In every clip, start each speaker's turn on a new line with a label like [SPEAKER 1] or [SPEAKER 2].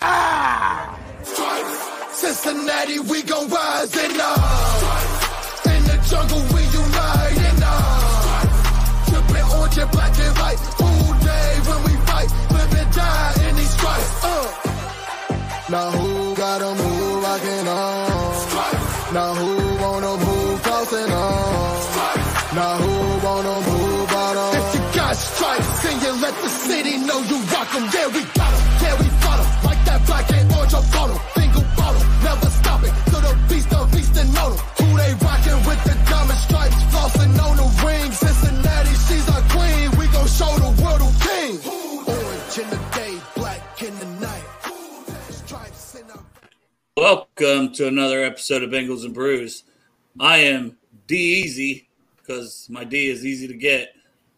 [SPEAKER 1] Ah! Stripes. Cincinnati, we gon' rise and up. In the jungle, we unite and up. Trippin' orange and black and white. All day when we fight, live and die in these stripes. Uh. Now who got 'em who rockin' on? Now who wanna move crossing on? Now who wanna move out on? If you got stripes, then you let the city know you rock 'em. Yeah, we got 'em. Yeah, we fought 'em. Like that black and orange up on 'em. Single bottle, never stop it. To the beast, I'm feasting on 'em. Who they rockin' with the diamond stripes? Flossin' on the ring. Cincinnati, she's our queen. We gon' show the world who king. Orange in the day, black in the night. Stripes in our...
[SPEAKER 2] Welcome to another episode of Bengals and Brews. I am D Easy because my D is easy to get,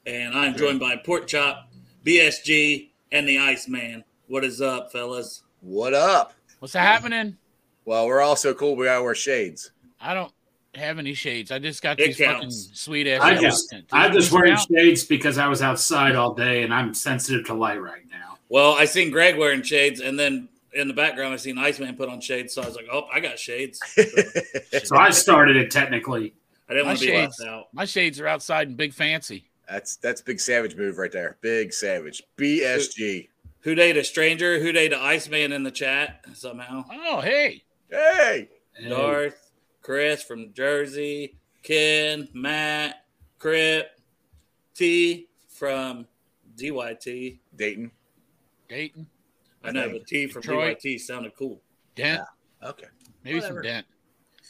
[SPEAKER 2] and I'm joined by Pork Chop, BSG, and the Iceman. What is up, fellas?
[SPEAKER 3] What up?
[SPEAKER 4] What's happening?
[SPEAKER 3] Well, we're all so cool. We gotta wear shades.
[SPEAKER 4] I don't have any shades. I just got
[SPEAKER 2] It
[SPEAKER 4] these
[SPEAKER 2] counts.
[SPEAKER 4] fucking sweet ass.
[SPEAKER 5] I just I'm just wearing shades because I was outside all day and I'm sensitive to light right now.
[SPEAKER 2] Well, I seen Greg wearing shades, and then in the background, I seen Iceman put on shades, so I was like, oh, I got shades. So
[SPEAKER 5] So I started it technically.
[SPEAKER 2] I didn't
[SPEAKER 4] My
[SPEAKER 2] want to be
[SPEAKER 4] shades.
[SPEAKER 2] left out.
[SPEAKER 4] My shades are outside and big fancy.
[SPEAKER 3] That's that's big savage move right there. Big savage. BSG.
[SPEAKER 2] Who date a stranger? Who date a Iceman in the chat somehow?
[SPEAKER 4] Oh hey,
[SPEAKER 3] Hey.
[SPEAKER 5] Hey,
[SPEAKER 2] Darth, Chris from Jersey, Ken, Matt, Crip, T from DYT.
[SPEAKER 3] Dayton.
[SPEAKER 4] Dayton,
[SPEAKER 2] I know,
[SPEAKER 3] think
[SPEAKER 2] but T from
[SPEAKER 4] Detroit.
[SPEAKER 2] DYT sounded cool.
[SPEAKER 4] Dent,
[SPEAKER 3] Okay.
[SPEAKER 4] maybe
[SPEAKER 2] Whatever.
[SPEAKER 4] some Dent.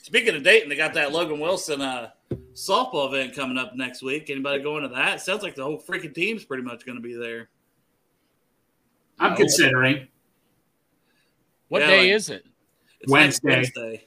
[SPEAKER 2] Speaking of Dayton, they got that Logan Wilson uh, softball event coming up next week. Anybody going to that? Sounds like the whole freaking team's pretty much going to be there.
[SPEAKER 5] I'm considering.
[SPEAKER 4] What
[SPEAKER 2] Yeah,
[SPEAKER 4] day
[SPEAKER 2] like-
[SPEAKER 4] is it?
[SPEAKER 2] It's next
[SPEAKER 5] Wednesday.
[SPEAKER 2] Wednesday.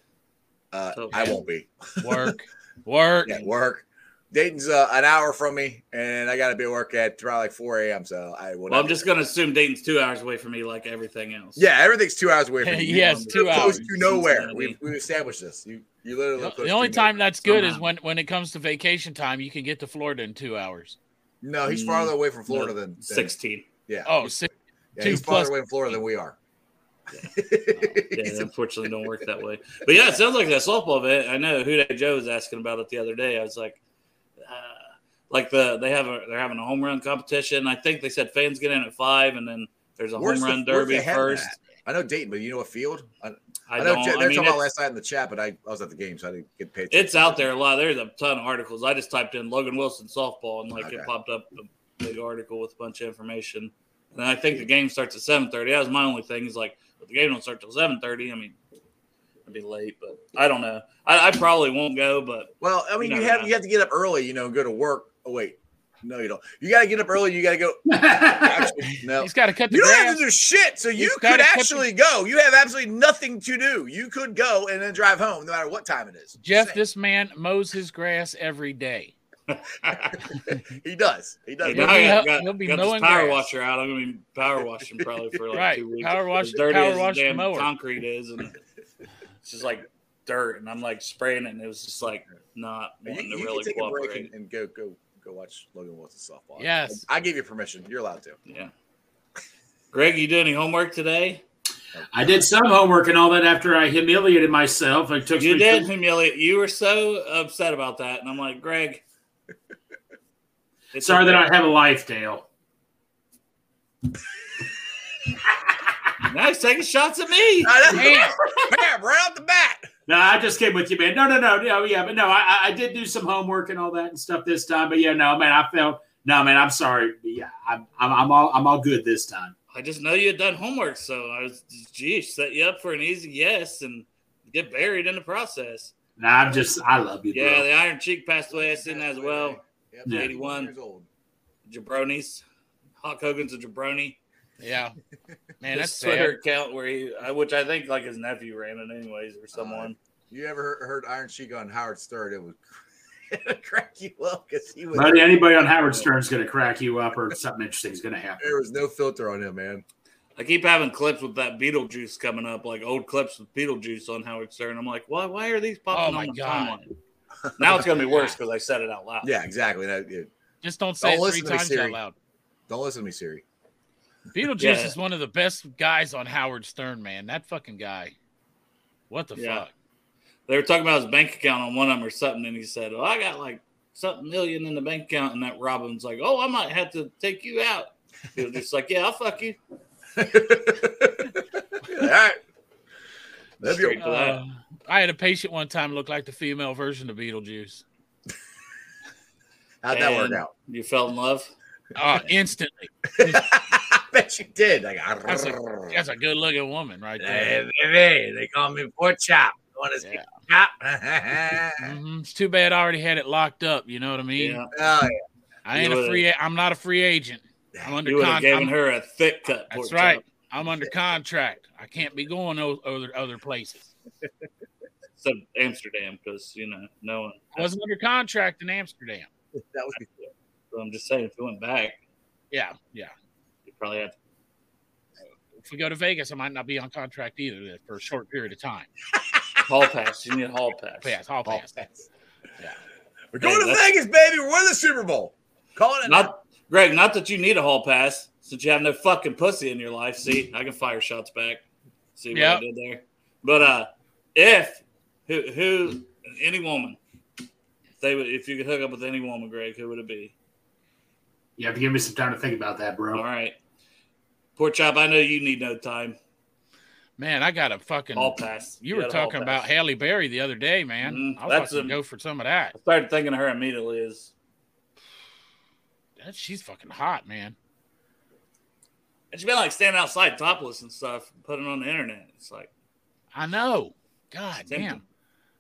[SPEAKER 3] Uh,
[SPEAKER 2] So-
[SPEAKER 3] I won't be
[SPEAKER 4] Work, work.
[SPEAKER 3] at work. Dayton's uh, an hour from me, and I gotta be at work at probably like 4 a.m. So I will.
[SPEAKER 2] Well,
[SPEAKER 3] not
[SPEAKER 2] I'm
[SPEAKER 3] be
[SPEAKER 2] just
[SPEAKER 3] there.
[SPEAKER 2] going to assume Dayton's two hours away from me, like everything else.
[SPEAKER 3] Yeah, everything's two hours away from you.
[SPEAKER 4] Yes,
[SPEAKER 3] You're
[SPEAKER 4] two
[SPEAKER 3] close
[SPEAKER 4] hours.
[SPEAKER 3] to nowhere.
[SPEAKER 2] Cincinnati.
[SPEAKER 3] We we established this. You you literally
[SPEAKER 4] The
[SPEAKER 3] live close
[SPEAKER 4] the
[SPEAKER 3] to
[SPEAKER 4] only
[SPEAKER 3] nowhere.
[SPEAKER 4] time that's good is
[SPEAKER 2] Somehow.
[SPEAKER 4] when when it comes to vacation time, you can get to Florida in two hours.
[SPEAKER 3] No, he's farther away from Florida than, than
[SPEAKER 2] 16.
[SPEAKER 3] Yeah.
[SPEAKER 4] Oh, six.
[SPEAKER 3] yeah,
[SPEAKER 4] two
[SPEAKER 3] he's farther
[SPEAKER 4] plus-
[SPEAKER 3] away from Florida than we are.
[SPEAKER 2] Yeah,
[SPEAKER 3] He's
[SPEAKER 2] it
[SPEAKER 3] a-
[SPEAKER 2] unfortunately don't work that way. But yeah, it sounds like that softball event. I know Huda Joe was asking about it the other day. I was like, uh, like the they have a they're having a home run competition. I think they said fans get in at five, and then there's a
[SPEAKER 3] Where's
[SPEAKER 2] home
[SPEAKER 3] the-
[SPEAKER 2] run
[SPEAKER 3] where's
[SPEAKER 2] derby
[SPEAKER 3] they have
[SPEAKER 2] first.
[SPEAKER 3] that? I know Dayton, but you know a field? I,
[SPEAKER 2] I,
[SPEAKER 3] I know
[SPEAKER 2] don't.
[SPEAKER 3] J-
[SPEAKER 2] I
[SPEAKER 3] they were
[SPEAKER 2] mean,
[SPEAKER 3] talking about
[SPEAKER 2] it's-
[SPEAKER 3] last night in the chat, but I, I was at the game, so I didn't get paid.
[SPEAKER 2] It's out there a lot. There's a ton of articles. I just typed in Logan Wilson softball and like
[SPEAKER 3] Okay.
[SPEAKER 2] it popped up a big article with a bunch of information. And I think the game starts at seven thirty. That was my only thing. Is like if the game don't start till seven thirty, I mean, it'd be late. But I don't know. I, I probably won't go. But
[SPEAKER 3] Well, I mean,
[SPEAKER 2] You
[SPEAKER 3] you,
[SPEAKER 2] know,
[SPEAKER 3] have
[SPEAKER 2] yeah.
[SPEAKER 3] you have to get up early, you know, and go to work. Oh wait, no, you don't. You got to get up early. You got to go. Actually, no,
[SPEAKER 4] He's got to cut the
[SPEAKER 3] you don't have
[SPEAKER 4] grass.
[SPEAKER 3] to do shit. So you
[SPEAKER 4] He's
[SPEAKER 3] could
[SPEAKER 4] gotta cut the-
[SPEAKER 3] actually go. You have absolutely nothing to do. You could go and then drive home, no matter what time it is.
[SPEAKER 4] Jeff,
[SPEAKER 3] Same.
[SPEAKER 4] this man mows his grass every day.
[SPEAKER 3] he does. He does.
[SPEAKER 2] Hey, now I
[SPEAKER 4] He'll be
[SPEAKER 2] got,
[SPEAKER 4] hel-
[SPEAKER 2] got-
[SPEAKER 4] he'll be
[SPEAKER 2] got this
[SPEAKER 4] mowing
[SPEAKER 2] power
[SPEAKER 4] grass.
[SPEAKER 2] washer out. I'm gonna be power washing probably for like
[SPEAKER 4] Right.
[SPEAKER 2] two weeks.
[SPEAKER 4] Power wash-
[SPEAKER 2] As dirty
[SPEAKER 4] power
[SPEAKER 2] as the
[SPEAKER 4] wash the
[SPEAKER 2] damn
[SPEAKER 4] mower.
[SPEAKER 2] concrete is, and it's just like dirt. And I'm like spraying it, and it was just like not
[SPEAKER 3] You,
[SPEAKER 2] wanting
[SPEAKER 3] you
[SPEAKER 2] to
[SPEAKER 3] can
[SPEAKER 2] really
[SPEAKER 3] take a break
[SPEAKER 2] cooperate.
[SPEAKER 3] and, and go go go watch Logan Wilson softball.
[SPEAKER 4] Yes.
[SPEAKER 3] I, I give you permission. You're allowed to.
[SPEAKER 2] Yeah. Greg, you do any homework today?
[SPEAKER 5] I did some homework and all that after I humiliated myself. It took
[SPEAKER 2] You
[SPEAKER 5] me
[SPEAKER 2] did humiliate. You were so upset about that, and I'm like, Greg. it's
[SPEAKER 5] Sorry that
[SPEAKER 2] okay.
[SPEAKER 5] I have a life, Dale.
[SPEAKER 2] Now he's taking shots at me.
[SPEAKER 3] I know.
[SPEAKER 4] Damn.
[SPEAKER 3] Man, right off the bat.
[SPEAKER 5] No, I just came with you, man. No, no, no, no, yeah, but no, I, I- I did do some homework and all that and stuff this time. But yeah, no, man, I felt no, man. I'm sorry. But yeah, I'm, I'm, I'm all, I'm all good this time.
[SPEAKER 2] I just know you had done homework, so I was, geez, set you up for an easy yes and get buried in the process.
[SPEAKER 5] No, I'm just, I love you,
[SPEAKER 2] Yeah,
[SPEAKER 5] bro.
[SPEAKER 2] the Iron Cheek passed away. I seen that as well.
[SPEAKER 3] Yep,
[SPEAKER 5] Yeah.
[SPEAKER 3] 81
[SPEAKER 2] 81.
[SPEAKER 3] years old.
[SPEAKER 2] Jabronis. Hawk Hogan's a jabroni.
[SPEAKER 4] Yeah. Man,
[SPEAKER 2] his
[SPEAKER 4] that's
[SPEAKER 2] Twitter
[SPEAKER 4] sad.
[SPEAKER 2] account where he, I- which I think like his nephew ran it anyways
[SPEAKER 4] Uh,
[SPEAKER 2] or someone.
[SPEAKER 3] You ever heard, heard Iron Sheik on Howard Stern? It would it'd crack you up because he was.
[SPEAKER 5] Buddy, anybody on Howard Stern's gonna crack you up, or something interesting's gonna happen.
[SPEAKER 3] There was no filter on him, man.
[SPEAKER 2] I keep having clips with that Beetlejuice coming up, like old clips with Beetlejuice on Howard Stern. I'm like, why? Why are these popping?
[SPEAKER 4] Oh, my
[SPEAKER 2] on
[SPEAKER 4] God.
[SPEAKER 2] timeline? Now it's gonna be worse because I said it out loud.
[SPEAKER 3] Yeah, exactly. That- yeah.
[SPEAKER 4] Just don't say
[SPEAKER 3] Don't
[SPEAKER 4] it three
[SPEAKER 3] listen to me,
[SPEAKER 4] times out
[SPEAKER 3] Siri.
[SPEAKER 4] loud.
[SPEAKER 3] Don't listen to me, Siri.
[SPEAKER 4] Beetlejuice
[SPEAKER 2] Yeah.
[SPEAKER 4] is one of the best guys on Howard Stern, man. That fucking guy. What the
[SPEAKER 2] Yeah.
[SPEAKER 4] fuck?
[SPEAKER 2] They were talking about his bank account on one of them or something, and he said, "Well, I got like something million in the bank account," and that Robin's like, "Oh, I might have to take you out." He was just like, "Yeah, I'll fuck you."
[SPEAKER 3] All right. That'd be-
[SPEAKER 2] Straight to that.
[SPEAKER 4] Uh, I had a patient one time look like the female version of Beetlejuice.
[SPEAKER 3] how'd that work
[SPEAKER 2] And
[SPEAKER 3] out?
[SPEAKER 2] You fell in love.
[SPEAKER 4] Uh, instantly.
[SPEAKER 3] I bet you did. Like,
[SPEAKER 4] That's a, that's a good looking woman right there.
[SPEAKER 3] baby, they call me pork chop. Want to
[SPEAKER 4] Yeah.
[SPEAKER 3] chop?
[SPEAKER 4] Mhm. It's too bad I already had it locked up. You know what I mean?
[SPEAKER 2] Yeah,
[SPEAKER 3] oh,
[SPEAKER 4] I
[SPEAKER 2] You
[SPEAKER 4] ain't
[SPEAKER 2] would've-
[SPEAKER 4] a free. I'm not a free agent. I'm under
[SPEAKER 2] you would have
[SPEAKER 4] contract.
[SPEAKER 2] given her a thick cut. pork
[SPEAKER 4] That's
[SPEAKER 2] chop.
[SPEAKER 4] right. I'm under contract. I can't be going o- other other places.
[SPEAKER 2] Except Amsterdam, because you know no one.
[SPEAKER 4] I wasn't under contract in Amsterdam.
[SPEAKER 3] that was
[SPEAKER 2] So I'm just saying, if you went back,
[SPEAKER 4] Yeah, yeah.
[SPEAKER 2] you probably have.
[SPEAKER 4] If we go to Vegas, I might not be on contract either for a short period of time.
[SPEAKER 2] Hall pass. You need a hall pass.
[SPEAKER 4] Pass, hall pass. Yeah.
[SPEAKER 3] We're going to
[SPEAKER 2] that's-
[SPEAKER 3] Vegas, baby. We're winning the Super Bowl. Calling it.
[SPEAKER 2] Not Greg. Not that you need a hall pass since you have no fucking pussy in your life. See, I can fire shots back. See what
[SPEAKER 4] Yep.
[SPEAKER 2] I did there. But uh, if who who any woman, if they would if you could hook up with any woman, Greg, who would it be?
[SPEAKER 5] You have to give me some time to think about that,
[SPEAKER 2] All
[SPEAKER 5] bro.
[SPEAKER 2] right, poor chop. I know you need no time.
[SPEAKER 4] Man, I got a fucking.
[SPEAKER 2] Hall pass.
[SPEAKER 4] you were
[SPEAKER 2] got a hall
[SPEAKER 4] talking
[SPEAKER 2] pass.
[SPEAKER 4] about Halle Berry the other day, man.
[SPEAKER 2] Mhm.
[SPEAKER 4] I'll
[SPEAKER 2] That's
[SPEAKER 4] fucking
[SPEAKER 2] a-
[SPEAKER 4] go for some of that.
[SPEAKER 2] I started thinking of her immediately. Is
[SPEAKER 4] That- She's fucking hot, man.
[SPEAKER 2] and she's been like standing outside topless and stuff, putting it on the internet. It's like
[SPEAKER 4] I know. God
[SPEAKER 2] It's
[SPEAKER 4] damn.
[SPEAKER 2] empty.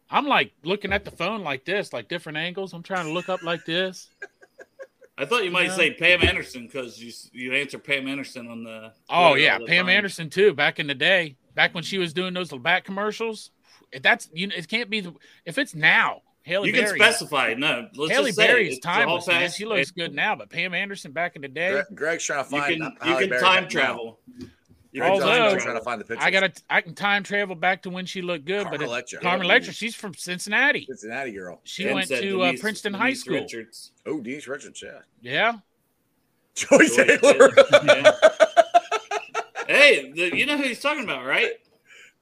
[SPEAKER 4] I'm like looking at the phone like this, like different angles. I'm trying to look up like this.
[SPEAKER 2] I thought you might
[SPEAKER 4] Yeah.
[SPEAKER 2] say Pam Anderson because you you answer Pam Anderson on the.
[SPEAKER 4] Oh
[SPEAKER 2] Twitter
[SPEAKER 4] yeah,
[SPEAKER 2] all the
[SPEAKER 4] Pam
[SPEAKER 2] time.
[SPEAKER 4] Anderson too. Back in the day, back when she was doing those little back commercials, if that's you. know, It can't be the, if it's now. Haley
[SPEAKER 2] You can
[SPEAKER 4] Berry.
[SPEAKER 2] specify. No, let's
[SPEAKER 4] Haley
[SPEAKER 2] just say
[SPEAKER 4] Berry is
[SPEAKER 2] it's a hall
[SPEAKER 4] timeless. Man.
[SPEAKER 2] pass.
[SPEAKER 4] She looks good now, but Pam Anderson back in the day,
[SPEAKER 3] Gre- Greg's trying to
[SPEAKER 2] You
[SPEAKER 3] find.
[SPEAKER 2] can you
[SPEAKER 3] Halle
[SPEAKER 2] can
[SPEAKER 3] Berry
[SPEAKER 2] time
[SPEAKER 3] now.
[SPEAKER 2] travel. You
[SPEAKER 3] Greg's
[SPEAKER 2] can
[SPEAKER 4] Although-
[SPEAKER 2] time
[SPEAKER 3] trying to
[SPEAKER 2] travel.
[SPEAKER 3] find the picture.
[SPEAKER 4] I gotta I can time travel back to when she looked good.
[SPEAKER 3] Carmen
[SPEAKER 4] but it,
[SPEAKER 3] Electra.
[SPEAKER 4] Carmen Electra, she's from Cincinnati.
[SPEAKER 3] Cincinnati girl.
[SPEAKER 4] She
[SPEAKER 2] Ken
[SPEAKER 4] went
[SPEAKER 2] said
[SPEAKER 4] to uh,
[SPEAKER 2] Denise-
[SPEAKER 4] Princeton High
[SPEAKER 2] Denise
[SPEAKER 4] School.
[SPEAKER 2] Richards.
[SPEAKER 3] Oh, Denise Richards. Yeah.
[SPEAKER 4] Yeah,
[SPEAKER 3] Joy
[SPEAKER 2] Joy
[SPEAKER 3] Taylor.
[SPEAKER 2] Taylor, yeah. Hey, the, you know who he's talking about, right?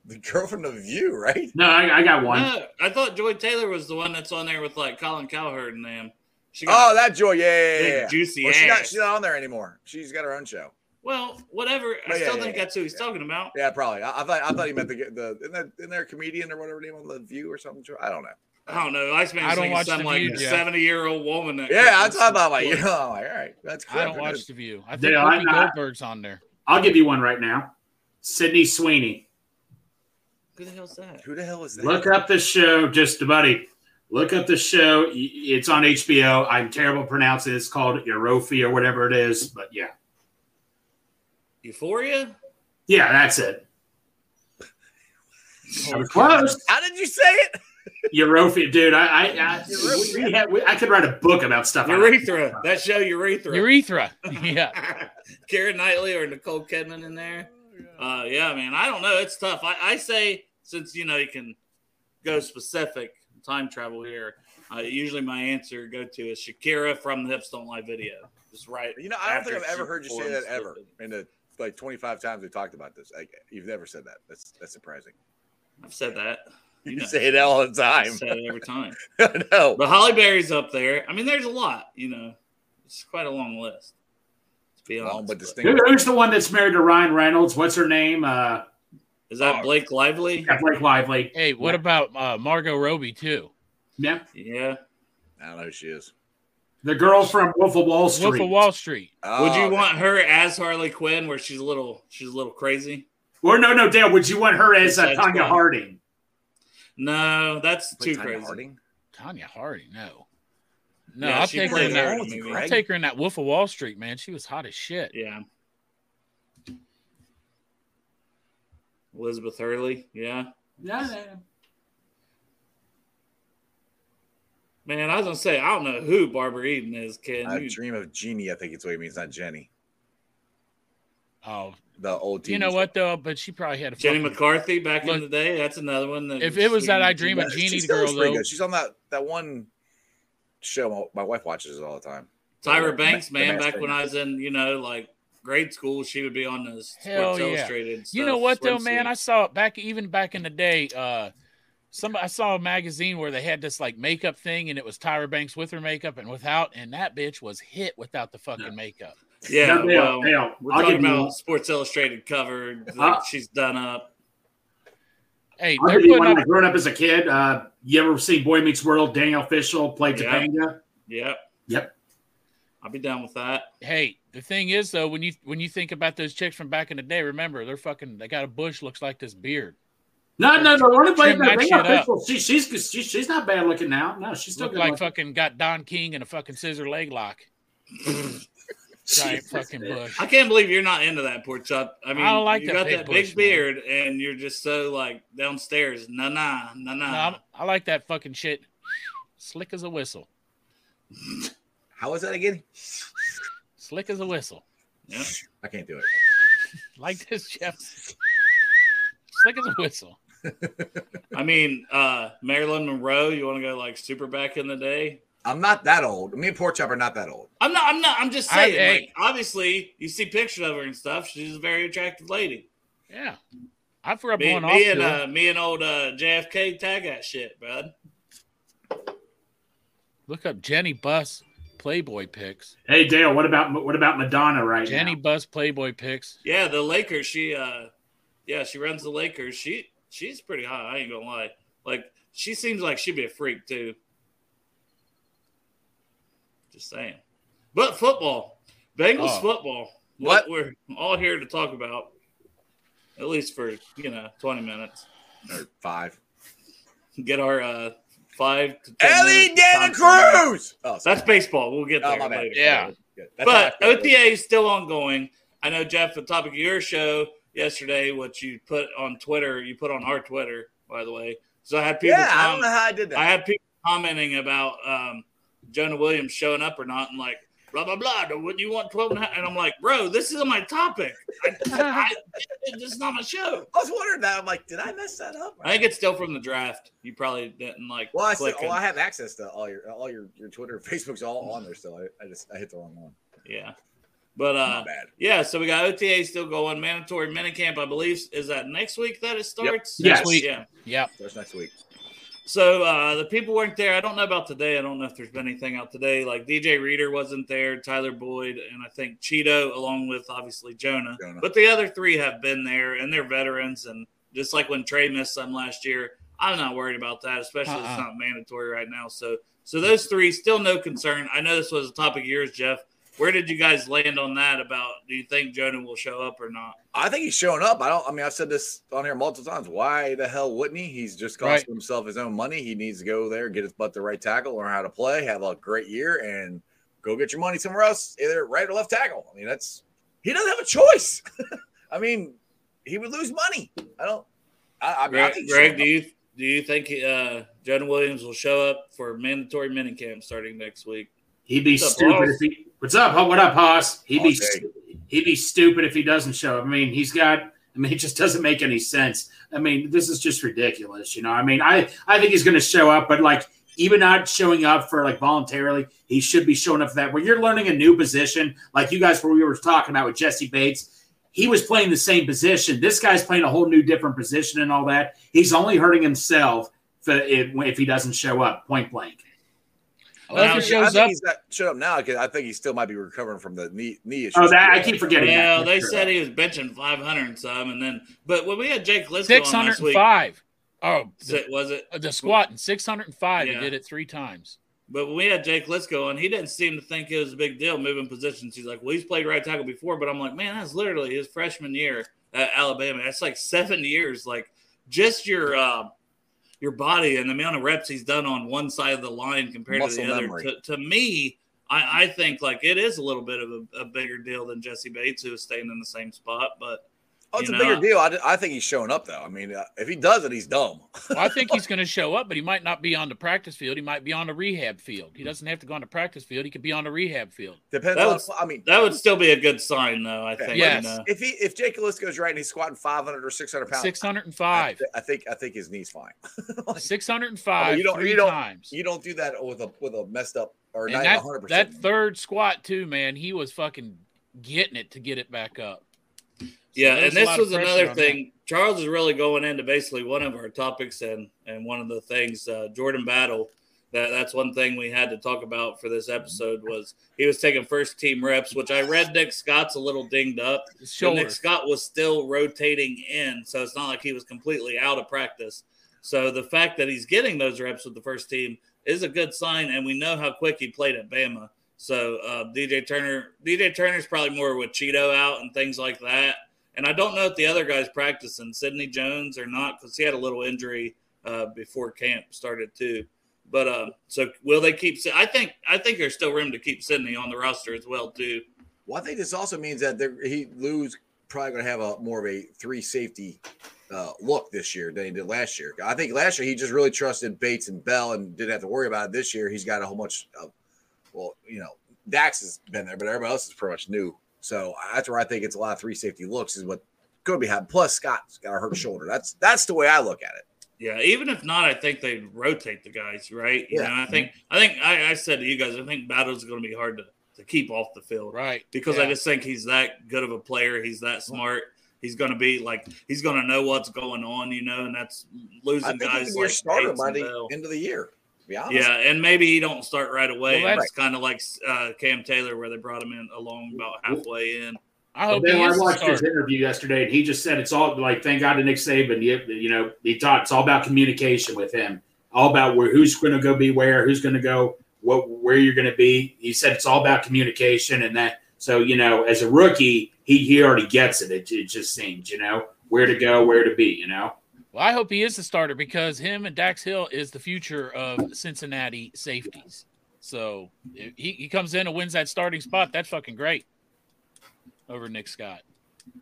[SPEAKER 3] the girl from The View, right?
[SPEAKER 5] No, I, I got one.
[SPEAKER 2] No, I thought Joy Taylor was the one that's on there with like Colin Cowherd and them. She got
[SPEAKER 3] Oh, that Joy. Yeah, yeah,
[SPEAKER 2] big,
[SPEAKER 3] yeah, yeah.
[SPEAKER 2] juicy
[SPEAKER 3] Well,
[SPEAKER 2] ass.
[SPEAKER 3] she's, not, she's not on there anymore. She's got her own show.
[SPEAKER 2] Well, whatever. I
[SPEAKER 3] Oh, yeah,
[SPEAKER 2] still
[SPEAKER 3] yeah,
[SPEAKER 2] think
[SPEAKER 3] yeah,
[SPEAKER 2] that's who he's talking about.
[SPEAKER 3] Yeah, probably. I, I thought I thought he meant the the isn't, that, isn't there a comedian or whatever name on The View or something. Joy? I don't know.
[SPEAKER 2] I don't know. Iceman
[SPEAKER 4] I
[SPEAKER 2] was
[SPEAKER 4] don't
[SPEAKER 2] thinking
[SPEAKER 4] watch
[SPEAKER 2] some
[SPEAKER 4] The
[SPEAKER 2] like
[SPEAKER 4] View, Jeff.
[SPEAKER 2] seventy year old woman. That
[SPEAKER 3] Yeah, I thought about like you know, I'm like, all right, that's cool.
[SPEAKER 4] I don't watch The View. I think
[SPEAKER 5] Dale, I-
[SPEAKER 4] Whoopi
[SPEAKER 5] I-
[SPEAKER 4] Goldberg's on there.
[SPEAKER 5] I'll give you one right now. Sydney Sweeney.
[SPEAKER 2] Who the hell's that?
[SPEAKER 3] Who the hell is that?
[SPEAKER 5] Look up the show, just a buddy. Look up the show. Y- It's on HBO. I'm terrible at pronouncing. it. It's called Erofi or whatever it is. But yeah,
[SPEAKER 2] Euphoria?
[SPEAKER 5] yeah, that's it. I was close.
[SPEAKER 3] How did you say it?
[SPEAKER 5] Eurofi, dude. I, I, I, we had, we, I could write a book about stuff. like that.
[SPEAKER 2] Urethra. That show Urethra.
[SPEAKER 4] Urethra. yeah.
[SPEAKER 2] Karen Knightley or Nicole Kidman in there.
[SPEAKER 4] Oh,
[SPEAKER 2] Uh, yeah, man. I don't know. It's tough. I, I say since you know you can go specific time travel here. Uh, usually my answer go to is Shakira from the Hips Don't Lie video. Just right.
[SPEAKER 3] You know, I don't think
[SPEAKER 2] after
[SPEAKER 3] I've ever
[SPEAKER 2] she
[SPEAKER 3] heard you say that
[SPEAKER 2] performs
[SPEAKER 3] ever.
[SPEAKER 2] the-
[SPEAKER 3] In the like 25 times we talked about this, like you've never said that. That's that's surprising.
[SPEAKER 2] I've said that.
[SPEAKER 3] You
[SPEAKER 2] know.
[SPEAKER 3] say it all the
[SPEAKER 2] I
[SPEAKER 3] time.
[SPEAKER 2] say it every time.
[SPEAKER 3] no,
[SPEAKER 2] But Holly Berry's up there. I mean, there's a lot, you know. It's quite a long list. It's Be honest.
[SPEAKER 3] Long but
[SPEAKER 5] Who-
[SPEAKER 3] distinct.
[SPEAKER 5] who's the one that's married to Ryan Reynolds? What's her name? Uh,
[SPEAKER 2] Is that Blake Lively?
[SPEAKER 5] yeah, Blake Lively.
[SPEAKER 4] Hey, what
[SPEAKER 5] Yeah.
[SPEAKER 4] about uh, Margot Robbie too?
[SPEAKER 5] Yeah,
[SPEAKER 2] Yeah.
[SPEAKER 3] I don't know who she is.
[SPEAKER 5] the girl from Wolf of Wall Street.
[SPEAKER 4] Wolf of Wall Street.
[SPEAKER 2] Would
[SPEAKER 3] Oh,
[SPEAKER 2] you want her as Harley Quinn, where she's a little she's a little crazy?
[SPEAKER 5] Or no, no, Dale. Would you want her as uh,
[SPEAKER 2] Besides
[SPEAKER 5] Tanya
[SPEAKER 2] Glenn.
[SPEAKER 5] Harding?
[SPEAKER 2] No, that's
[SPEAKER 3] wait,
[SPEAKER 2] too
[SPEAKER 3] Tanya
[SPEAKER 2] crazy.
[SPEAKER 3] Harding?
[SPEAKER 4] Tanya Hardy, no. No,
[SPEAKER 2] Yeah,
[SPEAKER 4] I'll
[SPEAKER 2] she
[SPEAKER 4] take her
[SPEAKER 2] played
[SPEAKER 4] in
[SPEAKER 2] her
[SPEAKER 4] that.
[SPEAKER 2] old movie.
[SPEAKER 4] I'll take her in that Wolf of Wall Street, man. She was hot as shit.
[SPEAKER 2] Yeah. Elizabeth Hurley. Yeah.
[SPEAKER 5] No, no, no.
[SPEAKER 2] Man, I was gonna say I don't know who Barbara Eden is, Ken.
[SPEAKER 3] I
[SPEAKER 2] You-
[SPEAKER 3] dream of Jeannie. I think it's what he means, not Jenny.
[SPEAKER 4] Oh,
[SPEAKER 3] The old TV
[SPEAKER 4] you know what though? But she probably had a
[SPEAKER 2] Jenny
[SPEAKER 4] fucking-
[SPEAKER 2] McCarthy back in
[SPEAKER 4] Look,
[SPEAKER 2] the day. That's another one. That
[SPEAKER 4] If it was
[SPEAKER 2] she-
[SPEAKER 4] that I Dream
[SPEAKER 3] Yeah,
[SPEAKER 4] of
[SPEAKER 3] she
[SPEAKER 4] Genie
[SPEAKER 3] still
[SPEAKER 4] girl
[SPEAKER 3] looks pretty
[SPEAKER 4] though,
[SPEAKER 3] good. She's on that that one show my, my wife watches all the time.
[SPEAKER 2] Tyra Banks,
[SPEAKER 3] The
[SPEAKER 2] man,
[SPEAKER 3] Masked
[SPEAKER 2] back when
[SPEAKER 3] Singer.
[SPEAKER 2] I was in, you know, like grade school, she would be on the Sports
[SPEAKER 4] Hell yeah.
[SPEAKER 2] Illustrated.
[SPEAKER 4] you
[SPEAKER 2] stuff,
[SPEAKER 4] know what though, man?
[SPEAKER 2] swimsuit.
[SPEAKER 4] I saw it back even back in the day. Uh, some I saw a magazine where they had this like makeup thing, and it was Tyra Banks with her makeup and without, and that bitch was hit without the fucking makeup.
[SPEAKER 2] yeah,
[SPEAKER 5] No, Dale,
[SPEAKER 2] well,
[SPEAKER 5] Dale,
[SPEAKER 2] we're
[SPEAKER 5] I'll
[SPEAKER 2] talking
[SPEAKER 5] give you
[SPEAKER 2] about
[SPEAKER 5] one.
[SPEAKER 2] Sports Illustrated cover. Like,
[SPEAKER 5] Uh,
[SPEAKER 2] she's done up.
[SPEAKER 4] Hey,
[SPEAKER 5] I'll
[SPEAKER 4] they're
[SPEAKER 5] give you
[SPEAKER 4] putting
[SPEAKER 5] one.
[SPEAKER 4] up.
[SPEAKER 5] Like, growing up as a kid, uh, you ever seen Boy Meets World? Daniel Fishel played
[SPEAKER 2] Yeah.
[SPEAKER 5] Topanga.
[SPEAKER 2] Yep.
[SPEAKER 5] Yep.
[SPEAKER 2] I'll be down with that.
[SPEAKER 4] Hey, the thing is though, when you when you think about those chicks from back in the day, remember they're fucking. They got a bush looks like this beard.
[SPEAKER 5] No, no, no. One who played
[SPEAKER 4] Trim that
[SPEAKER 5] Daniel
[SPEAKER 4] shit up.
[SPEAKER 5] Fishel. She, she's she, she's not bad looking now. No, she's still
[SPEAKER 4] Look
[SPEAKER 5] good
[SPEAKER 4] like
[SPEAKER 5] looking.
[SPEAKER 4] fucking got Don King and a fucking scissor leg lock. Giant
[SPEAKER 5] Jesus,
[SPEAKER 4] fucking
[SPEAKER 5] man.
[SPEAKER 4] bush.
[SPEAKER 2] I can't believe you're not into that pork chop. I mean,
[SPEAKER 4] I don't like
[SPEAKER 2] you
[SPEAKER 4] that
[SPEAKER 2] got
[SPEAKER 4] big
[SPEAKER 2] that
[SPEAKER 4] bush,
[SPEAKER 2] big
[SPEAKER 4] man.
[SPEAKER 2] beard, and you're just so like downstairs, na na na
[SPEAKER 4] No,
[SPEAKER 2] na.
[SPEAKER 4] I'm- I like that fucking shit. Slick as a whistle.
[SPEAKER 3] How is that again?
[SPEAKER 4] Slick as a whistle.
[SPEAKER 3] I can't do it.
[SPEAKER 4] Like this, Jeff. Slick as a whistle.
[SPEAKER 2] I mean, uh, Marilyn Monroe. You want to go like super back in the day?
[SPEAKER 3] I'm not that old. Me and Pork Chop are not that old.
[SPEAKER 2] I'm not. I'm not. I'm just
[SPEAKER 4] I-
[SPEAKER 2] saying.
[SPEAKER 4] hey.
[SPEAKER 2] like, obviously, you see pictures of her and stuff. She's a very attractive lady.
[SPEAKER 4] Yeah. I forgot
[SPEAKER 2] Me,
[SPEAKER 4] one off.
[SPEAKER 2] me and
[SPEAKER 4] to it.
[SPEAKER 2] uh, me and old uh, JFK tag that shit, bud.
[SPEAKER 4] Look up Jenny Bus Playboy pics.
[SPEAKER 5] Hey Dale, what about what about Madonna right
[SPEAKER 4] Jenny
[SPEAKER 5] now?
[SPEAKER 4] Bus Playboy pics.
[SPEAKER 2] Yeah, the Lakers. She, uh, yeah, she runs the Lakers. She, she's pretty hot. I ain't gonna lie. Like, she seems like she'd be a freak too. Just saying. But football, Bengals
[SPEAKER 4] Oh.
[SPEAKER 2] football. What
[SPEAKER 3] What?
[SPEAKER 2] we're all here to talk about, at least for you know twenty minutes.
[SPEAKER 3] Or five.
[SPEAKER 2] Get our uh five. To 10
[SPEAKER 3] Ellie
[SPEAKER 2] minutes of time.
[SPEAKER 3] Dana Cruz. Oh, sorry.
[SPEAKER 2] That's baseball. We'll get
[SPEAKER 3] Oh,
[SPEAKER 2] there
[SPEAKER 3] my bad.
[SPEAKER 2] later.
[SPEAKER 4] Yeah.
[SPEAKER 3] Good. That's
[SPEAKER 2] But
[SPEAKER 3] how I feel.
[SPEAKER 2] OTA is still ongoing. I know, Jeff, the topic of your show yesterday, what you put on Twitter, you put on our Twitter, by the way. So I had people,
[SPEAKER 3] Yeah, I
[SPEAKER 2] com-
[SPEAKER 3] don't know how I did that.
[SPEAKER 2] I had people commenting about um, Jonah Williams showing up or not, and like blah blah blah. What do you want twelve and a half? And I'm like, bro, this isn't my topic. I, I, this is not my show.
[SPEAKER 3] I was wondering that. I'm like, did I mess that up?
[SPEAKER 2] I think it's still from the draft. You probably didn't like.
[SPEAKER 3] well, I, still,
[SPEAKER 2] click
[SPEAKER 3] well, I
[SPEAKER 2] and-
[SPEAKER 3] have access to all your all your, your Twitter, Facebook's all on there still. I, I just I hit the wrong one.
[SPEAKER 2] yeah, but
[SPEAKER 3] My
[SPEAKER 2] uh,
[SPEAKER 3] bad.
[SPEAKER 2] yeah. So we got OTA still going. Mandatory minicamp, I believe, is that next week that it starts.
[SPEAKER 5] Yes.
[SPEAKER 4] Next week.
[SPEAKER 2] Yeah.
[SPEAKER 4] Yeah.
[SPEAKER 3] Starts next week.
[SPEAKER 2] So uh, the people weren't there. I don't know about today. I don't know if there's been anything out today. Like DJ Reader wasn't there, Tyler Boyd, and I think Cheeto, along with obviously Jonah.
[SPEAKER 3] Jonah.
[SPEAKER 2] But the other three have been there, and they're veterans. And just like when Trey missed some last year, I'm not worried about that, especially if it's
[SPEAKER 4] Uh-uh.
[SPEAKER 2] not mandatory right now. So, so those three still no concern. I know this was a topic of yours, Jeff. Where did you guys land on that? About do you think Jonah will show up or not?
[SPEAKER 3] I think he's showing up. I don't. I mean, I've said this on here multiple times. Why the hell wouldn't he? He's just cost
[SPEAKER 4] Right.
[SPEAKER 3] himself his own money. He needs to go there, get his butt the right tackle, learn how to play, have a great year, and go get your money somewhere else, either right or left tackle. I mean, that's he doesn't have a choice. I mean, he would lose money. I don't. I, I mean, I
[SPEAKER 2] Greg,
[SPEAKER 3] think he's
[SPEAKER 2] Greg
[SPEAKER 3] showing
[SPEAKER 2] do
[SPEAKER 3] up.
[SPEAKER 2] you do you think uh, Jonah Williams will show up for mandatory minicamp starting next week?
[SPEAKER 5] He'd be
[SPEAKER 2] What's up,
[SPEAKER 5] stupid
[SPEAKER 2] Hoss?
[SPEAKER 5] if he. What's up? Ho- What up, Haas? He'd be
[SPEAKER 3] All day.
[SPEAKER 5] stu- he'd be stupid if he doesn't show up. I mean, he's got. I mean, it just doesn't make any sense. I mean, this is just ridiculous. You know, I mean, I I think he's going to show up, but like even not showing up for like voluntarily, he should be showing up for that. When you're learning a new position, like you guys, where we were talking about with Jesse Bates, he was playing the same position. This guy's playing a whole new different position and all that. He's only hurting himself if, if, if he doesn't show up. Point blank.
[SPEAKER 4] Well, if
[SPEAKER 3] I
[SPEAKER 4] he
[SPEAKER 3] think- I
[SPEAKER 4] shows
[SPEAKER 3] think
[SPEAKER 4] up,
[SPEAKER 3] he's not showed up now because I think he still might be recovering from the knee knee issue.
[SPEAKER 5] Oh, that I keep forgetting.
[SPEAKER 2] Yeah,
[SPEAKER 5] that.
[SPEAKER 2] they said he was benching 500 and some, and then but when we had Jake Lisco
[SPEAKER 4] six
[SPEAKER 2] on
[SPEAKER 4] hundred
[SPEAKER 2] last
[SPEAKER 4] and
[SPEAKER 2] week,
[SPEAKER 4] five. Oh,
[SPEAKER 2] so- was it?
[SPEAKER 4] the, the squat and six hundred and five.
[SPEAKER 2] Yeah.
[SPEAKER 4] He did it three times.
[SPEAKER 2] But when we had Jake Lisco on, he didn't seem to think it was a big deal moving positions. He's like, well, he's played right tackle before, but I'm like, man, that's literally his freshman year at Alabama. That's like seven years. Like just your uh, your body and the amount of reps he's done on one side of the line compared
[SPEAKER 3] Muscle
[SPEAKER 2] to the
[SPEAKER 3] memory.
[SPEAKER 2] other. To, to me, I, I think like it is a little bit of a, a bigger deal than Jesse Bates, who is staying in the same spot. But
[SPEAKER 3] Oh, it's
[SPEAKER 2] you
[SPEAKER 3] a
[SPEAKER 2] know.
[SPEAKER 3] bigger deal. I, I think he's showing up though. I mean, uh, if he doesn't, he's dumb.
[SPEAKER 4] Well, I think he's going to show up, but he might not be on the practice field. He might be on the rehab field. He doesn't have to go on the practice field. He could be on the rehab field.
[SPEAKER 3] Depends
[SPEAKER 2] That
[SPEAKER 3] on.
[SPEAKER 2] was-
[SPEAKER 3] I mean,
[SPEAKER 2] that would still be a good sign, though. I think.
[SPEAKER 4] Yes.
[SPEAKER 2] uh,
[SPEAKER 3] if he if Jake Ellis goes right and he's squatting 500 or 600 pounds,
[SPEAKER 4] Six hundred and
[SPEAKER 3] I,
[SPEAKER 4] five.
[SPEAKER 3] thi- I think I think his knee's fine.
[SPEAKER 4] Six hundred and
[SPEAKER 3] I
[SPEAKER 2] Oh,
[SPEAKER 4] five.
[SPEAKER 3] mean, you don't-
[SPEAKER 4] three
[SPEAKER 3] you don't-
[SPEAKER 4] times.
[SPEAKER 3] You don't do that with a with a messed up or
[SPEAKER 4] and
[SPEAKER 3] not
[SPEAKER 4] that,
[SPEAKER 3] 100.
[SPEAKER 4] that
[SPEAKER 3] percent
[SPEAKER 4] third squat too, man. He was fucking getting it to get it back up. So
[SPEAKER 2] Yeah,
[SPEAKER 4] there's
[SPEAKER 2] and
[SPEAKER 4] a
[SPEAKER 2] this
[SPEAKER 4] lot of
[SPEAKER 2] was
[SPEAKER 4] pressure
[SPEAKER 2] another
[SPEAKER 4] on
[SPEAKER 2] thing. Charles is really going into basically one of our topics and and one of the things uh, Jordan Battle. That that's one thing we had to talk about for this episode was he was taking first team reps, which I read Nick Scott's a little dinged up.
[SPEAKER 4] that. His
[SPEAKER 2] So
[SPEAKER 4] Shoulder.
[SPEAKER 2] Nick Scott was still rotating in, so it's not like he was completely out of practice. So the fact that he's getting those reps with the first team is a good sign, and we know how quick he played at Bama. So uh, DJ Turner, DJ Turner's probably more with Cheeto out and things like that. And I don't know if the other guys practicing Sidney Jones or not because he had a little injury uh, before camp started too. But uh, so will they keep? Sid- I think I think there's still room to keep Sidney on the roster as well too.
[SPEAKER 3] Well, I think this also means that they're- he Lou's probably going to have a more of a three safety uh, look this year than he did last year. I think last year he just really trusted Bates and Bell and didn't have to worry about it. This year he's got a whole bunch of, well, you know, Dax has been there, but everybody else is pretty much new. So that's where I think it's a lot of three safety looks is what could be happening. Plus Scott's got a hurt shoulder. That's that's the way I look at it.
[SPEAKER 2] Yeah, even if not, I think they rotate the guys, right? You
[SPEAKER 3] Yeah.
[SPEAKER 2] know, I think I think I, I said to you guys, I think Battle's going to be hard to, to keep off the field,
[SPEAKER 4] right.
[SPEAKER 2] Because I
[SPEAKER 4] Yeah.
[SPEAKER 2] just think he's that good of a player. He's that smart. He's going to be like he's going to know what's going on, you know, and that's
[SPEAKER 3] I
[SPEAKER 2] losing
[SPEAKER 3] think he
[SPEAKER 2] guys
[SPEAKER 3] could be
[SPEAKER 2] like
[SPEAKER 3] your starter
[SPEAKER 2] Bates
[SPEAKER 3] by
[SPEAKER 2] and
[SPEAKER 3] the
[SPEAKER 2] Bell.
[SPEAKER 3] end of the year. to be honest.
[SPEAKER 2] Yeah, and maybe he don't start right away.
[SPEAKER 4] Well,
[SPEAKER 2] it's kind of like uh, Cam Taylor, where they brought him in along about halfway in.
[SPEAKER 4] I
[SPEAKER 5] Well,
[SPEAKER 4] hope
[SPEAKER 5] Bill,
[SPEAKER 4] he
[SPEAKER 5] I
[SPEAKER 4] is the
[SPEAKER 5] watched his
[SPEAKER 4] starter.
[SPEAKER 5] interview yesterday, and he just said it's all like thank God to Nick Saban. You, you know, he taught it's all about communication with him, all about where who's going to go be where, who's going to go what, where you're going to be. He said it's all about communication, and that so you know, as a rookie, he he already gets it. It, it just seems you know where to go, where to be. You know,
[SPEAKER 4] Well, I hope he is the starter because him and Dax Hill is the future of Cincinnati safeties. So if he, he comes in and wins that starting spot. That's fucking great over Nick Scott.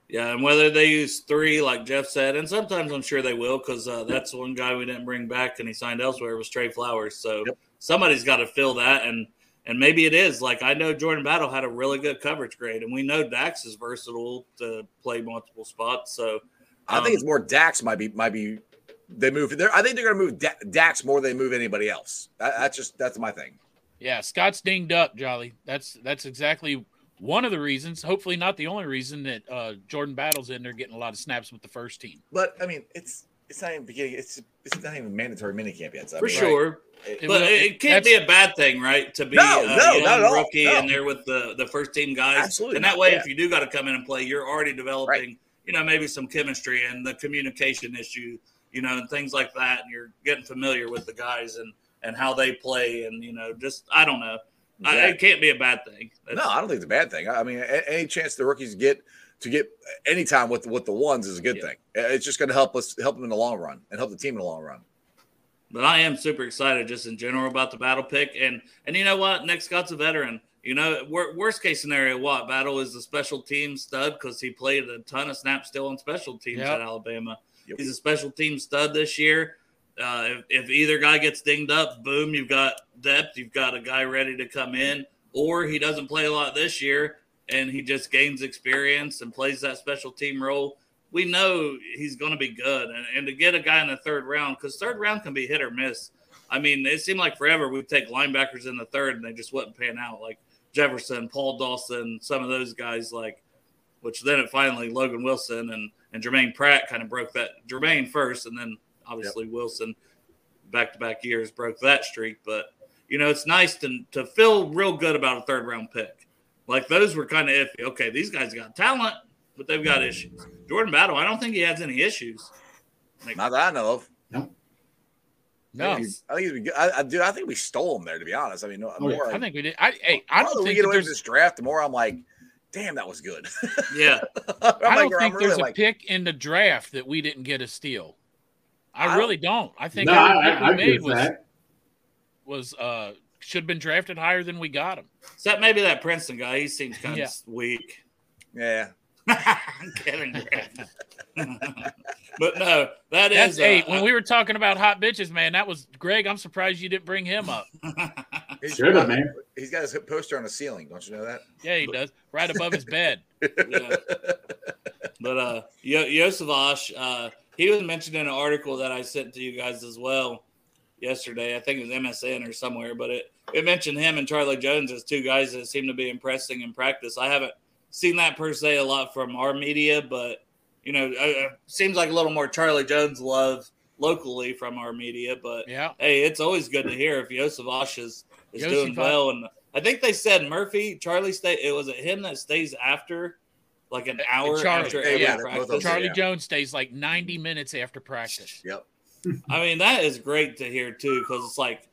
[SPEAKER 2] Yeah, and whether they use three, like Jeff said, and sometimes I'm sure they will, because uh, that's one guy we didn't bring back and he signed elsewhere was Trey Flowers. So
[SPEAKER 3] Yep.
[SPEAKER 2] somebody's got to fill that, and and maybe it is. Like I know Jordan Battle had a really good coverage grade, and we know Dax is versatile to play multiple spots. So
[SPEAKER 3] I
[SPEAKER 2] Um,
[SPEAKER 3] think it's more Dax might be might be they move there. I think they're gonna move Da- Dax more than they move anybody else. That, that's just that's my thing.
[SPEAKER 4] Yeah, Scott's dinged up, Jolly. That's that's exactly one of the reasons, hopefully not the only reason that uh, Jordan Battle's in there getting a lot of snaps with the first team.
[SPEAKER 3] But I mean, it's it's not even beginning. It's it's not even mandatory minicamp yet. So, I
[SPEAKER 2] for
[SPEAKER 3] mean,
[SPEAKER 2] sure,
[SPEAKER 3] it-
[SPEAKER 4] It
[SPEAKER 2] but
[SPEAKER 4] will-
[SPEAKER 2] it, it can't be a
[SPEAKER 4] that's-
[SPEAKER 2] bad thing, right? To be
[SPEAKER 3] No,
[SPEAKER 2] a
[SPEAKER 3] no,
[SPEAKER 2] young
[SPEAKER 3] not at all.
[SPEAKER 2] rookie
[SPEAKER 3] No.
[SPEAKER 2] and there with the the first team guys,
[SPEAKER 3] Absolutely
[SPEAKER 2] and that
[SPEAKER 3] not,
[SPEAKER 2] way,
[SPEAKER 3] yeah.
[SPEAKER 2] if you do got to come in and play, you're already developing, you know, maybe some chemistry and the communication issue, you know, and things like that, and you're getting familiar with the guys and and how they play, and you know, just I don't know, I,
[SPEAKER 3] Exactly.
[SPEAKER 2] it can't be a bad thing.
[SPEAKER 3] no, I don't think it's a bad thing. I I mean, a- any chance the rookies get to get any time with with the ones is a good
[SPEAKER 2] Yeah.
[SPEAKER 3] thing. Uh, It's just gonna help us help them in the long run and help the team in the long run.
[SPEAKER 2] But I am super excited just in general about the battle pick. And and you know what? Nick Scott's a veteran. You know, wor- worst case scenario, what battle is the special team stud because he played a ton of snaps still on special teams
[SPEAKER 4] Yep.
[SPEAKER 2] at Alabama.
[SPEAKER 3] Yep.
[SPEAKER 2] He's a special team stud this year. Uh, if, if either guy gets dinged up, boom, you've got depth. You've got a guy ready to come in, or he doesn't play a lot this year and he just gains experience and plays that special team role we know he's going to be good. And, and to get a guy in the third round, because third round can be hit or miss. I mean, it seemed like forever we'd take linebackers in the third and they just wouldn't pan out, like Jefferson, Paul Dawson, some of those guys, like, which then it finally Logan Wilson and, and Jermaine Pratt kind of broke that. Jermaine first, and then obviously Wilson back to back years broke that streak. But You know, it's nice to to feel real good about a third round pick. Like those were kind of iffy. Okay, these guys got talent, but they've got issues. Jordan Battle, I don't think he has any issues. Like,
[SPEAKER 3] Not that I know of.
[SPEAKER 4] No,
[SPEAKER 3] I think he's- I think he's been good. I, I, dude, I think we stole him there. To be honest, I mean,
[SPEAKER 2] Oh,
[SPEAKER 3] no, the more
[SPEAKER 4] I think we did. I, hey, I
[SPEAKER 3] the
[SPEAKER 4] don't
[SPEAKER 3] more we
[SPEAKER 4] think
[SPEAKER 3] get
[SPEAKER 4] that
[SPEAKER 3] away with
[SPEAKER 4] there's.
[SPEAKER 3] this draft, the more I'm like, damn, that was good.
[SPEAKER 2] yeah,
[SPEAKER 3] I'm
[SPEAKER 4] I
[SPEAKER 3] like,
[SPEAKER 4] don't
[SPEAKER 3] I'm
[SPEAKER 4] think
[SPEAKER 3] really
[SPEAKER 4] there's a
[SPEAKER 3] like,
[SPEAKER 4] pick in the draft that we didn't get a steal. I,
[SPEAKER 3] I-
[SPEAKER 4] really don't. I think
[SPEAKER 5] no,
[SPEAKER 4] every
[SPEAKER 5] I,
[SPEAKER 4] pick
[SPEAKER 5] I, I
[SPEAKER 4] we
[SPEAKER 5] agree
[SPEAKER 4] made
[SPEAKER 5] with
[SPEAKER 4] was
[SPEAKER 5] that.
[SPEAKER 4] was uh should have been drafted higher than we got him.
[SPEAKER 2] except maybe that Princeton guy. He seems kind of
[SPEAKER 4] Yeah.
[SPEAKER 2] weak.
[SPEAKER 3] yeah.
[SPEAKER 2] I'm kidding, Greg. but no, that
[SPEAKER 4] That's
[SPEAKER 2] is, uh,
[SPEAKER 4] eight. When we were talking about hot bitches, man, that was Greg. I'm surprised you didn't bring him up.
[SPEAKER 3] He's
[SPEAKER 5] Should have,
[SPEAKER 3] got-
[SPEAKER 5] man.
[SPEAKER 3] He's got his poster on the ceiling. Don't you know that?
[SPEAKER 4] Yeah, he does. Right above his bed.
[SPEAKER 2] yeah. But uh, Yo- Yosavash, uh, he was mentioned in an article that I sent to you guys as well yesterday. I think it was MSN or somewhere, but it, it mentioned him and Charlie Jones as two guys that seem to be impressing in practice. I haven't seen that per se a lot from our media, but you know, it seems like a little more Charlie Jones love locally from our media. But
[SPEAKER 4] Yeah.
[SPEAKER 2] hey, it's always good to hear if Yosavash is, is
[SPEAKER 4] Yossi
[SPEAKER 2] doing
[SPEAKER 4] Vosh.
[SPEAKER 2] well. And I think they said Murphy, Charlie stay. It was it him that stays after, like an hour
[SPEAKER 4] Uh, Charlie,
[SPEAKER 2] after
[SPEAKER 4] yeah,
[SPEAKER 2] every
[SPEAKER 4] yeah,
[SPEAKER 3] they're both
[SPEAKER 2] practice.
[SPEAKER 3] on the-
[SPEAKER 4] Charlie
[SPEAKER 3] Yeah.
[SPEAKER 4] Jones stays like 90 minutes after practice.
[SPEAKER 3] Yep.
[SPEAKER 2] I mean, that is great to hear too, because it's like,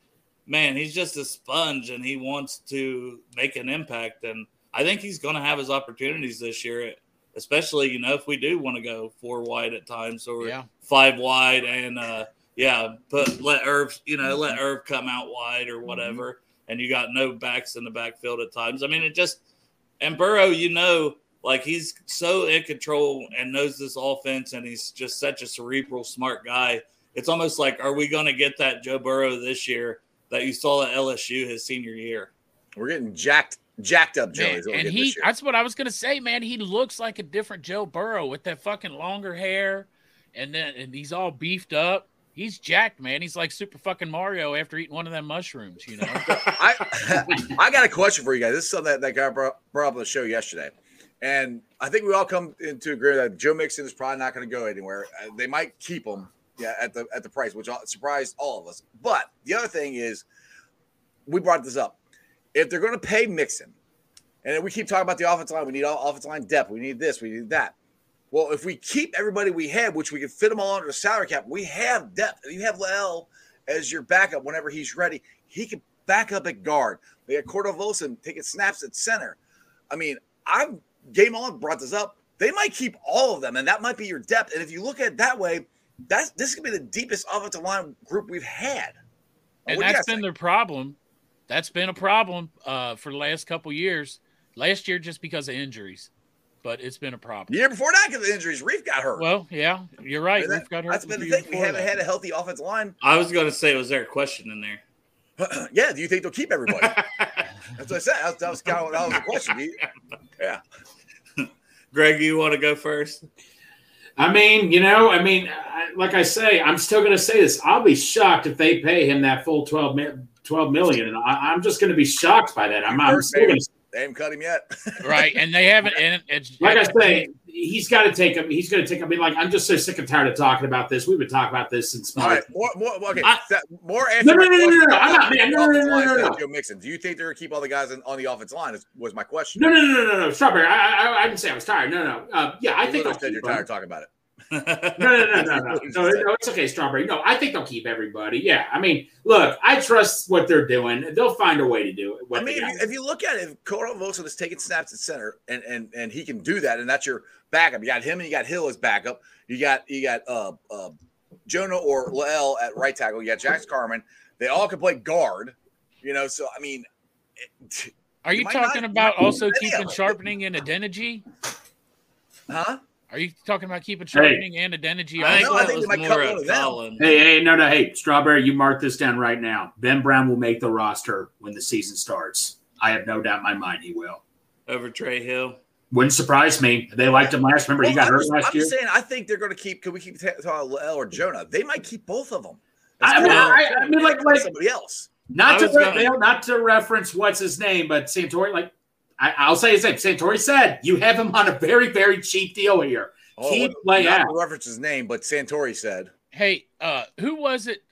[SPEAKER 2] man, he's just a sponge and he wants to make an impact. And I think he's going to have his opportunities this year, especially you know if we do want to go four wide at times or
[SPEAKER 4] Yeah.
[SPEAKER 2] five wide and uh yeah, put let Irv you know let
[SPEAKER 3] Mm-hmm.
[SPEAKER 2] Irv come out wide or whatever, and you got no backs in the backfield at times. I mean, it just and Burrow, you know, like he's so in control and knows this offense, and he's just such a cerebral, smart guy. It's almost like, are we going to get that Joe Burrow this year that you saw at LSU his senior year?
[SPEAKER 3] We're getting jacked, jacked up, Joey.
[SPEAKER 4] Man,
[SPEAKER 3] is what we're
[SPEAKER 4] and
[SPEAKER 3] getting
[SPEAKER 4] he
[SPEAKER 3] this year.
[SPEAKER 4] that's what I was gonna say, man. He looks like a different Joe Burrow with that fucking longer hair and then and he's all beefed up. He's jacked, man. He's like super fucking Mario after eating one of them mushrooms, you know.
[SPEAKER 3] I I got a question for you guys. This is something that, that guy brought, brought up on the show yesterday. And I think we all come into agreement that Joe Mixon is probably not going to go anywhere. Uh, they might keep him yeah, at the at the price, which all- surprised all of us. But the other thing is, we brought this up. If they're going to pay Mixon, and we keep talking about the offensive line, we need all offensive line depth, we need this, we need that. Well, if we keep everybody we have, which we can fit them all under the salary cap, we have depth. You have Lel as your backup whenever he's ready. He can back up at guard. They got Cordell Volson taking snaps at center. I mean, I'm game on brought this up. They might keep all of them, and that might be your depth. And if you look at it that way, that's this could be the deepest offensive line group we've had.
[SPEAKER 4] and
[SPEAKER 3] What do you
[SPEAKER 4] that's
[SPEAKER 3] guys
[SPEAKER 4] been
[SPEAKER 3] think?
[SPEAKER 4] their problem. That's been a problem uh, for the last couple years. Last year, just because of injuries, but it's been a problem.
[SPEAKER 3] the year before that because of the injuries. Reef got hurt.
[SPEAKER 4] Well, yeah, you're right.
[SPEAKER 3] And that-
[SPEAKER 4] We've got hurt.
[SPEAKER 3] that's
[SPEAKER 4] the
[SPEAKER 3] been the
[SPEAKER 4] year
[SPEAKER 3] thing. We
[SPEAKER 4] before
[SPEAKER 3] haven't
[SPEAKER 4] that.
[SPEAKER 3] had a healthy offensive line.
[SPEAKER 2] I was going to say, was there a question in there?
[SPEAKER 3] yeah, do you think they'll keep everybody? that's what I said. That was, that was kind of that was the question. Do you- yeah.
[SPEAKER 2] Greg, you want to go first?
[SPEAKER 5] I mean, you know, I mean, I, like I say, I'm still going to say this. I'll be shocked if they pay him that full 12, mi- 12 million, and I, I'm just going to be shocked by that. I'm, I'm
[SPEAKER 3] First
[SPEAKER 5] still going to
[SPEAKER 3] They haven't cut him yet.
[SPEAKER 4] right, and they haven't. And it's
[SPEAKER 5] like I say, he's got to take him. He's going to take. I mean, like I'm just so sick and tired of talking about this. We've been talking about this since.
[SPEAKER 3] All right, more, more, okay,
[SPEAKER 2] I-
[SPEAKER 3] that- more answer.
[SPEAKER 5] No,
[SPEAKER 3] my
[SPEAKER 5] no, no, no, no,
[SPEAKER 3] question.
[SPEAKER 5] no, I'm not- man, no, no, no, no, no, no.
[SPEAKER 3] Joe Mixon. Do you think they're gonna keep all the guys in, on the offense line? Is, was my question.
[SPEAKER 5] No, no, no, no, no, no, Strawberry. I, I, I didn't say I was tired. No, no. Uh, yeah, I
[SPEAKER 3] you
[SPEAKER 5] think
[SPEAKER 3] literally
[SPEAKER 5] I'll
[SPEAKER 3] said
[SPEAKER 5] keep
[SPEAKER 3] you're
[SPEAKER 5] him.
[SPEAKER 3] tired of talking about it.
[SPEAKER 5] No, no, no, no, no. no, no, it's okay, Strawberry. No, I think they'll keep everybody. Yeah, I mean, look, I trust what they're doing. They'll find a way to do it. What
[SPEAKER 3] I
[SPEAKER 5] they
[SPEAKER 3] mean, if
[SPEAKER 5] got.
[SPEAKER 3] you, if you look at it, if Cordell Wilson is taking snaps at center, and and and he can do that, and that's your backup. You got him, and you got Hill as backup. You got you got uh, uh Jonah or Lael at right tackle. You got Jax Carmen. They all can play guard. You know, so I mean, it,
[SPEAKER 4] are you
[SPEAKER 3] might not-
[SPEAKER 4] talking
[SPEAKER 3] you
[SPEAKER 4] about
[SPEAKER 3] might not
[SPEAKER 4] also
[SPEAKER 3] do any of
[SPEAKER 4] keeping
[SPEAKER 3] it.
[SPEAKER 4] sharpening and identity?
[SPEAKER 3] huh?
[SPEAKER 4] Are you talking about keeping sharpening and identity?
[SPEAKER 2] I think
[SPEAKER 3] No, I
[SPEAKER 2] that
[SPEAKER 3] think
[SPEAKER 2] was
[SPEAKER 3] they might
[SPEAKER 2] more
[SPEAKER 3] cut one
[SPEAKER 2] of
[SPEAKER 3] of them.
[SPEAKER 2] Colin.
[SPEAKER 5] Hey, hey, no, no, hey, Strawberry, you mark this down right now. Ben Brown will make the roster when the season starts. I have no doubt in my mind he will.
[SPEAKER 2] over Trey Hill.
[SPEAKER 5] Wouldn't surprise me. They liked him last. Remember, he
[SPEAKER 3] Well,
[SPEAKER 5] got
[SPEAKER 3] I'm
[SPEAKER 5] hurt
[SPEAKER 3] just-
[SPEAKER 5] last
[SPEAKER 3] I'm
[SPEAKER 5] year.
[SPEAKER 3] just saying, I think they're going to keep. Could we keep ta- talking about Lael or Jonah? They might keep both of them.
[SPEAKER 5] I mean,
[SPEAKER 2] Well,
[SPEAKER 5] I, I mean, like, like
[SPEAKER 3] somebody else.
[SPEAKER 2] I
[SPEAKER 5] not to
[SPEAKER 2] was gonna-
[SPEAKER 5] re- not to reference what's his name, but Santori. Like, I, I'll say his name. Santori said you have him on a very, very cheap deal here. Keep
[SPEAKER 3] Oh, well,
[SPEAKER 5] Lay
[SPEAKER 3] not
[SPEAKER 5] out.
[SPEAKER 3] to reference his name, but Santori said
[SPEAKER 4] Hey, uh, who was it?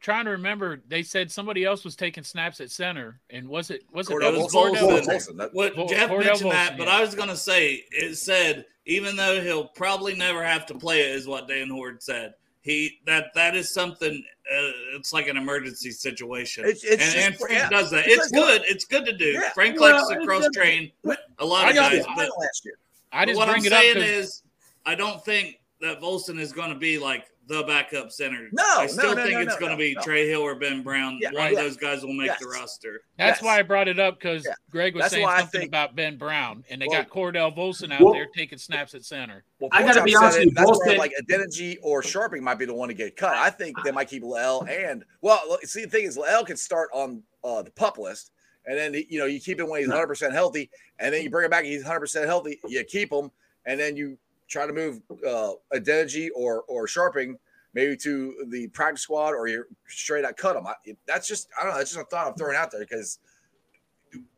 [SPEAKER 4] trying to remember. They said somebody else was taking snaps at center, and was it was it
[SPEAKER 3] Cordell
[SPEAKER 2] That was
[SPEAKER 3] Volson.
[SPEAKER 2] Volson.
[SPEAKER 3] Cordell Volson. That-
[SPEAKER 2] What
[SPEAKER 4] Vol-
[SPEAKER 2] Jeff
[SPEAKER 4] Cordell
[SPEAKER 2] mentioned
[SPEAKER 4] Volson,
[SPEAKER 2] that, but
[SPEAKER 4] yeah.
[SPEAKER 2] I was gonna say it said even though he'll probably never have to play it, is what Dan Horde said. He that that is something. Uh, it's like an emergency situation,
[SPEAKER 3] It's- it's
[SPEAKER 2] and,
[SPEAKER 3] just-
[SPEAKER 2] and Frank
[SPEAKER 3] yeah.
[SPEAKER 2] does that.
[SPEAKER 3] It's
[SPEAKER 2] It's,
[SPEAKER 3] like,
[SPEAKER 2] good. It's good to do.
[SPEAKER 3] Yeah.
[SPEAKER 2] Frank
[SPEAKER 3] Well,
[SPEAKER 2] likes to
[SPEAKER 3] it's
[SPEAKER 2] cross
[SPEAKER 3] just-
[SPEAKER 2] train a lot
[SPEAKER 3] I
[SPEAKER 2] of
[SPEAKER 3] got
[SPEAKER 2] guys,
[SPEAKER 3] the
[SPEAKER 2] but
[SPEAKER 3] final last year.
[SPEAKER 4] I
[SPEAKER 2] But
[SPEAKER 4] just
[SPEAKER 2] what
[SPEAKER 4] bring
[SPEAKER 2] I'm
[SPEAKER 4] it up
[SPEAKER 2] saying
[SPEAKER 4] 'cause-
[SPEAKER 2] is, I don't think that Volson is going to be like the backup center.
[SPEAKER 3] No,
[SPEAKER 2] I
[SPEAKER 3] no,
[SPEAKER 2] still
[SPEAKER 3] no,
[SPEAKER 2] think
[SPEAKER 3] no,
[SPEAKER 2] it's
[SPEAKER 3] no,
[SPEAKER 2] going to
[SPEAKER 3] no,
[SPEAKER 2] be
[SPEAKER 3] no.
[SPEAKER 2] Trey Hill or Ben Brown.
[SPEAKER 3] Yeah,
[SPEAKER 2] One of
[SPEAKER 3] yeah.
[SPEAKER 2] those guys will make the
[SPEAKER 3] Yes.
[SPEAKER 2] roster.
[SPEAKER 4] That's
[SPEAKER 3] Yes.
[SPEAKER 4] why I brought it up because
[SPEAKER 3] Yeah.
[SPEAKER 4] Greg was
[SPEAKER 3] That's
[SPEAKER 4] saying
[SPEAKER 3] why I
[SPEAKER 4] something
[SPEAKER 3] think-
[SPEAKER 4] about Ben Brown, and they
[SPEAKER 3] Well-
[SPEAKER 4] got Cordell Volson out
[SPEAKER 5] Well-
[SPEAKER 4] there taking snaps at center.
[SPEAKER 3] Well,
[SPEAKER 5] I gotta
[SPEAKER 3] Porchop
[SPEAKER 5] be
[SPEAKER 3] said
[SPEAKER 5] honest
[SPEAKER 3] it.
[SPEAKER 5] with you,
[SPEAKER 3] That's where,
[SPEAKER 5] Volson-
[SPEAKER 3] like Adeniji or Sharping might be the one to get cut. I think they might keep L and well, look, see the thing is L can start on uh, the pup list, and then you know you keep him when he's 100 percent healthy, and then you bring him back. and He's 100 percent healthy. You keep him, and then you try to move uh, Adeniji or or Sharping maybe to the practice squad, or you're straight out cut him. I, that's just I don't know. That's just a thought I'm throwing out there because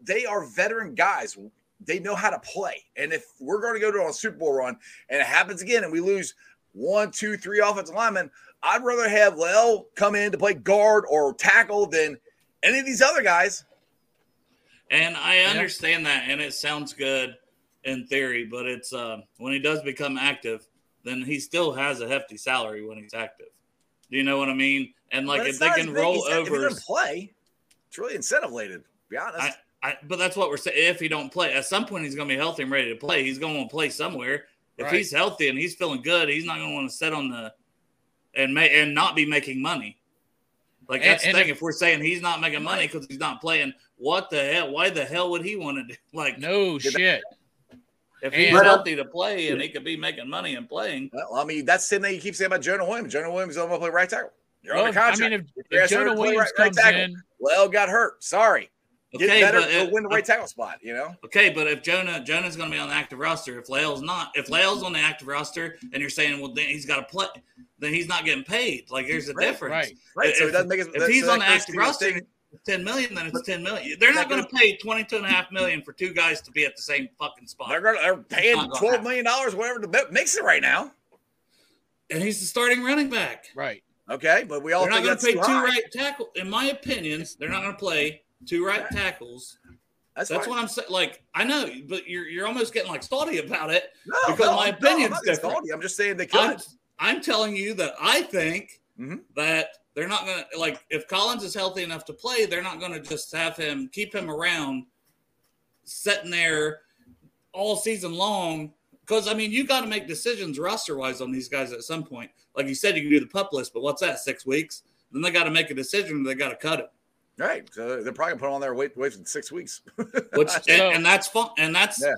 [SPEAKER 3] they are veteran guys. They know how to play, and if we're going to go to a Super Bowl run and it happens again and we lose one, two, three offensive linemen, I'd rather have Lel come in to play guard or tackle than any of these other guys.
[SPEAKER 2] And I understand that, and it sounds good in theory, but it's um, when he does become active, then he still has a hefty salary when he's active. Do you know what I mean? And like
[SPEAKER 3] But
[SPEAKER 2] if
[SPEAKER 3] it's
[SPEAKER 2] they
[SPEAKER 3] not
[SPEAKER 2] can
[SPEAKER 3] as big
[SPEAKER 2] roll
[SPEAKER 3] as- if he
[SPEAKER 2] over,
[SPEAKER 3] doesn't play, it's really incentive laden. Be honest.
[SPEAKER 2] I, I, but that's what we're saying. If he don't play, at some point he's going to be healthy and ready to play. He's going to want to play somewhere. If
[SPEAKER 4] Right.
[SPEAKER 2] he's healthy and he's feeling good, he's not going to want to sit on the and may and not be making money. Like
[SPEAKER 4] And-
[SPEAKER 2] that's
[SPEAKER 4] and
[SPEAKER 2] the thing. If, we're saying he's not making money because he's not playing, what the hell? Why the hell would he want to do? Like
[SPEAKER 4] No
[SPEAKER 3] that-
[SPEAKER 4] shit.
[SPEAKER 2] if he's
[SPEAKER 4] and-
[SPEAKER 2] healthy to play and he could be making money and playing.
[SPEAKER 3] well, I mean, that's the same thing you keep saying about Jonah Williams. Jonah Williams is going to play right tackle. You're
[SPEAKER 4] Well,
[SPEAKER 3] under
[SPEAKER 4] I
[SPEAKER 3] contract.
[SPEAKER 4] mean, if,
[SPEAKER 3] You're
[SPEAKER 4] if
[SPEAKER 3] asking her
[SPEAKER 4] Jonah
[SPEAKER 3] to play
[SPEAKER 4] Williams
[SPEAKER 3] right-
[SPEAKER 4] comes
[SPEAKER 3] right tackle.
[SPEAKER 4] in,
[SPEAKER 3] Lel got hurt. Sorry. Get
[SPEAKER 2] Okay,
[SPEAKER 3] better
[SPEAKER 2] but
[SPEAKER 3] or
[SPEAKER 2] it-
[SPEAKER 3] win the right tackle spot, you know?
[SPEAKER 2] Okay, but if Jonah Jonah's going to be on the active roster, if Lael's not, if Lael's on the active roster, and you're saying, well, then he's got to play, then he's not getting paid. Like there's a
[SPEAKER 3] Right,
[SPEAKER 2] difference.
[SPEAKER 4] right?
[SPEAKER 3] Right. so
[SPEAKER 2] If-
[SPEAKER 3] it doesn't make us,
[SPEAKER 2] if he's
[SPEAKER 3] so
[SPEAKER 2] on the
[SPEAKER 3] that goes to
[SPEAKER 2] active
[SPEAKER 3] your
[SPEAKER 2] roster,
[SPEAKER 3] thing.
[SPEAKER 2] it's 10 million, then it's 10 million. They're not
[SPEAKER 3] That
[SPEAKER 2] going to pay 22 and a half million for two guys to be at the same fucking
[SPEAKER 3] they're
[SPEAKER 2] spot.
[SPEAKER 3] gonna they're
[SPEAKER 2] not
[SPEAKER 3] paying
[SPEAKER 2] gonna
[SPEAKER 3] twelve
[SPEAKER 2] happen.
[SPEAKER 3] million dollars, whatever the bet makes it right now.
[SPEAKER 2] And he's the starting running back.
[SPEAKER 4] Right.
[SPEAKER 3] Okay, but we all
[SPEAKER 2] They're not
[SPEAKER 3] think
[SPEAKER 2] going
[SPEAKER 3] that's
[SPEAKER 2] to pay
[SPEAKER 3] too
[SPEAKER 2] two
[SPEAKER 3] high.
[SPEAKER 2] right tackle. In my opinion, they're not going to play two right tackles.
[SPEAKER 3] That's,
[SPEAKER 2] That's
[SPEAKER 3] fine.
[SPEAKER 2] what I'm saying. Like I know, but you're you're almost getting like salty about it.
[SPEAKER 3] No,
[SPEAKER 2] because
[SPEAKER 3] no,
[SPEAKER 2] my
[SPEAKER 3] I'm- no,
[SPEAKER 2] opinion's
[SPEAKER 3] I'm, not
[SPEAKER 2] different.
[SPEAKER 3] salty. I'm just saying they
[SPEAKER 2] I'm,
[SPEAKER 3] could.
[SPEAKER 2] I'm telling you that I think
[SPEAKER 3] Mhm.
[SPEAKER 2] that they're not going to like if Collins is healthy enough to play, they're not going to just have him keep him around sitting there all season long. Because I mean, you got to make decisions roster wise on these guys at some point. Like you said, you can do the pup list, but what's that? Six weeks? Then they got to make a decision. They got to cut it,
[SPEAKER 3] Right. So they're probably gonna put on their wait wait for six weeks.
[SPEAKER 2] which and,
[SPEAKER 4] So-
[SPEAKER 2] and that's fun. And that's
[SPEAKER 3] Yeah.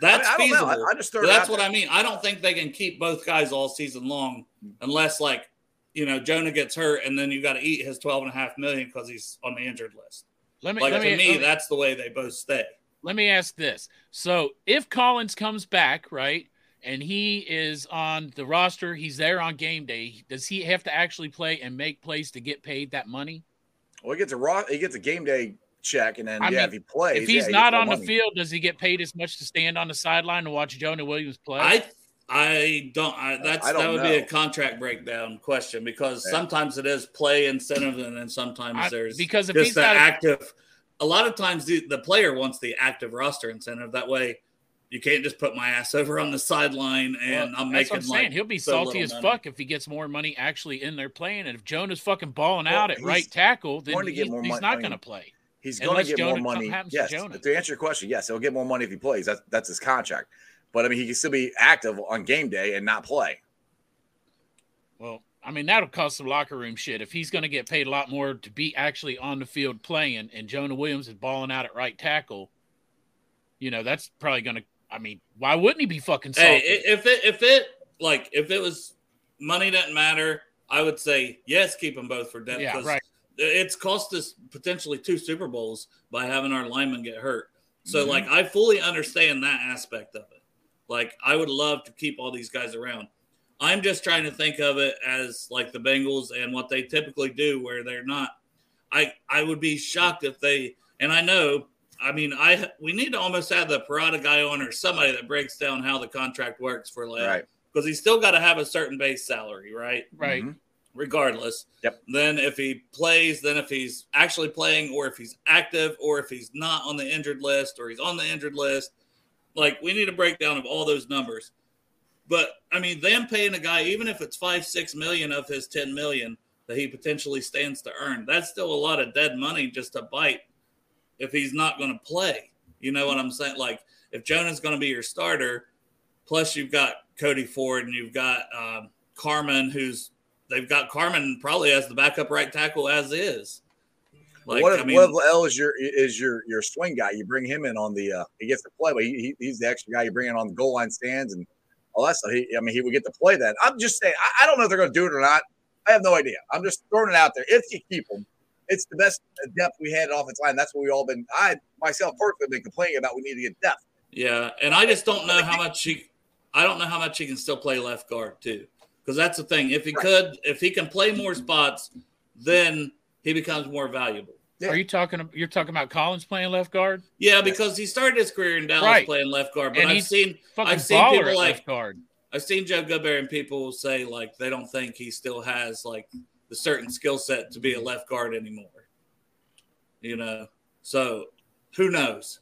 [SPEAKER 2] that's
[SPEAKER 3] I, mean, I don't
[SPEAKER 2] feasible.
[SPEAKER 3] know. I, I just
[SPEAKER 2] But
[SPEAKER 3] threw it
[SPEAKER 2] that's
[SPEAKER 3] out
[SPEAKER 2] what I mean. I don't think they can keep both guys all season long unless like you know Jonah gets hurt and then you got to eat his 12 and a half million because he's on the injured list.
[SPEAKER 4] Let me
[SPEAKER 2] Like
[SPEAKER 4] let
[SPEAKER 2] to
[SPEAKER 4] me,
[SPEAKER 2] me,
[SPEAKER 4] let me
[SPEAKER 2] that's the way they both stay.
[SPEAKER 4] let me ask this. So if Collins comes back, right, and he is on the roster, he's there on game day. Does he have to actually play and make plays to get paid that money?
[SPEAKER 3] Well, he gets a raw he gets a game day check, and then
[SPEAKER 4] I
[SPEAKER 3] yeah,
[SPEAKER 4] mean,
[SPEAKER 3] if he plays,
[SPEAKER 4] if he's
[SPEAKER 3] yeah, he
[SPEAKER 4] not
[SPEAKER 3] gets more
[SPEAKER 4] on the
[SPEAKER 3] money.
[SPEAKER 4] field, does he get paid as much to stand on the sideline and watch Jonah Williams play?
[SPEAKER 2] I I don't. I, that's
[SPEAKER 3] I don't
[SPEAKER 2] that would be
[SPEAKER 3] know.
[SPEAKER 2] a contract breakdown question because
[SPEAKER 3] Yeah.
[SPEAKER 2] sometimes it is play incentive and then sometimes
[SPEAKER 4] I-
[SPEAKER 2] there's
[SPEAKER 4] because if
[SPEAKER 2] just
[SPEAKER 4] he's
[SPEAKER 2] the
[SPEAKER 4] got a-
[SPEAKER 2] active. A lot of times the, the player wants the active roster incentive. That way, you can't just put my ass over on the sideline and
[SPEAKER 4] Well,
[SPEAKER 2] I'm
[SPEAKER 4] that's
[SPEAKER 2] making
[SPEAKER 4] what I'm saying.
[SPEAKER 2] like,
[SPEAKER 4] He'll be
[SPEAKER 2] so
[SPEAKER 4] salty
[SPEAKER 2] little
[SPEAKER 4] as
[SPEAKER 2] money.
[SPEAKER 4] fuck if he gets more money actually in there playing. And if Jonah's fucking balling
[SPEAKER 3] Well,
[SPEAKER 4] out at
[SPEAKER 3] he's
[SPEAKER 4] right tackle, then
[SPEAKER 3] going to
[SPEAKER 4] he-
[SPEAKER 3] get more
[SPEAKER 4] he's
[SPEAKER 3] money.
[SPEAKER 4] not
[SPEAKER 3] I mean,
[SPEAKER 4] going to play.
[SPEAKER 3] He's going to
[SPEAKER 4] Unless
[SPEAKER 3] get
[SPEAKER 4] Jonah
[SPEAKER 3] more money.
[SPEAKER 4] something happens to
[SPEAKER 3] Yes.
[SPEAKER 4] Jonah.
[SPEAKER 3] To answer your question, yes, he'll get more money if he plays. That's that's his contract. But I mean, he can still be active on game day and not play.
[SPEAKER 4] Well, I mean, that'll cost some locker room shit. If he's going to get paid a lot more to be actually on the field playing and Jonah Williams is balling out at right tackle, you know, that's probably going to, I mean, why wouldn't he be fucking salty?
[SPEAKER 2] Hey, i- if it if it like if it was money doesn't matter, I would say yes, keep them both for depth.
[SPEAKER 4] Yeah,
[SPEAKER 2] 'cause
[SPEAKER 4] right.
[SPEAKER 2] It's cost us potentially two Super Bowls by having our linemen get hurt. So
[SPEAKER 4] Mm-hmm.
[SPEAKER 3] Mhm.
[SPEAKER 2] like I fully understand that aspect of it. Like I would love to keep all these guys around. I'm just trying to think of it as like the Bengals and what they typically do where they're not I I would be shocked if they and I know I mean I we need to almost have the Parada guy on or somebody that breaks down how the contract works for Leo
[SPEAKER 3] Right.
[SPEAKER 2] because he's still got to have a certain base salary, right?
[SPEAKER 4] right.
[SPEAKER 3] Mhm.
[SPEAKER 2] regardless.
[SPEAKER 3] Yep.
[SPEAKER 2] Then if he plays, then if he's actually playing, or if he's active, or if he's not on the injured list, or he's on the injured list. Like we need a breakdown of all those numbers. But I mean, them paying a guy, even if it's five, six million of his ten million that he potentially stands to earn, that's still a lot of dead money just to bite if he's not going to play. You know what I'm saying? Like if Jonah's going to be your starter, plus you've got Cody Ford and you've got um, Carmen, who's they've got Carmen probably as the backup right tackle as is. Like
[SPEAKER 3] what if
[SPEAKER 2] I mean,
[SPEAKER 3] what if L is your is your your swing guy? You bring him in on the uh, he gets to play, but he, he, he's the extra guy you bring in on the goal line stands and all that stuff. He, I mean, he would get to play that. I'm just saying, I, I don't know if they're going to do it or not. I have no idea. I'm just throwing it out there. If you keep him, it's the best depth we had at offense line. That's what we all been. I myself personally been complaining about. We need to get depth.
[SPEAKER 2] yeah, and I just don't know how much he, I don't know how much he can still play left guard too, because that's the thing. If he
[SPEAKER 3] Right.
[SPEAKER 2] could, if he can play more spots, then he becomes more valuable.
[SPEAKER 3] Yeah.
[SPEAKER 4] Are you talking? You're talking about Collins playing left guard?
[SPEAKER 2] Yeah, because he started his career in Dallas
[SPEAKER 4] Right.
[SPEAKER 2] playing left guard, but
[SPEAKER 4] And
[SPEAKER 2] I've
[SPEAKER 4] he's
[SPEAKER 2] seen
[SPEAKER 4] Fucking
[SPEAKER 2] I've seen
[SPEAKER 4] baller
[SPEAKER 2] people
[SPEAKER 4] at
[SPEAKER 2] like-
[SPEAKER 4] left guard.
[SPEAKER 2] I've seen Joe Goodberry and people say like they don't think he still has like the certain skill set to be a left guard anymore. You know, so who knows?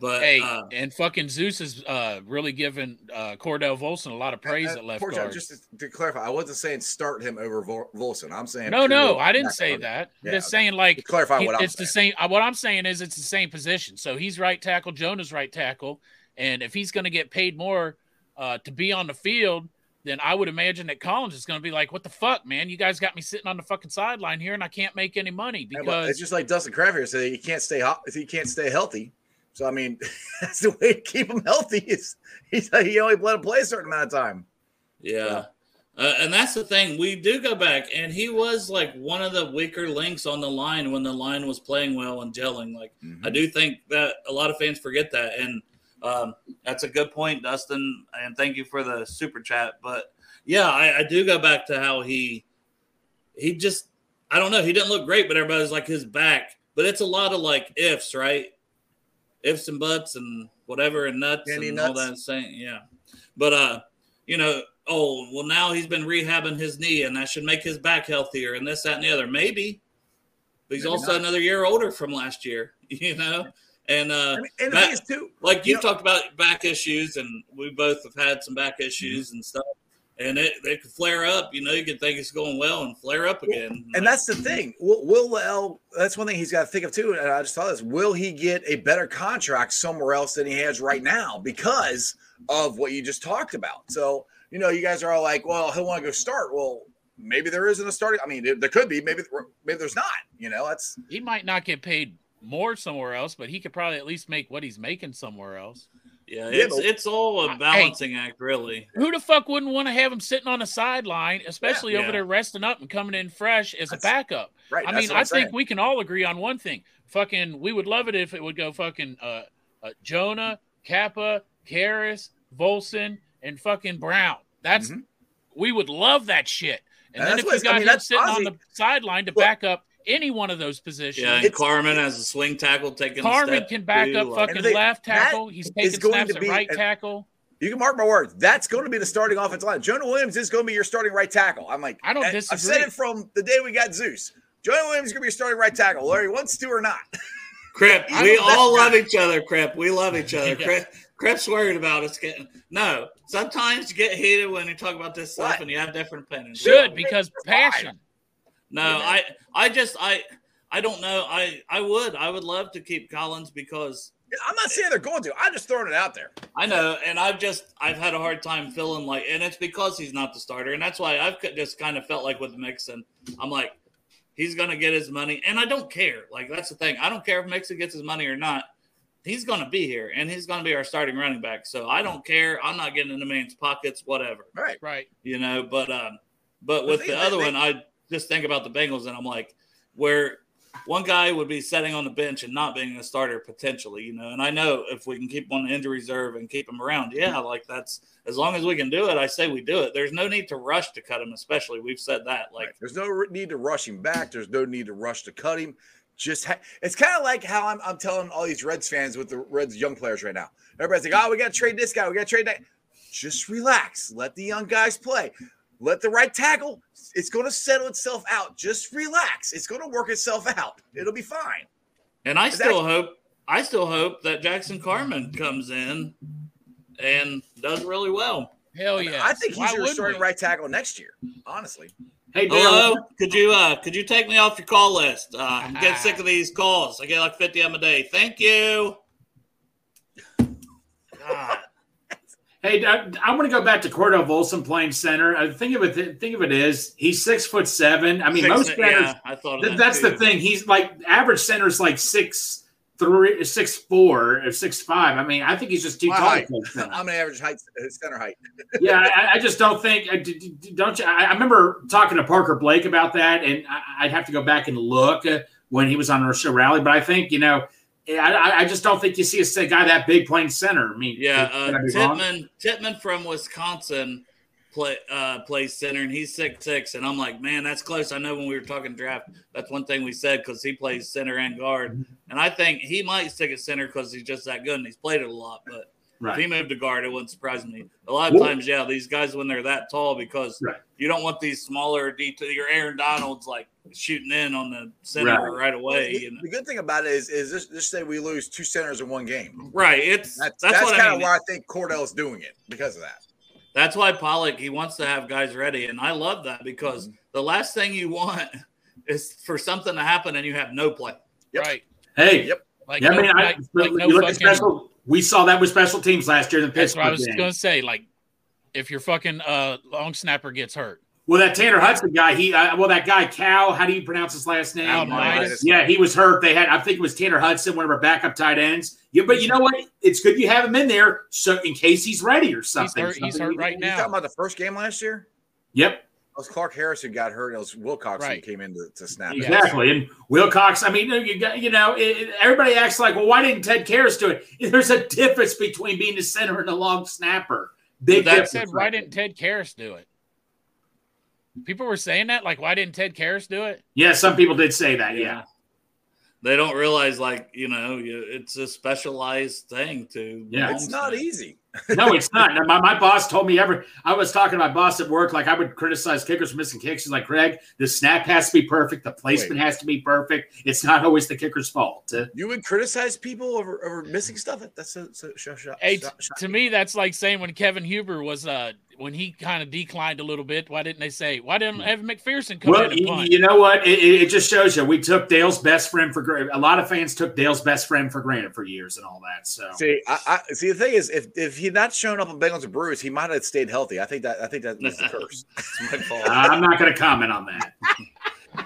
[SPEAKER 2] But
[SPEAKER 4] Hey,
[SPEAKER 2] uh,
[SPEAKER 4] and fucking Zeus is uh, really giving uh, Cordell Volson a lot of praise
[SPEAKER 3] Uh,
[SPEAKER 4] at left
[SPEAKER 3] Porchard,
[SPEAKER 4] guard.
[SPEAKER 3] Just to, to clarify, I wasn't saying start him over Vol- Volson. I'm saying
[SPEAKER 4] No, no,
[SPEAKER 3] pure
[SPEAKER 4] I didn't
[SPEAKER 3] back
[SPEAKER 4] say
[SPEAKER 3] guard.
[SPEAKER 4] that.
[SPEAKER 3] Yeah,
[SPEAKER 4] I'm just
[SPEAKER 3] okay.
[SPEAKER 4] saying
[SPEAKER 3] To
[SPEAKER 4] like
[SPEAKER 3] clarify
[SPEAKER 4] he-
[SPEAKER 3] what I'm
[SPEAKER 4] it's the
[SPEAKER 3] saying.
[SPEAKER 4] same. uh, What I'm saying is it's the same position. So he's right tackle. Jonah's right tackle. And if he's going to get paid more uh, to be on the field, then I would imagine that Collins is going to be like, "What the fuck, man? You guys got me sitting on the fucking sideline here, and I can't make any money
[SPEAKER 3] Yeah, but it's
[SPEAKER 4] because."
[SPEAKER 3] just like Dustin Craft here said, he can't stay hot. He can't stay healthy. So I mean, that's the way to keep him healthy. Is he's he only let him play a certain amount of time.
[SPEAKER 2] yeah, uh, and that's the thing. We do go back, and he was like one of the weaker links on the line when the line was playing well and gelling. Like I
[SPEAKER 3] Mm-hmm.
[SPEAKER 2] do think that a lot of fans forget that, and um, that's a good point, Dustin. And thank you for the super chat. But yeah, I, I do go back to how he he just I don't know. He didn't look great, but everybody's like his back. But it's a lot of like ifs, right? Ifs and buts and whatever and nuts
[SPEAKER 3] Candy
[SPEAKER 2] and all
[SPEAKER 3] nuts.
[SPEAKER 2] that saying, yeah. But uh, you know, oh well, now he's been rehabbing his knee, and that should make his back healthier, and this, that, and the other. Maybe, but he's
[SPEAKER 3] Maybe
[SPEAKER 2] also
[SPEAKER 3] not.
[SPEAKER 2] another year older from last year, you know. And uh,
[SPEAKER 3] I mean, and the
[SPEAKER 2] That-
[SPEAKER 3] thing is too,
[SPEAKER 2] like you
[SPEAKER 3] Yeah.
[SPEAKER 2] talked about back issues, and we both have had some back issues and stuff, and it they could flare up. You know, you can think it's going well and flare up again.
[SPEAKER 3] and that's the thing. Will, will L? That's one thing he's got to think of too. And I just thought this: Will he get a better contract somewhere else than he has right now because of what you just talked about? So you know, you guys are all like, "Well, he'll want to go start." Well, maybe there isn't a starting. I mean, there, there could be. Maybe maybe there's not. You know, that's
[SPEAKER 4] he might not get paid more somewhere else, but he could probably at least make what he's making somewhere else.
[SPEAKER 2] yeah,
[SPEAKER 3] Yeah,
[SPEAKER 2] it's
[SPEAKER 3] but-
[SPEAKER 2] it's all a balancing act, really.
[SPEAKER 4] Who the fuck wouldn't want to have him sitting on the sideline, especially over
[SPEAKER 2] Yeah.
[SPEAKER 4] there resting up and coming in fresh as a
[SPEAKER 3] That's-
[SPEAKER 4] backup?
[SPEAKER 3] right.
[SPEAKER 4] I
[SPEAKER 3] that's
[SPEAKER 4] mean,
[SPEAKER 3] what I'm
[SPEAKER 4] I
[SPEAKER 3] saying.
[SPEAKER 4] think we can all agree on one thing. Fucking, we would love it if it would go fucking uh, uh, Jonah, Kappa, Karras, Volson, and fucking Brown. That's
[SPEAKER 3] Mhm.
[SPEAKER 4] we would love that shit. And,
[SPEAKER 3] And
[SPEAKER 4] then
[SPEAKER 3] that's
[SPEAKER 4] if
[SPEAKER 3] what
[SPEAKER 4] you
[SPEAKER 3] it's- I
[SPEAKER 4] got
[SPEAKER 3] mean,
[SPEAKER 4] him
[SPEAKER 3] that's
[SPEAKER 4] sitting on
[SPEAKER 3] Ozzie.
[SPEAKER 4] the sideline to
[SPEAKER 3] Look.
[SPEAKER 4] back up any one of those positions,
[SPEAKER 2] Yeah, and
[SPEAKER 3] It's-
[SPEAKER 2] Carmen as a swing tackle taking. a
[SPEAKER 4] Carmen
[SPEAKER 2] step
[SPEAKER 4] can back
[SPEAKER 2] too,
[SPEAKER 4] up
[SPEAKER 2] like-
[SPEAKER 4] fucking
[SPEAKER 3] And they-
[SPEAKER 4] left
[SPEAKER 3] that
[SPEAKER 4] tackle. He's taking
[SPEAKER 3] going
[SPEAKER 4] snaps
[SPEAKER 3] to
[SPEAKER 4] at
[SPEAKER 3] be
[SPEAKER 4] right
[SPEAKER 3] an-
[SPEAKER 4] tackle.
[SPEAKER 3] You can mark my words. That's going to be the starting offensive line. Jonah Williams is going to be your starting right tackle. I'm like, eh,
[SPEAKER 4] I don't
[SPEAKER 3] I've said
[SPEAKER 4] disagree.
[SPEAKER 3] it from the day we got Zeus. Jonah Williams is going to be your starting right tackle, Larry wants to or not.
[SPEAKER 2] Crip,
[SPEAKER 4] I
[SPEAKER 2] we
[SPEAKER 4] don't-
[SPEAKER 2] all love each other, Crip. We love each other.
[SPEAKER 4] Yeah.
[SPEAKER 2] Crip, Crip's worried about us getting. No, sometimes you get heated when you talk about this stuff
[SPEAKER 3] What?
[SPEAKER 2] and you have different opinions.
[SPEAKER 4] Should because passion.
[SPEAKER 2] No,
[SPEAKER 3] Yeah.
[SPEAKER 2] I, I just, I, I don't know. I, I would, I would love to keep Collins because
[SPEAKER 3] I'm not saying they're going to. I'm just throwing it out there.
[SPEAKER 2] I know, and I've just, I've had a hard time feeling like, and it's because he's not the starter, and that's why I've c- just kind of felt like with Mixon, I'm like, he's gonna get his money, and I don't care. Like that's the thing, I don't care if Mixon gets his money or not. He's gonna be here, and he's gonna be our starting running back. So I don't care. I'm not getting in the man's pockets, whatever
[SPEAKER 3] All right.
[SPEAKER 4] Right.
[SPEAKER 2] you know. But um, but with
[SPEAKER 3] The
[SPEAKER 2] the,
[SPEAKER 3] thing-
[SPEAKER 2] other
[SPEAKER 3] they-
[SPEAKER 2] one, I just think about the Bengals, and I'm like, where one guy would be sitting on the bench and not being a starter potentially, you know. And I know if we can keep him on the injury reserve and keep him around, yeah, like that's as long as we can do it, I say we do it. There's no need to rush to cut him, especially we've said that. Like,
[SPEAKER 3] Right. There's no re- need to rush him back. There's no need to rush to cut him. Just ha- it's kind of like how I'm, I'm telling all these Reds fans with the Reds young players right now. Everybody's like, "Oh, we got to trade this guy. We got to trade that." Just relax. Let the young guys play. Let the right tackle. It's going to settle itself out. Just relax. It's going to work itself out. It'll be fine.
[SPEAKER 2] And I
[SPEAKER 3] Is that-
[SPEAKER 2] still hope I still hope that Jackson Carmen comes in and does really well.
[SPEAKER 4] Hell yeah.
[SPEAKER 3] I think he's your starting
[SPEAKER 4] right.
[SPEAKER 3] right tackle next year. Honestly,
[SPEAKER 5] Hey, Dale.
[SPEAKER 2] Hello, could you uh could you take me off your call list? Uh, I'm getting sick of these calls. I get like 50 of them a day. Thank you. God.
[SPEAKER 5] Ah. Hey, I, I want to go back to Cordell Volson playing center. I think of it. Think of it is he's six foot seven. I mean,
[SPEAKER 2] Six-
[SPEAKER 5] most centers.
[SPEAKER 2] yeah, I thought of
[SPEAKER 5] Th-
[SPEAKER 2] that
[SPEAKER 5] that's the
[SPEAKER 2] too.
[SPEAKER 5] thing. He's like average center's like six three, six four, or six five. I mean, I think he's just too
[SPEAKER 3] My
[SPEAKER 5] tall. to
[SPEAKER 3] height.
[SPEAKER 5] play center.
[SPEAKER 3] I'm an average height uh, center height.
[SPEAKER 5] yeah, I, I just don't think. I- d- d- Don't you? I I remember talking to Parker Blake about that, and I- I'd have to go back and look uh, when he was on our show rally. But I think you know, eh, I- I, I just don't think you see a s- guy that big playing center. I mean,
[SPEAKER 2] Yeah,
[SPEAKER 5] could
[SPEAKER 2] uh,
[SPEAKER 5] I be wrong?
[SPEAKER 2] Titman Titman from Wisconsin play uh, plays center, and he's six six. And I'm like, man, that's close. I know when we were talking draft, that's one thing we said because he plays center and guard,
[SPEAKER 5] Mm-hmm.
[SPEAKER 2] and I think he might stick at center because he's just that good and he's played it a lot. But if he
[SPEAKER 5] right?
[SPEAKER 2] moved to guard, it wouldn't surprise me. A lot of
[SPEAKER 5] Well-
[SPEAKER 2] times, yeah, these guys when they're that tall, because
[SPEAKER 5] Right.
[SPEAKER 2] you don't want these smaller D two. Your Aaron Donald's like shooting in on the center right, away.
[SPEAKER 3] The,
[SPEAKER 2] You know?
[SPEAKER 3] the good thing about it is, is this, just say we lose two centers in one game.
[SPEAKER 2] Right, it's
[SPEAKER 3] That's,
[SPEAKER 2] that's,
[SPEAKER 3] that's,
[SPEAKER 2] what
[SPEAKER 3] kind
[SPEAKER 2] I
[SPEAKER 3] of
[SPEAKER 2] mean.
[SPEAKER 3] why I think Cordell's doing it because of that.
[SPEAKER 2] That's why Pollock he wants to have guys ready, and I love that because
[SPEAKER 5] Mm-hmm.
[SPEAKER 2] the last thing you want is for something to happen and you have no play.
[SPEAKER 3] Yep.
[SPEAKER 4] Right.
[SPEAKER 5] Hey,
[SPEAKER 3] Yep.
[SPEAKER 4] Like,
[SPEAKER 5] yeah,
[SPEAKER 4] no,
[SPEAKER 5] I mean, I,
[SPEAKER 4] like, like no
[SPEAKER 5] you look
[SPEAKER 4] fucking,
[SPEAKER 5] at special. We saw that with special teams last year in the
[SPEAKER 4] That's
[SPEAKER 5] Pittsburgh
[SPEAKER 4] what I was
[SPEAKER 5] game.
[SPEAKER 4] gonna say. Like, if your fucking uh, long snapper gets hurt,
[SPEAKER 5] Well, that Tanner Hudson guy, he uh, well, that guy Cal. How do you pronounce his last name?
[SPEAKER 4] Almighty.
[SPEAKER 5] Yeah, he was hurt. They had, I think it was Tanner Hudson, one of our backup tight ends. Yeah, but you know what? It's good you have him in there, so in case he's ready or something.
[SPEAKER 4] hurt- he's hurt
[SPEAKER 5] Something-
[SPEAKER 4] right
[SPEAKER 3] You
[SPEAKER 4] now.
[SPEAKER 3] talking about the first game last year?
[SPEAKER 5] Yep,
[SPEAKER 3] It was Clark Harris who got hurt, and it was Wilcox who
[SPEAKER 4] Right.
[SPEAKER 3] came in to, to snap. it.
[SPEAKER 5] exactly. And Wilcox. I mean, you got, you know, it, it- everybody acts like, well, why didn't Ted Karras do it? There's a difference between being a center and a long snapper. Big
[SPEAKER 2] But
[SPEAKER 4] That
[SPEAKER 2] That's
[SPEAKER 5] difference.
[SPEAKER 4] said, why didn't Ted Karras do it? People were saying that, like, why didn't Ted Karras do it?
[SPEAKER 5] Yeah, some people did say that. Yeah.
[SPEAKER 2] They don't realize, like you know, you, it's a specialized thing to.
[SPEAKER 5] Yeah.
[SPEAKER 3] It's not easy.
[SPEAKER 5] No, it's not. My, my boss told me ever. I was talking to my boss at work. Like I would criticize kickers for missing kicks. She's like, Greg, the snap has to be perfect. The placement has to be perfect. It's not always the kicker's fault. Uh,
[SPEAKER 3] You would criticize people over, over missing stuff. That's so, so, so, so,
[SPEAKER 4] Hey,
[SPEAKER 3] so-
[SPEAKER 4] t- to me, that's like saying when Kevin Huber was uh when he kind of declined a little bit, why didn't they say why didn't Evan McPherson come
[SPEAKER 5] Well,
[SPEAKER 4] in and
[SPEAKER 5] you,
[SPEAKER 4] punt?
[SPEAKER 5] you know what? It, it, it just shows you. We took Dale's best friend for granted. A lot of fans took Dale's best friend for granted for years and all that. So
[SPEAKER 3] See, I, I see. The thing is, if if he'd not shown up on Bengals and Brewers, he might have stayed healthy. I think that I think that was the curse.
[SPEAKER 2] It's my fault.
[SPEAKER 5] I'm not going to comment on that.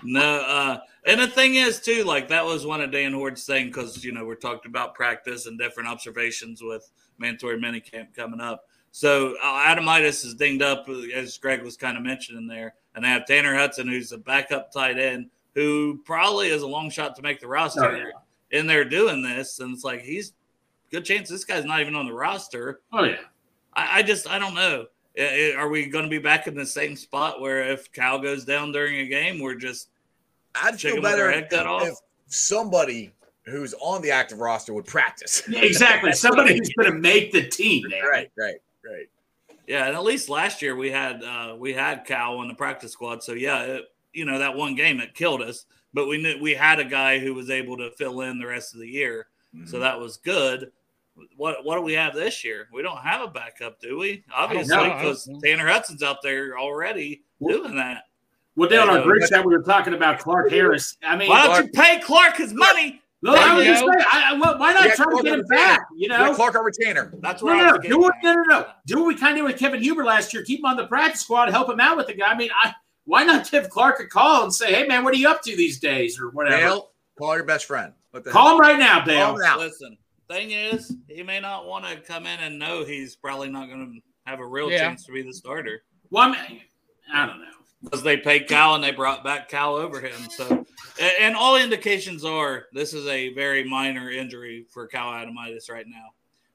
[SPEAKER 2] No, uh, and the thing is too, like that was one of Dan Horde's thing because you know we're talking about practice and different observations with mandatory minicamp coming up. So uh, Adamitis is dinged up uh, as Greg was kind of mentioning there, and they have Tanner Hudson, who's a backup tight end, who probably is a long shot to make the roster.
[SPEAKER 5] Oh, yeah.
[SPEAKER 2] And they're doing this, and it's like he's good chance this guy's not even on the roster.
[SPEAKER 5] Oh yeah.
[SPEAKER 2] I, I just I don't know. I- I- Are we going to be back in the same spot where if Cal goes down during a game, we're just Chicken
[SPEAKER 3] I'd feel
[SPEAKER 2] with
[SPEAKER 3] better
[SPEAKER 2] their
[SPEAKER 3] if,
[SPEAKER 2] head cut off.
[SPEAKER 3] if somebody who's on the active roster would practice.
[SPEAKER 5] Yeah, Exactly. Somebody who's going to make the team. man.
[SPEAKER 3] right, right, right.
[SPEAKER 2] Yeah, and at least last year we had uh, we had Cal on the practice squad, so yeah, it, you know that one game it killed us, but we knew we had a guy who was able to fill in the rest of the year, so that was good. What what do we have this year? We don't have a backup, do we? Obviously,
[SPEAKER 5] know.
[SPEAKER 4] I don't
[SPEAKER 2] because
[SPEAKER 4] know.
[SPEAKER 2] Tanner Hudson's out there already
[SPEAKER 5] Well-
[SPEAKER 2] doing that.
[SPEAKER 5] Well, Dale, in our
[SPEAKER 2] Yeah,
[SPEAKER 5] group
[SPEAKER 3] but-
[SPEAKER 5] chat, we were talking about Clark Harris. I mean,
[SPEAKER 2] Why don't you pay Clark his money?
[SPEAKER 5] No, I was
[SPEAKER 4] There you
[SPEAKER 5] just
[SPEAKER 4] go.
[SPEAKER 5] saying, I, I- well, why not
[SPEAKER 3] Yeah,
[SPEAKER 5] try to
[SPEAKER 3] Clark
[SPEAKER 5] get him
[SPEAKER 3] over Tanner.
[SPEAKER 5] back? You
[SPEAKER 3] Yeah,
[SPEAKER 5] know,
[SPEAKER 3] Clark over Tanner.
[SPEAKER 2] That's
[SPEAKER 5] no,
[SPEAKER 2] what I
[SPEAKER 5] no,
[SPEAKER 2] was
[SPEAKER 5] do
[SPEAKER 2] getting
[SPEAKER 5] what,
[SPEAKER 2] at.
[SPEAKER 5] no, no, no, do what we kind of did with Kevin Huber last year. Keep him on the practice squad, help him out with the guy. I mean, I why not give Clark a call and say, hey man, what are you up to these days or whatever?
[SPEAKER 3] Dale, call your best friend. What the
[SPEAKER 5] Call him right now,
[SPEAKER 3] hell?
[SPEAKER 5] Dale.
[SPEAKER 3] Call him out.
[SPEAKER 2] Listen, thing is, he may not want to come in and know he's probably not going to have a real
[SPEAKER 4] Yeah.
[SPEAKER 2] chance to be the starter.
[SPEAKER 5] Well, I, mean, I don't know.
[SPEAKER 2] because they paid Cal and they brought back Cal over him. So, a- and all indications are this is a very minor injury for Cal Adamitis right now.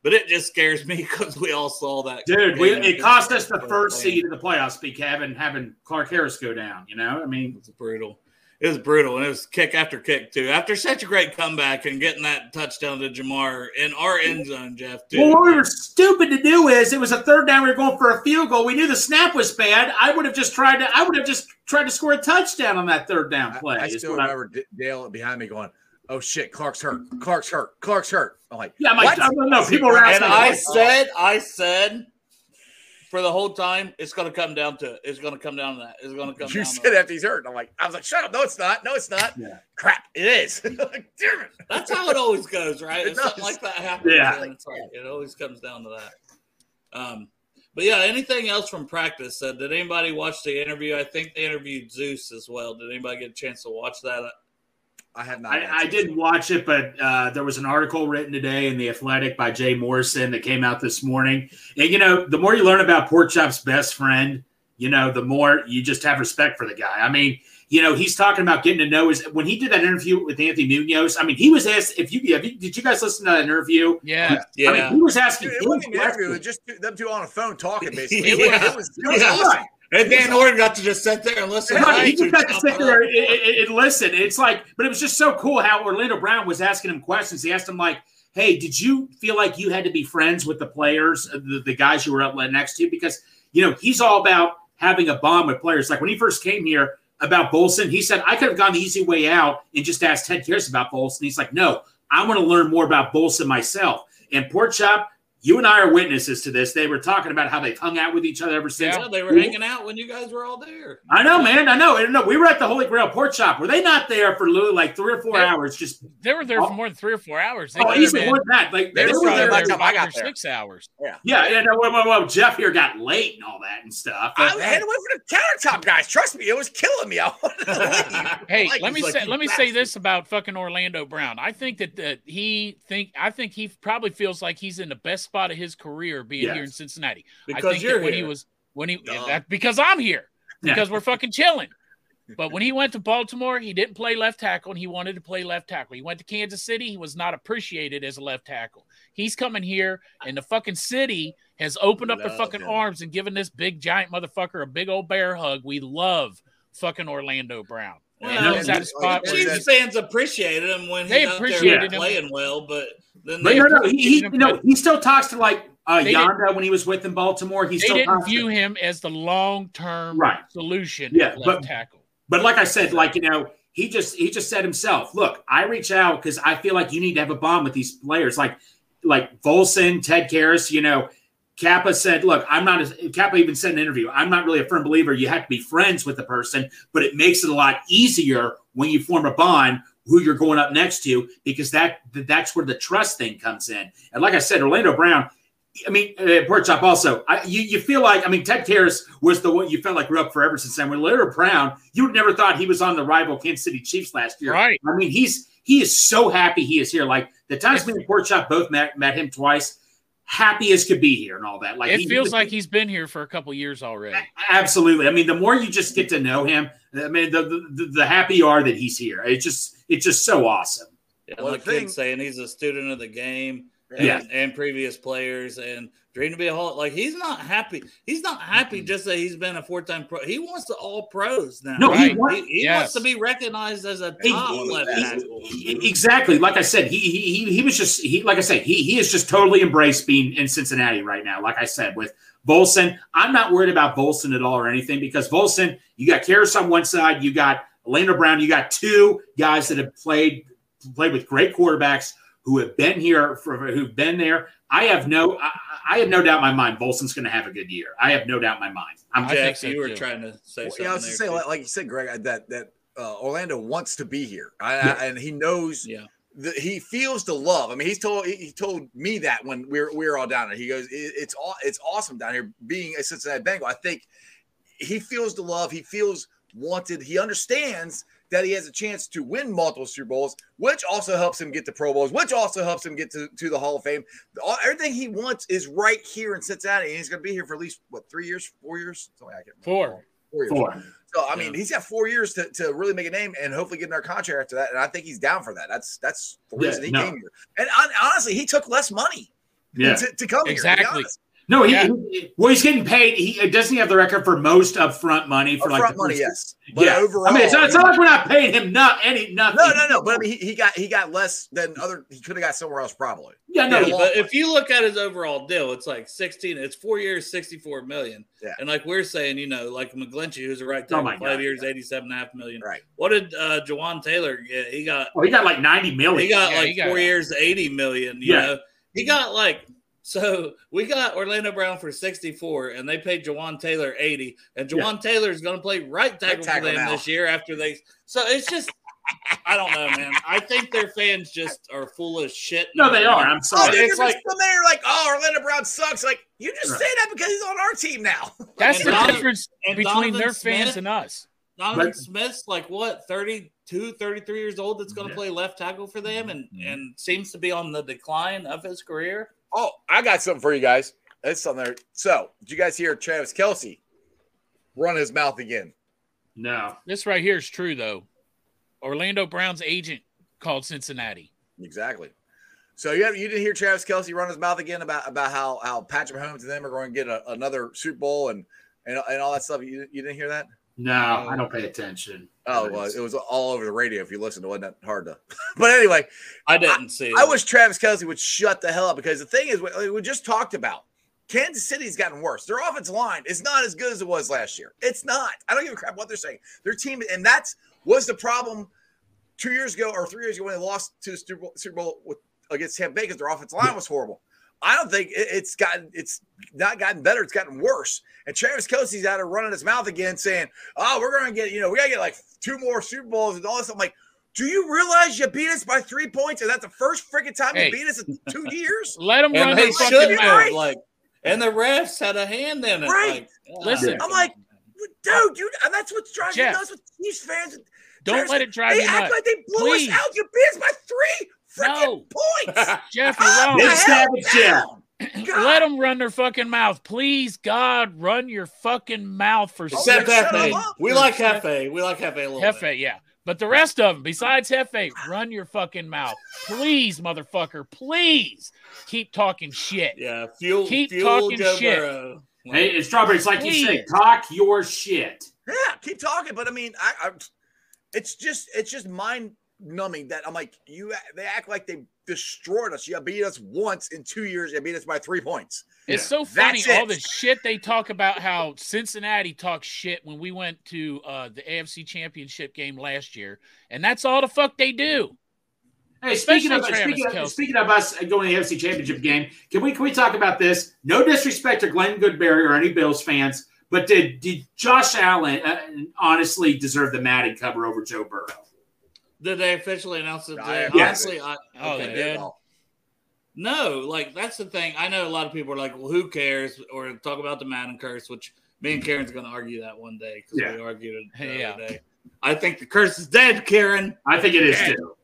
[SPEAKER 2] But it just scares me because we all saw that.
[SPEAKER 5] Dude, we,
[SPEAKER 2] game
[SPEAKER 5] it cost us the
[SPEAKER 2] against
[SPEAKER 5] first
[SPEAKER 2] Atlanta.
[SPEAKER 5] seed in the playoffs, be having having Clark Harris go down, you know? I mean,
[SPEAKER 2] It's brutal. it was brutal, and it was kick after kick too. After such a great comeback and getting that touchdown to Jamar in our end zone, Jeff. Dude,
[SPEAKER 5] Well, what we were stupid to do is it was a third down. We were going for a field goal. We knew the snap was bad. I would have just tried to. I would have just tried to score a touchdown on that third down
[SPEAKER 3] I-
[SPEAKER 5] play.
[SPEAKER 3] I,
[SPEAKER 5] is
[SPEAKER 3] still
[SPEAKER 5] what I-
[SPEAKER 3] remember D- Dale behind me going, "Oh shit, Clark's hurt. Clark's hurt. Clark's hurt." I'm like,
[SPEAKER 5] yeah, I'm like,
[SPEAKER 3] "What?"
[SPEAKER 5] I don't know. People were
[SPEAKER 2] and
[SPEAKER 5] asking. me,
[SPEAKER 2] I
[SPEAKER 5] like,
[SPEAKER 2] said, I said, for the whole time, it's going to come down to it. It's going to come down to that. It's going to come.
[SPEAKER 3] You
[SPEAKER 2] down
[SPEAKER 3] said
[SPEAKER 2] to
[SPEAKER 3] after he's hurt. I'm like, I was like, "Shut up! No, it's not. No, it's not.
[SPEAKER 5] Yeah.
[SPEAKER 3] Crap! It is." like, damn it.
[SPEAKER 2] That's how it always goes, right?
[SPEAKER 3] It
[SPEAKER 2] If something
[SPEAKER 3] does.
[SPEAKER 2] like that happens,
[SPEAKER 5] Yeah.
[SPEAKER 2] then it's like- it always comes down to that. Um, but yeah, anything else from practice? Uh, did anybody watch the interview? I think they interviewed Zeus as well. Did anybody get a chance to watch that? Uh,
[SPEAKER 3] I have not.
[SPEAKER 5] I, I didn't watch it, but uh, there was an article written today in the Athletic by Jay Morrison that came out this morning. And you know, the more you learn about Pork Chop's best friend, you know, the more you just have respect for the guy. I mean, you know, he's talking about getting to know his. When he did that interview with Anthony Munoz, I mean, he was asked if you, have you did you guys listen to that interview?
[SPEAKER 4] Yeah.
[SPEAKER 2] Yeah,
[SPEAKER 5] I mean, he was asking.
[SPEAKER 3] Dude, it wasn't an interview. It was
[SPEAKER 5] questions.
[SPEAKER 3] just two, them two on a phone talking. Basically, It was-
[SPEAKER 2] Yeah.
[SPEAKER 3] it was, it was
[SPEAKER 2] Yeah.
[SPEAKER 3] awesome.
[SPEAKER 2] and Dan Orton got to just sit there and listen. to
[SPEAKER 5] Right, he
[SPEAKER 2] us
[SPEAKER 5] just
[SPEAKER 2] two
[SPEAKER 5] got to
[SPEAKER 2] chop
[SPEAKER 5] sit
[SPEAKER 2] it up.
[SPEAKER 5] there and, and- and listen. It's like, but it was just so cool how Orlando Brown was asking him questions. He asked him like, "Hey, did you feel like you had to be friends with the players, uh, the, the guys you were up next to?" Because you know he's all about having a bond with players. Like when he first came here about Bolson, he said, "I could have gone the easy way out and just asked Ted Karras about Bolson." He's like, "No, I want to learn more about Bolson myself." And Pork Chop, you and I are witnesses to this. They were talking about how they've hung out with each other ever since.
[SPEAKER 2] Yeah, they were hanging out when you guys were all there.
[SPEAKER 5] I know, man. I know. I know. We were at the Holy Grail Pork Shop. Were they not there for literally like three or four
[SPEAKER 4] Yeah.
[SPEAKER 5] hours? Just
[SPEAKER 4] They were there for more than three or four hours. They
[SPEAKER 5] oh,
[SPEAKER 4] could have
[SPEAKER 5] easily
[SPEAKER 4] been-
[SPEAKER 5] more than that. Like
[SPEAKER 3] They
[SPEAKER 4] they
[SPEAKER 3] were
[SPEAKER 4] could have
[SPEAKER 3] there
[SPEAKER 4] been
[SPEAKER 3] by
[SPEAKER 4] there
[SPEAKER 3] the time I
[SPEAKER 4] five
[SPEAKER 3] got
[SPEAKER 4] or
[SPEAKER 3] there.
[SPEAKER 4] six hours.
[SPEAKER 5] yeah, yeah. No, whoa, whoa, whoa. Jeff here got late and all that and stuff.
[SPEAKER 3] I was headed away from the countertop, guys. Trust me, it was killing me. I wanted to leave.
[SPEAKER 4] Hey,
[SPEAKER 3] Like,
[SPEAKER 4] let
[SPEAKER 3] he's
[SPEAKER 4] me
[SPEAKER 3] like,
[SPEAKER 4] say
[SPEAKER 3] "You
[SPEAKER 4] let me say
[SPEAKER 3] bastard."
[SPEAKER 4] this about fucking Orlando Brown. I think that, that he think I think he probably feels like he's in the best spot of his career being
[SPEAKER 5] Yes.
[SPEAKER 4] here in Cincinnati. I
[SPEAKER 2] Because
[SPEAKER 4] think
[SPEAKER 2] you're
[SPEAKER 4] that when
[SPEAKER 2] here.
[SPEAKER 4] he was when he
[SPEAKER 3] Duh.
[SPEAKER 4] that, because I'm here
[SPEAKER 5] Yeah.
[SPEAKER 4] because we're fucking chilling. But when he went to Baltimore, he didn't play left tackle and he wanted to play left tackle. He went to Kansas City, he was not appreciated as a left tackle. He's coming here and the fucking city has opened up their
[SPEAKER 3] Love
[SPEAKER 4] fucking
[SPEAKER 3] him.
[SPEAKER 4] arms and given this big giant motherfucker a big old bear hug. We love fucking Orlando Brown.
[SPEAKER 2] Well,
[SPEAKER 4] and that was at a
[SPEAKER 3] like,
[SPEAKER 4] spot where
[SPEAKER 3] Chiefs
[SPEAKER 4] he-
[SPEAKER 2] Chiefs fans appreciated him when he
[SPEAKER 4] They
[SPEAKER 2] got there
[SPEAKER 4] appreciated him.
[SPEAKER 2] playing well, but then
[SPEAKER 5] But
[SPEAKER 2] they
[SPEAKER 5] no, no, he, he
[SPEAKER 4] They-
[SPEAKER 5] no, he still talks to like uh,
[SPEAKER 4] They didn't-
[SPEAKER 5] Yonda when he was with in Baltimore. He
[SPEAKER 4] they
[SPEAKER 5] still
[SPEAKER 4] didn't
[SPEAKER 5] talks to-
[SPEAKER 4] view him as the long term
[SPEAKER 5] Right.
[SPEAKER 4] solution
[SPEAKER 5] Yeah,
[SPEAKER 4] at left
[SPEAKER 5] but-
[SPEAKER 4] tackle.
[SPEAKER 5] But like I said, like you know, he just he just said himself, look, I reach out because I feel like you need to have a bond with these players, like like Volson, Ted Karras, you know. Kappa said, "Look, I'm not." A, Kappa even said in an interview, "I'm not really a firm believer. You have to be friends with the person, but it makes it a lot easier when you form a bond who you're going up next to because that that's where the trust thing comes in." And like I said, Orlando Brown, I mean, uh, Pork Chop also. I, you, you feel like, I mean, Ted Karras was the one you felt like grew up forever since then. When Larry Brown, you would never thought he was on the rival Kansas City Chiefs last year.
[SPEAKER 4] Right.
[SPEAKER 5] I mean, he's he is so happy he is here. Like the times me and Pork Chop both met, met him twice, happy as could be here and all that. Like
[SPEAKER 4] It
[SPEAKER 5] he-
[SPEAKER 4] feels like he's been here for a couple years already.
[SPEAKER 5] absolutely. I mean, the more you just get to know him, I mean, the the, the, the happy you are that he's here. It's just it's just so awesome.
[SPEAKER 2] Yeah,
[SPEAKER 3] Well,
[SPEAKER 2] my
[SPEAKER 3] the thing-
[SPEAKER 2] kid's saying he's a student of the game and,
[SPEAKER 5] Yeah.
[SPEAKER 2] and previous players and dream to be a Hall. Like he's not happy. He's not happy just that he's been a four time pro. He wants the all pros now.
[SPEAKER 5] No, he
[SPEAKER 2] right?
[SPEAKER 5] wa-
[SPEAKER 2] he, he
[SPEAKER 4] Yes.
[SPEAKER 2] wants to be recognized as a
[SPEAKER 5] He-
[SPEAKER 2] top
[SPEAKER 5] he-
[SPEAKER 2] left
[SPEAKER 5] he-
[SPEAKER 2] tackle.
[SPEAKER 5] Exactly. Like I said, he he he- he was just he like I said, he he is just totally embraced being in Cincinnati right now. Like I said, with Volson, I'm not worried about Volson at all or anything because Volson, you got Karras on one side, you got Orlando Brown, you got two guys that have played played with great quarterbacks who have been here for who've been there. I have no I, I have no doubt in my mind Volson's gonna have a good year. I have no doubt in my mind. I'm
[SPEAKER 4] I
[SPEAKER 2] Jeff,
[SPEAKER 4] think so,
[SPEAKER 2] you were
[SPEAKER 4] too.
[SPEAKER 2] trying to say
[SPEAKER 3] Well,
[SPEAKER 2] something.
[SPEAKER 3] yeah, I was just
[SPEAKER 2] there,
[SPEAKER 3] saying,
[SPEAKER 2] too.
[SPEAKER 3] like, like you said, Greg, I- that that uh, Orlando wants to be here, I,
[SPEAKER 5] Yeah.
[SPEAKER 3] I, and he knows.
[SPEAKER 2] Yeah.
[SPEAKER 3] The, he feels the love. I mean, he's told he, he told me that when we were we were all down there. He goes, "It- "It's all it's awesome down here being a Cincinnati Bengal." I think he feels the love. He feels wanted. He understands that he has a chance to win multiple Super Bowls, which also helps him get to Pro Bowls, which also helps him get to, to the Hall of Fame. All, everything he wants is right here in Cincinnati, and he's going to be here for at least what three years, four years, something I can't remember.
[SPEAKER 4] Four.
[SPEAKER 3] Four years.
[SPEAKER 5] for.
[SPEAKER 3] So I
[SPEAKER 2] Yeah.
[SPEAKER 3] mean, he's got four years to, to really make a name and hopefully get another contract after that. And I think he's down for that. That's that's the
[SPEAKER 5] Yeah,
[SPEAKER 3] reason he
[SPEAKER 5] no.
[SPEAKER 3] came here. And hon- honestly, he took less money
[SPEAKER 5] Yeah.
[SPEAKER 3] to, to come
[SPEAKER 4] Exactly.
[SPEAKER 3] here. to be honest.
[SPEAKER 5] No, he,
[SPEAKER 4] Yeah.
[SPEAKER 5] he- well, he's getting paid. He doesn't he have the record for most upfront money for like
[SPEAKER 3] Upfront
[SPEAKER 5] the
[SPEAKER 3] money,
[SPEAKER 5] first-
[SPEAKER 3] yes. But
[SPEAKER 5] yeah.
[SPEAKER 3] overall,
[SPEAKER 5] I mean, it's not, it's
[SPEAKER 3] he-
[SPEAKER 5] not like we're not paying him not any nothing.
[SPEAKER 3] No, no, no. But I mean, he, he got he got less than other. He could have got somewhere else probably.
[SPEAKER 5] yeah, no,
[SPEAKER 2] Yeah,
[SPEAKER 3] he-
[SPEAKER 2] but if you look at his overall deal, it's like 16, it's four years, 64 million.
[SPEAKER 3] Yeah.
[SPEAKER 2] And like we're saying, you know, like McGlinchey, who's a right
[SPEAKER 5] Oh
[SPEAKER 2] tackle,
[SPEAKER 5] my
[SPEAKER 2] five
[SPEAKER 5] God,
[SPEAKER 2] years, 87 and a half million.
[SPEAKER 3] Right.
[SPEAKER 2] What did uh, Jawan Taylor get? He got,
[SPEAKER 5] oh, he got like ninety million.
[SPEAKER 2] he got
[SPEAKER 4] Yeah,
[SPEAKER 2] like
[SPEAKER 4] he got-
[SPEAKER 2] four years, 80 million. You
[SPEAKER 5] Yeah.
[SPEAKER 2] know, he got like, so we got Orlando Brown for 64 and they paid Jawan Taylor 80. And
[SPEAKER 5] Yeah.
[SPEAKER 2] Jawan Taylor is going to play right tackle,
[SPEAKER 3] tackle
[SPEAKER 2] for them
[SPEAKER 3] now.
[SPEAKER 2] this year after they, so it's just, I don't know, man. I think their fans just are full of shit.
[SPEAKER 5] no, they are. I'm
[SPEAKER 3] Oh,
[SPEAKER 5] sorry.
[SPEAKER 3] it's
[SPEAKER 2] it's like-
[SPEAKER 3] like from there, like oh, Orlando Brown sucks. Like you just
[SPEAKER 5] Right.
[SPEAKER 3] say that because he's on our team now.
[SPEAKER 4] That's
[SPEAKER 2] And
[SPEAKER 4] the
[SPEAKER 2] Donovan-
[SPEAKER 4] difference
[SPEAKER 2] and
[SPEAKER 4] between
[SPEAKER 2] Donovan
[SPEAKER 4] their fans
[SPEAKER 2] Smith-
[SPEAKER 4] and us.
[SPEAKER 2] Donovan
[SPEAKER 5] But-
[SPEAKER 2] Smith's like what 32, 33 years old that's going to
[SPEAKER 5] Yeah.
[SPEAKER 2] play left tackle for them and and seems to be on the decline of his career.
[SPEAKER 3] Oh, I got something for you guys. That's something there. So, did you guys hear Travis Kelsey run his mouth again?
[SPEAKER 5] No,
[SPEAKER 4] This right here is true though. Orlando Brown's agent called Cincinnati.
[SPEAKER 3] Exactly. So you have, you didn't hear Travis Kelsey run his mouth again about about how how Patrick Mahomes and them are going to get a, another Super Bowl and, and and all that stuff. You you didn't hear that?
[SPEAKER 5] no, I don't pay attention.
[SPEAKER 3] Oh, well, it was all over the radio. If you listened, it wasn't that hard to. But anyway,
[SPEAKER 2] I didn't see. It.
[SPEAKER 3] I wish Travis Kelsey would shut the hell up because the thing is, we, we just talked about Kansas City's gotten worse. Their offensive line is not as good as it was last year. It's not. I don't give a crap what they're saying. Their team, and that's was the problem two years ago or three years ago when they lost to the Super Bowl, Super Bowl with, against Tampa Bay because their offensive line was horrible. I don't think it, it's gotten. It's not gotten better. It's gotten worse. And Travis Kelsey's out of running his mouth again, saying, "Oh, we're going to get. You know, we got to get like two more Super Bowls and all this." I'm like. Do you realize you beat us by three points? Is that the first freaking time
[SPEAKER 4] Hey.
[SPEAKER 3] you beat us in two years?
[SPEAKER 4] Let them run
[SPEAKER 2] and
[SPEAKER 4] their
[SPEAKER 2] they
[SPEAKER 3] fucking
[SPEAKER 2] should
[SPEAKER 3] mouth.
[SPEAKER 2] have like, and the refs had a hand in it.
[SPEAKER 3] Right.
[SPEAKER 2] Like,
[SPEAKER 4] Listen.
[SPEAKER 3] I'm like, oh, dude, you, and that's what's driving
[SPEAKER 4] Jeff.
[SPEAKER 3] me nuts with Chiefs fans.
[SPEAKER 4] Don't
[SPEAKER 3] Travis-
[SPEAKER 4] let it drive
[SPEAKER 3] They
[SPEAKER 4] you
[SPEAKER 3] act
[SPEAKER 4] nuts.
[SPEAKER 3] like they blew
[SPEAKER 4] Please.
[SPEAKER 3] us out. You beat us by three freaking points.
[SPEAKER 4] Jeff, you're
[SPEAKER 3] Calm
[SPEAKER 4] wrong.
[SPEAKER 3] the
[SPEAKER 5] Nick
[SPEAKER 2] Oh,
[SPEAKER 3] hell
[SPEAKER 5] Savage,
[SPEAKER 3] down. God.
[SPEAKER 4] Let them run their fucking mouth. Please, God, run your fucking mouth for
[SPEAKER 2] except
[SPEAKER 3] shut
[SPEAKER 2] Hefe.
[SPEAKER 3] him up.
[SPEAKER 2] We like Hefe. We like Hefe a little bit.
[SPEAKER 4] Hefe, yeah. But the rest of them, besides Hefe, run your fucking mouth. Please, motherfucker. Please keep talking shit.
[SPEAKER 2] Yeah, fuel.
[SPEAKER 4] Keep
[SPEAKER 2] fuel
[SPEAKER 4] talking
[SPEAKER 2] Joe
[SPEAKER 4] shit.
[SPEAKER 2] Burrow. Like,
[SPEAKER 5] Hey, it's strawberry. It's like you said, talk your shit.
[SPEAKER 3] Yeah, keep talking. But I mean, I, I it's just it's just mind numbing that I'm like you. They act like they destroyed us. You beat us once in two years. You beat us by three points.
[SPEAKER 4] It's
[SPEAKER 5] Yeah.
[SPEAKER 4] so funny
[SPEAKER 3] That's
[SPEAKER 4] all
[SPEAKER 3] it.
[SPEAKER 4] the shit they talk about how Cincinnati talked shit when we went to uh, the AFC Championship game last year, and that's all the fuck they do.
[SPEAKER 5] Hey, speaking
[SPEAKER 4] Especially
[SPEAKER 5] of,
[SPEAKER 4] Travis
[SPEAKER 5] speaking, of
[SPEAKER 4] Kelce.
[SPEAKER 5] speaking of us uh, going to the AFC Championship game, can we can we talk about this? No disrespect to Glenn Goodberry or any Bills fans, but did did Josh Allen uh, honestly deserve the Madden cover over Joe Burrow?
[SPEAKER 2] did they officially announce it?
[SPEAKER 3] I-
[SPEAKER 2] today?
[SPEAKER 3] Yes.
[SPEAKER 2] Honestly, I,
[SPEAKER 4] Oh, they
[SPEAKER 2] okay.
[SPEAKER 4] did.
[SPEAKER 2] No, like that's the thing. I know a lot of people are like, "Well, who cares?" Or talk about the Madden curse, which me and Karen's going to argue that one day because
[SPEAKER 5] Yeah.
[SPEAKER 2] we argued it the
[SPEAKER 4] Yeah.
[SPEAKER 2] other day. I think the curse is dead, Karen.
[SPEAKER 5] I think it is
[SPEAKER 4] Yeah.
[SPEAKER 5] too.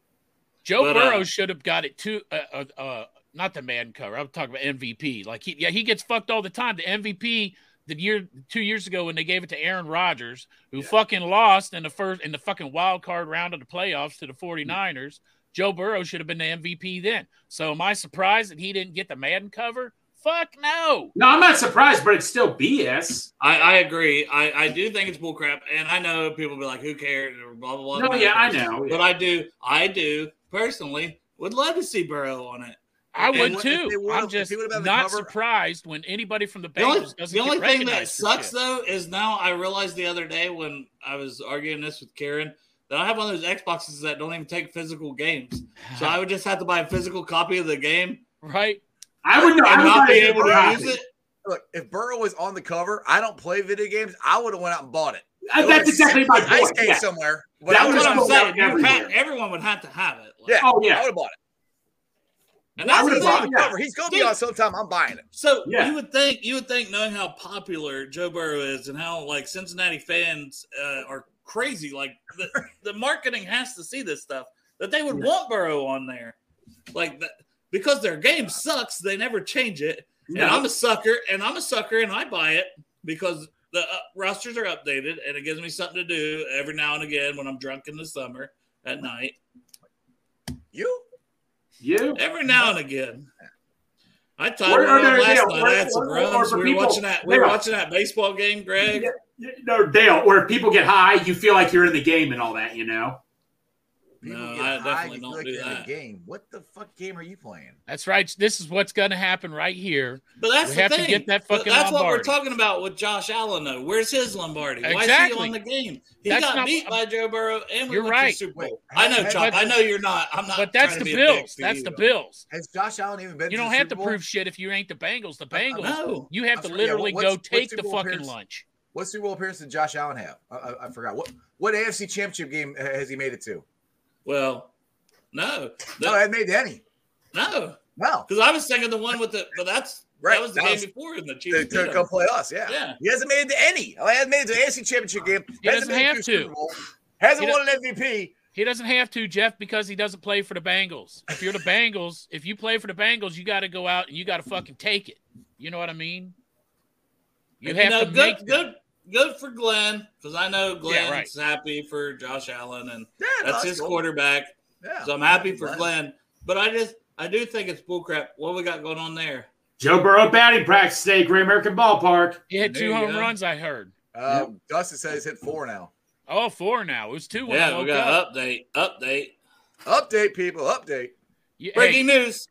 [SPEAKER 4] Joe
[SPEAKER 2] But,
[SPEAKER 4] Burrow
[SPEAKER 2] uh,
[SPEAKER 4] should have got it too. Uh, uh, uh, not the man cover. I'm talking about MVP. Like he, yeah, he gets fucked all the time. The MVP the year two years ago when they gave it to Aaron Rodgers, who fucking lost in the first in the fucking wild card round of the playoffs to the 49ers. Joe Burrow should have been the MVP then. So am I surprised that he didn't get the Madden cover? Fuck no.
[SPEAKER 5] No, I'm not surprised, but it's still BS.
[SPEAKER 2] I, I agree. I, I do think it's bull crap, and I know people be like, "Who cares?" Or blah blah blah.
[SPEAKER 5] No, yeah, I know.
[SPEAKER 2] But I do, I do personally would love to see Burrow on it.
[SPEAKER 4] I
[SPEAKER 2] And
[SPEAKER 4] would
[SPEAKER 3] what- if they
[SPEAKER 4] too.
[SPEAKER 3] would've-
[SPEAKER 4] I'm
[SPEAKER 3] if
[SPEAKER 4] just
[SPEAKER 3] they would've had the
[SPEAKER 4] not
[SPEAKER 3] cover-
[SPEAKER 4] surprised when anybody from the
[SPEAKER 2] The only,
[SPEAKER 4] Bengals doesn't.
[SPEAKER 2] the only
[SPEAKER 4] get
[SPEAKER 2] thing that
[SPEAKER 4] recognized for
[SPEAKER 2] sucks
[SPEAKER 4] shit.
[SPEAKER 2] though is now I realized the other day when I was arguing this with Karen that I have one of those Xboxes that don't even take physical games. So I would just have to buy a physical copy of the game
[SPEAKER 4] right?
[SPEAKER 5] I would know.
[SPEAKER 2] and
[SPEAKER 5] I would
[SPEAKER 2] not
[SPEAKER 5] not
[SPEAKER 2] be able to use it.
[SPEAKER 3] Look, if Burrow was on the cover, I don't play video games. I would have went out and bought it.
[SPEAKER 5] I, that's exactly my
[SPEAKER 3] Ice
[SPEAKER 5] point.
[SPEAKER 3] came
[SPEAKER 5] Yeah.
[SPEAKER 3] somewhere.
[SPEAKER 5] That
[SPEAKER 3] but I
[SPEAKER 2] That's
[SPEAKER 3] would've
[SPEAKER 2] what
[SPEAKER 5] was
[SPEAKER 2] I'm
[SPEAKER 3] bought it.
[SPEAKER 5] sold
[SPEAKER 2] saying.
[SPEAKER 5] out
[SPEAKER 2] You
[SPEAKER 5] everywhere.
[SPEAKER 2] had- everyone would have to have it. Like-
[SPEAKER 3] Yeah.
[SPEAKER 5] Oh
[SPEAKER 3] I
[SPEAKER 5] yeah.
[SPEAKER 3] would have bought it.
[SPEAKER 2] And
[SPEAKER 3] I
[SPEAKER 2] that's
[SPEAKER 3] would
[SPEAKER 2] the
[SPEAKER 5] would've
[SPEAKER 3] have
[SPEAKER 2] thing.
[SPEAKER 3] bought
[SPEAKER 5] bought
[SPEAKER 3] the
[SPEAKER 5] it.
[SPEAKER 3] cover. He's going to be on sometime. I'm buying it.
[SPEAKER 2] So
[SPEAKER 5] Yeah.
[SPEAKER 2] you would think you would think knowing how popular Joe Burrow is and how like Cincinnati fans uh, are crazy, like the, the marketing has to see this stuff that they would want Burrow on there, like that because their game sucks. They never change it, and I'm
[SPEAKER 5] No.
[SPEAKER 2] a sucker, and I'm a sucker, and I buy it because the uh, rosters are updated, and it gives me something to do every now and again when I'm drunk in the summer at night.
[SPEAKER 3] You?
[SPEAKER 5] You?
[SPEAKER 2] Every now and again. I thought about no, last yeah, night. Where, I had some runs. We were people, watching that. We were watching that baseball game, Greg.
[SPEAKER 5] Yeah, no, Dale. Where people get high, you feel like you're in the game and all that. You know.
[SPEAKER 2] People no, I definitely don't like do that.
[SPEAKER 3] Game. What the fuck game are you playing?
[SPEAKER 4] That's right. This is what's going to happen right here.
[SPEAKER 2] But that's
[SPEAKER 4] we
[SPEAKER 2] the
[SPEAKER 4] have
[SPEAKER 2] thing.
[SPEAKER 4] to get that
[SPEAKER 2] But
[SPEAKER 4] fucking
[SPEAKER 2] that's what we're
[SPEAKER 4] Lombardi.
[SPEAKER 2] talking about with Josh Allen. Though, where's his Lombardi? Why is he
[SPEAKER 4] Exactly.
[SPEAKER 2] on the game? He
[SPEAKER 4] That's
[SPEAKER 2] got
[SPEAKER 4] not-
[SPEAKER 2] beat by Joe Burrow, and we
[SPEAKER 4] You're
[SPEAKER 2] went
[SPEAKER 4] right.
[SPEAKER 2] to the Super
[SPEAKER 3] Wait,
[SPEAKER 2] Bowl.
[SPEAKER 3] how-
[SPEAKER 2] I know,
[SPEAKER 3] how-
[SPEAKER 2] Chuck. I know you're not. I'm not.
[SPEAKER 4] But that's
[SPEAKER 2] trying
[SPEAKER 4] the
[SPEAKER 2] to be a dick
[SPEAKER 4] Bills.
[SPEAKER 2] to
[SPEAKER 4] That's
[SPEAKER 2] you,
[SPEAKER 4] the
[SPEAKER 2] though.
[SPEAKER 4] Bills.
[SPEAKER 3] Has Josh Allen even been?
[SPEAKER 4] You
[SPEAKER 3] to
[SPEAKER 4] don't
[SPEAKER 3] the
[SPEAKER 4] have
[SPEAKER 3] Super
[SPEAKER 4] to
[SPEAKER 3] Bowl?
[SPEAKER 4] prove shit if you ain't the Bengals. The Bengals,
[SPEAKER 2] No.
[SPEAKER 4] you have to
[SPEAKER 3] I'm sorry, yeah,
[SPEAKER 4] literally
[SPEAKER 3] what-
[SPEAKER 4] go
[SPEAKER 3] what's-
[SPEAKER 4] take
[SPEAKER 3] what's
[SPEAKER 4] the
[SPEAKER 3] Super Bowl
[SPEAKER 4] fucking
[SPEAKER 3] appearance?
[SPEAKER 4] lunch.
[SPEAKER 3] What Super Bowl appearance did Josh Allen have? I, I, I forgot. What what AFC Championship game ha- has he made it to?
[SPEAKER 2] Well, no,
[SPEAKER 3] No,
[SPEAKER 2] The-
[SPEAKER 3] I made any.
[SPEAKER 2] no,
[SPEAKER 3] No,
[SPEAKER 2] because I was thinking the one with the. But that's
[SPEAKER 3] Right,
[SPEAKER 2] That was the
[SPEAKER 3] that
[SPEAKER 2] game
[SPEAKER 3] was-
[SPEAKER 2] before in the
[SPEAKER 3] to,
[SPEAKER 2] Chiefs.
[SPEAKER 3] to
[SPEAKER 2] beat
[SPEAKER 3] come
[SPEAKER 2] 'em.
[SPEAKER 3] play us. Yeah.
[SPEAKER 2] Yeah.
[SPEAKER 3] he hasn't made it to any. Oh, He hasn't made it to the AFC Championship game.
[SPEAKER 4] He doesn't
[SPEAKER 3] hasn't been
[SPEAKER 4] have to.
[SPEAKER 3] a Super Bowl, Hasn't
[SPEAKER 4] He
[SPEAKER 3] won an MVP.
[SPEAKER 4] He doesn't have to, Jeff, because he doesn't play for the Bengals. If you're the Bengals, if you play for the Bengals, you got to go out and you got to fucking take it. You know what I mean? You
[SPEAKER 2] And,
[SPEAKER 4] have
[SPEAKER 2] know,
[SPEAKER 4] to
[SPEAKER 2] good,
[SPEAKER 4] make
[SPEAKER 2] good, good for Glenn because I know Glenn's
[SPEAKER 4] right.
[SPEAKER 2] happy for Josh Allen, and
[SPEAKER 3] Yeah, no,
[SPEAKER 2] that's his
[SPEAKER 3] cool.
[SPEAKER 2] quarterback.
[SPEAKER 3] Yeah.
[SPEAKER 2] So I'm happy for Glenn, but I just I do think it's bullcrap. What we got going on there?
[SPEAKER 5] Joe Burrow batting practice today, Great American Ballpark.
[SPEAKER 4] He had
[SPEAKER 2] There
[SPEAKER 4] two
[SPEAKER 2] you
[SPEAKER 4] home
[SPEAKER 2] go.
[SPEAKER 4] runs, I heard.
[SPEAKER 3] Uh, Dustin says he's hit four now.
[SPEAKER 4] Oh, four now. It was two when I
[SPEAKER 2] Yeah,
[SPEAKER 4] woke
[SPEAKER 2] we got
[SPEAKER 4] up.
[SPEAKER 2] update. Update.
[SPEAKER 3] Update, people. Update.
[SPEAKER 4] You- hey,
[SPEAKER 2] Breaking news.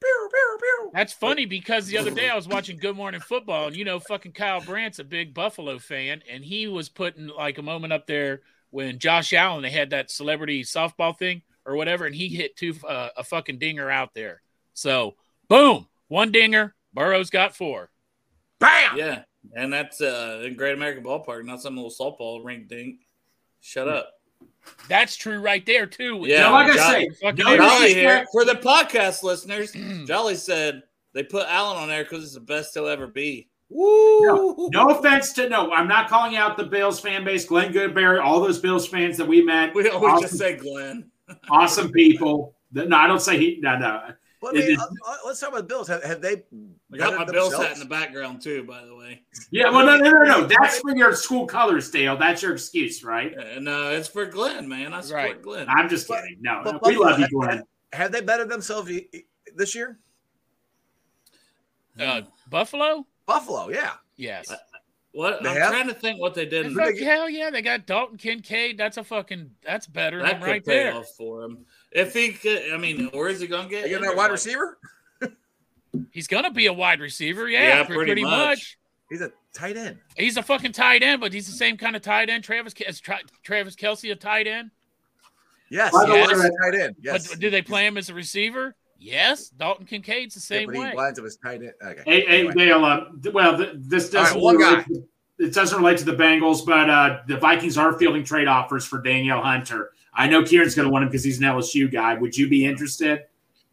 [SPEAKER 3] Pew, pew, pew.
[SPEAKER 4] That's funny because the other day I was watching Good Morning Football, and you know, fucking Kyle Brandt's a big Buffalo fan, and he was putting like a moment up there when Josh Allen they had that celebrity softball thing or whatever, and he hit two uh, a fucking dinger out there. So boom, one dinger. Burrow's got four.
[SPEAKER 5] Bam!
[SPEAKER 2] Yeah, and that's uh in Great American Ballpark, not some little softball rink dink. Shut up.
[SPEAKER 4] That's true right there too. with
[SPEAKER 2] Yeah,
[SPEAKER 4] Josh
[SPEAKER 5] Now, like I
[SPEAKER 2] Josh-
[SPEAKER 5] say,
[SPEAKER 4] fucking
[SPEAKER 5] no,
[SPEAKER 4] Allen.
[SPEAKER 5] no.
[SPEAKER 2] Jolly
[SPEAKER 5] is
[SPEAKER 2] here
[SPEAKER 5] correct.
[SPEAKER 2] for the podcast listeners. Jolly said they put Allen on there because it's the best he'll ever be. Woo!
[SPEAKER 5] No offense to no, I'm not calling out the Bills fan base, Glenn Goodberry, all those Bills fans that we met.
[SPEAKER 2] we always
[SPEAKER 5] awesome,
[SPEAKER 2] just say Glenn.
[SPEAKER 5] awesome people. No, I don't say he. No, no.
[SPEAKER 3] Well,
[SPEAKER 5] It
[SPEAKER 3] I mean,
[SPEAKER 5] is-
[SPEAKER 3] uh, uh, let's talk about the Bills. Have, have they?
[SPEAKER 2] I got my
[SPEAKER 3] bettered
[SPEAKER 2] Bills hat
[SPEAKER 3] themselves?
[SPEAKER 2] in the background too, by the way.
[SPEAKER 5] Yeah, well, no, no, no, no. That's for your school colors, Dale. That's your excuse, right?
[SPEAKER 2] And uh, it's for Glenn, man. I support
[SPEAKER 4] Right.
[SPEAKER 2] Glenn.
[SPEAKER 5] I'm just kidding. No,
[SPEAKER 3] But
[SPEAKER 5] we love you,
[SPEAKER 3] Buffalo-
[SPEAKER 5] Glenn.
[SPEAKER 3] Have they bettered themselves e- e- this year?
[SPEAKER 4] Uh, Buffalo.
[SPEAKER 3] Buffalo, yeah.
[SPEAKER 2] Uh,
[SPEAKER 4] Yes.
[SPEAKER 2] What
[SPEAKER 3] They
[SPEAKER 2] I'm
[SPEAKER 3] have?
[SPEAKER 2] trying to think what they did. in-
[SPEAKER 4] Fuck hell yeah, they got Dalton Kincaid. That's a fucking. That's better
[SPEAKER 2] That
[SPEAKER 4] than
[SPEAKER 2] could
[SPEAKER 4] right
[SPEAKER 2] pay
[SPEAKER 4] there.
[SPEAKER 2] off for him if he could. I mean, where is he going to get?
[SPEAKER 3] They got
[SPEAKER 2] injured?
[SPEAKER 3] that wide
[SPEAKER 2] Like,
[SPEAKER 3] receiver.
[SPEAKER 4] He's gonna be a wide receiver, yeah,
[SPEAKER 2] Yeah,
[SPEAKER 4] pre-
[SPEAKER 2] pretty
[SPEAKER 4] pretty,
[SPEAKER 2] much.
[SPEAKER 4] much.
[SPEAKER 3] He's a tight end.
[SPEAKER 4] He's a fucking tight end, but he's the same kind of tight end. Travis Ke- is Tra- Travis Kelsey a tight end,
[SPEAKER 3] Yes,
[SPEAKER 5] By the
[SPEAKER 3] yes.
[SPEAKER 5] way-
[SPEAKER 3] tight end. Yes.
[SPEAKER 4] but do they play him as a receiver? Yes. Dalton Kincaid's the
[SPEAKER 3] Yeah,
[SPEAKER 4] same
[SPEAKER 3] but he
[SPEAKER 4] way.
[SPEAKER 3] winds up as tight end. Okay.
[SPEAKER 5] Hey, hey
[SPEAKER 3] anyway.
[SPEAKER 5] Dale. Uh, th- well, th- this
[SPEAKER 3] All right,
[SPEAKER 5] doesn't
[SPEAKER 3] one
[SPEAKER 5] relate to- it doesn't relate to the Bengals, but uh, the Vikings are fielding trade offers for Danielle Hunter. I know Kieran's going to want him because he's an LSU guy. Would you be interested?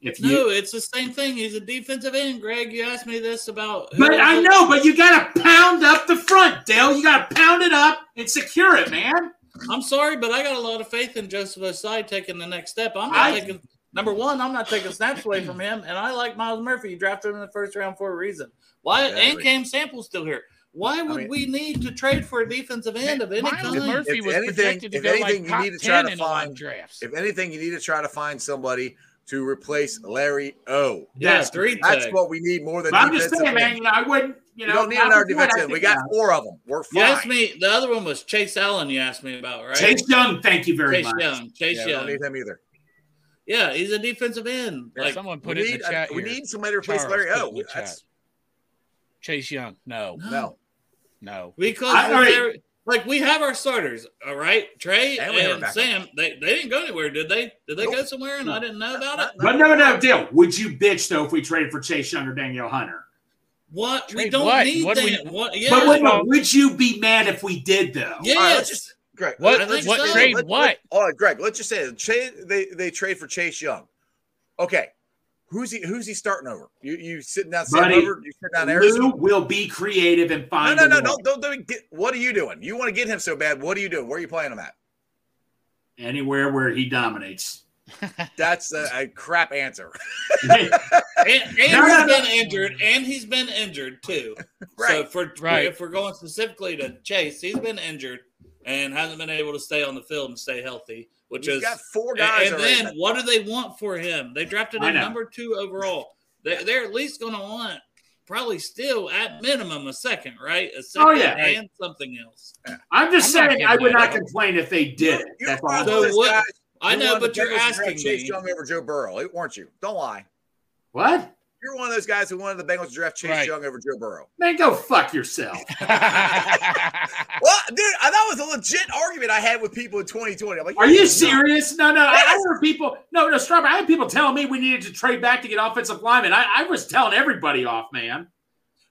[SPEAKER 5] If you,
[SPEAKER 2] No, it's the same thing. He's a defensive end, Greg. You asked me this about. who
[SPEAKER 5] but
[SPEAKER 2] was
[SPEAKER 5] I
[SPEAKER 2] it?
[SPEAKER 5] know, but you got to pound up the front, Dale. You got to pound it up and secure it, man.
[SPEAKER 2] I'm sorry, but I got a lot of faith in Joseph Osai taking the next step. I'm not
[SPEAKER 5] I-
[SPEAKER 2] taking number one. I'm not taking snaps away from him, and I like Miles Murphy. You drafted him in the first round for a reason. Why? And
[SPEAKER 3] Exactly.
[SPEAKER 2] Cam Sample's still here. Why would
[SPEAKER 3] mean-
[SPEAKER 2] we need to trade for a defensive end of any
[SPEAKER 4] Miles
[SPEAKER 2] kind?
[SPEAKER 4] Murphy
[SPEAKER 3] If
[SPEAKER 4] was
[SPEAKER 3] anything-
[SPEAKER 4] projected to
[SPEAKER 3] if
[SPEAKER 4] go
[SPEAKER 3] anything,
[SPEAKER 4] like
[SPEAKER 3] you
[SPEAKER 4] top
[SPEAKER 3] need to try
[SPEAKER 4] ten
[SPEAKER 3] to
[SPEAKER 4] in a lot
[SPEAKER 3] find-
[SPEAKER 4] of drafts.
[SPEAKER 3] If anything, you need to try to find somebody to replace Larry O.
[SPEAKER 2] yeah,
[SPEAKER 5] That's-
[SPEAKER 2] three.
[SPEAKER 3] That's
[SPEAKER 2] tech.
[SPEAKER 3] what we need more than
[SPEAKER 5] But I'm just
[SPEAKER 3] defensive
[SPEAKER 5] saying, man.
[SPEAKER 3] end.
[SPEAKER 5] You know, I wouldn't. You
[SPEAKER 3] We
[SPEAKER 5] know,
[SPEAKER 3] don't need
[SPEAKER 5] not
[SPEAKER 3] another
[SPEAKER 5] before I
[SPEAKER 3] defensive end.
[SPEAKER 5] think
[SPEAKER 3] We got
[SPEAKER 5] about it.
[SPEAKER 3] four of them. We're
[SPEAKER 2] You
[SPEAKER 3] fine.
[SPEAKER 2] asked me. The other one was Chase Allen. You asked me about, right?
[SPEAKER 5] Chase Young. Thank you very
[SPEAKER 2] Chase
[SPEAKER 5] much.
[SPEAKER 2] Young. Chase
[SPEAKER 3] Yeah, we
[SPEAKER 2] Young.
[SPEAKER 3] don't need him either.
[SPEAKER 2] yeah, he's a defensive end.
[SPEAKER 4] Yeah,
[SPEAKER 2] Like,
[SPEAKER 4] Someone
[SPEAKER 3] We
[SPEAKER 4] put it in
[SPEAKER 3] need,
[SPEAKER 4] the chat
[SPEAKER 3] we
[SPEAKER 4] here.
[SPEAKER 3] need somebody to replace
[SPEAKER 4] Charles,
[SPEAKER 3] Larry
[SPEAKER 4] put it
[SPEAKER 3] O.
[SPEAKER 4] in the chat.
[SPEAKER 3] That's-
[SPEAKER 4] Chase Young, no,
[SPEAKER 3] no.
[SPEAKER 4] no.
[SPEAKER 2] because
[SPEAKER 5] I- all right.
[SPEAKER 2] they're- like we have our starters, all right. Trey
[SPEAKER 3] And
[SPEAKER 2] and,
[SPEAKER 3] we have our backup.
[SPEAKER 2] Sam, they, they didn't go anywhere, did they? Did they go
[SPEAKER 3] Nope.
[SPEAKER 2] somewhere? And I didn't know about it.
[SPEAKER 3] Not-
[SPEAKER 5] But no, no, Dale. Would you bitch though if we traded for Chase Young or Danielle Hunter?
[SPEAKER 2] What we
[SPEAKER 4] Trade
[SPEAKER 2] don't
[SPEAKER 4] what?
[SPEAKER 2] need
[SPEAKER 4] What do
[SPEAKER 2] that.
[SPEAKER 4] we-
[SPEAKER 2] what, yeah,
[SPEAKER 5] but wait,
[SPEAKER 4] you know-
[SPEAKER 5] would you be mad if we did though?
[SPEAKER 2] yes.
[SPEAKER 3] All right, let's just- Greg,
[SPEAKER 4] What-
[SPEAKER 3] let's just
[SPEAKER 2] what
[SPEAKER 3] say-
[SPEAKER 2] trade
[SPEAKER 3] let's-
[SPEAKER 4] what?
[SPEAKER 3] let's- All right, Greg. Let's just say that Chase, they they trade for Chase Young. Okay, who's he? Who's he starting over? You you sitting down Sam
[SPEAKER 5] Buddy,
[SPEAKER 3] Hubbard? You sitting down Harrison?
[SPEAKER 5] Lou will be creative and
[SPEAKER 3] No,
[SPEAKER 5] find.
[SPEAKER 3] no,
[SPEAKER 5] a
[SPEAKER 3] no,
[SPEAKER 5] way.
[SPEAKER 3] no. Don't, don't get, what are you doing? You want to get him so bad. What are you doing? Where are you playing him at?
[SPEAKER 5] Anywhere where he dominates.
[SPEAKER 3] That's a, a crap answer.
[SPEAKER 2] and, and
[SPEAKER 5] No, no,
[SPEAKER 2] he's
[SPEAKER 5] no.
[SPEAKER 2] been injured, and he's been injured too. So
[SPEAKER 3] Right.
[SPEAKER 2] for
[SPEAKER 4] Right.
[SPEAKER 2] if we're going specifically to Chase, he's been injured and hasn't been able to stay on the field and stay healthy, which
[SPEAKER 3] He's
[SPEAKER 2] is
[SPEAKER 3] got four
[SPEAKER 2] And-
[SPEAKER 3] guys
[SPEAKER 2] And,
[SPEAKER 3] already.
[SPEAKER 2] then what do they want for him? They drafted
[SPEAKER 5] I
[SPEAKER 2] him
[SPEAKER 5] know.
[SPEAKER 2] number two overall. They, they're at least going to want probably still at minimum a second, right? A second
[SPEAKER 5] Oh, yeah.
[SPEAKER 2] and something else.
[SPEAKER 5] I'm just
[SPEAKER 4] I'm not
[SPEAKER 5] saying I would
[SPEAKER 4] giving
[SPEAKER 5] not
[SPEAKER 4] up.
[SPEAKER 5] complain if they did. it.
[SPEAKER 3] You're
[SPEAKER 5] That's all I'm
[SPEAKER 3] probably-
[SPEAKER 5] saying.
[SPEAKER 2] So what?
[SPEAKER 3] guys,
[SPEAKER 2] I
[SPEAKER 3] You're
[SPEAKER 2] know,
[SPEAKER 3] one of the
[SPEAKER 2] but you're
[SPEAKER 3] Bengals who
[SPEAKER 2] asking
[SPEAKER 3] dragged Chase
[SPEAKER 2] me.
[SPEAKER 3] Young over Joe Burrow, It- weren't you? Don't lie.
[SPEAKER 5] What?
[SPEAKER 3] You're one of those guys who wanted the Bengals to draft Chase
[SPEAKER 4] Right.
[SPEAKER 3] Young over Joe Burrow.
[SPEAKER 5] Man, go fuck yourself.
[SPEAKER 3] Well, dude, I, that was a legit argument I had with people in 2020. I'm like,
[SPEAKER 5] Are you
[SPEAKER 3] you're nuts.
[SPEAKER 5] serious? No, no. I, I heard people. No, no, Strawberry. I had people telling me we needed to trade back to get offensive linemen. I, I was telling everybody off, man.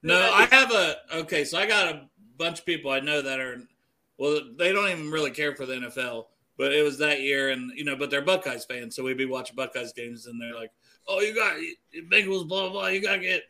[SPEAKER 2] No, I have a okay. So I got a bunch of people I know that are well, they don't even really care for the NFL. But it was that year, and you know, but they're Buckeyes fans, so we'd be watching Buckeyes games, and they're like, "Oh, you got you- Bengals, blah blah. blah. You gotta get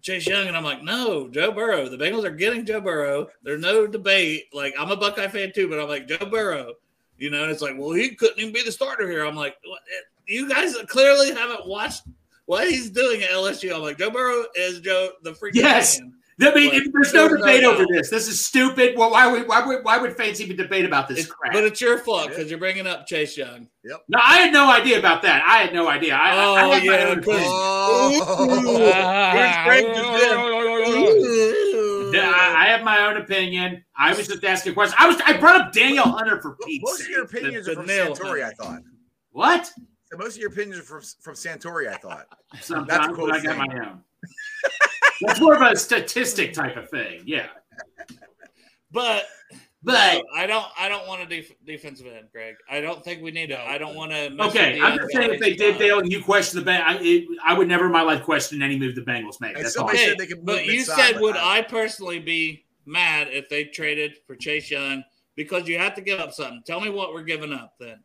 [SPEAKER 2] Chase Young," and I'm like, "No, Joe Burrow. The Bengals are getting Joe Burrow. There's no debate. Like, I'm a Buckeye fan too, but I'm like Joe Burrow. You know, and it's like, well, he couldn't even be the starter here. I'm like, what? you guys clearly haven't watched what he's doing at LSU. I'm like, Joe Burrow is Joe the freaking
[SPEAKER 5] Yes.
[SPEAKER 2] man.
[SPEAKER 5] I mean,
[SPEAKER 2] Like,
[SPEAKER 5] there's no
[SPEAKER 2] there's no
[SPEAKER 5] debate over
[SPEAKER 2] doubt.
[SPEAKER 5] this. This is stupid. Well, why would why would why would fans even debate about this
[SPEAKER 2] It's-
[SPEAKER 5] crap?
[SPEAKER 2] but it's your fault because you're bringing up Chase Young.
[SPEAKER 5] no, I had no idea about that. I had no idea. I, I- I
[SPEAKER 2] Oh,
[SPEAKER 5] had my
[SPEAKER 2] yeah,
[SPEAKER 5] own
[SPEAKER 2] good.
[SPEAKER 5] opinion.
[SPEAKER 3] Oh.
[SPEAKER 5] Yeah, I, I have my own opinion. I was just asking questions. I was I brought up Daniel Hunter for Pete's
[SPEAKER 3] Most of your
[SPEAKER 5] sake.
[SPEAKER 3] opinions
[SPEAKER 2] the-
[SPEAKER 3] are
[SPEAKER 2] the
[SPEAKER 3] from
[SPEAKER 2] nail
[SPEAKER 3] Santori, I
[SPEAKER 2] hunter.
[SPEAKER 3] thought.
[SPEAKER 5] What?
[SPEAKER 3] So most of your opinions are from from Santori, I thought. That's a
[SPEAKER 5] Sometimes
[SPEAKER 3] cool
[SPEAKER 5] but I got
[SPEAKER 3] thing.
[SPEAKER 5] my own. That's more of a statistic type of thing. Yeah.
[SPEAKER 2] But
[SPEAKER 5] But
[SPEAKER 2] I don't. I don't want a def- defensive end, Greg. I don't think we need to. I don't want to.
[SPEAKER 5] okay, I'm just saying if they did Dale and you question the bang, I, it, I would never in my life question any move the Bengals make.
[SPEAKER 3] And
[SPEAKER 5] That's all.
[SPEAKER 3] somebody
[SPEAKER 2] Okay,
[SPEAKER 3] said they could move
[SPEAKER 2] but
[SPEAKER 3] him
[SPEAKER 2] you
[SPEAKER 3] inside,
[SPEAKER 2] said
[SPEAKER 3] but
[SPEAKER 2] would
[SPEAKER 3] I-
[SPEAKER 2] I personally be mad if they traded for Chase Young because you have to give up something. Tell me what we're giving up then.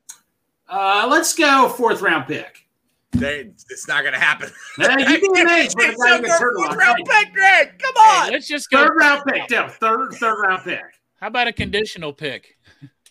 [SPEAKER 5] Uh, let's go fourth round pick.
[SPEAKER 3] They, it's not going to happen.
[SPEAKER 5] Hey, you can manage with a guy with a turtle on.
[SPEAKER 3] pick, Greg. Come
[SPEAKER 4] Hey, let's just go.
[SPEAKER 5] Third round pick, Dale. Third third round pick.
[SPEAKER 4] How about a conditional pick?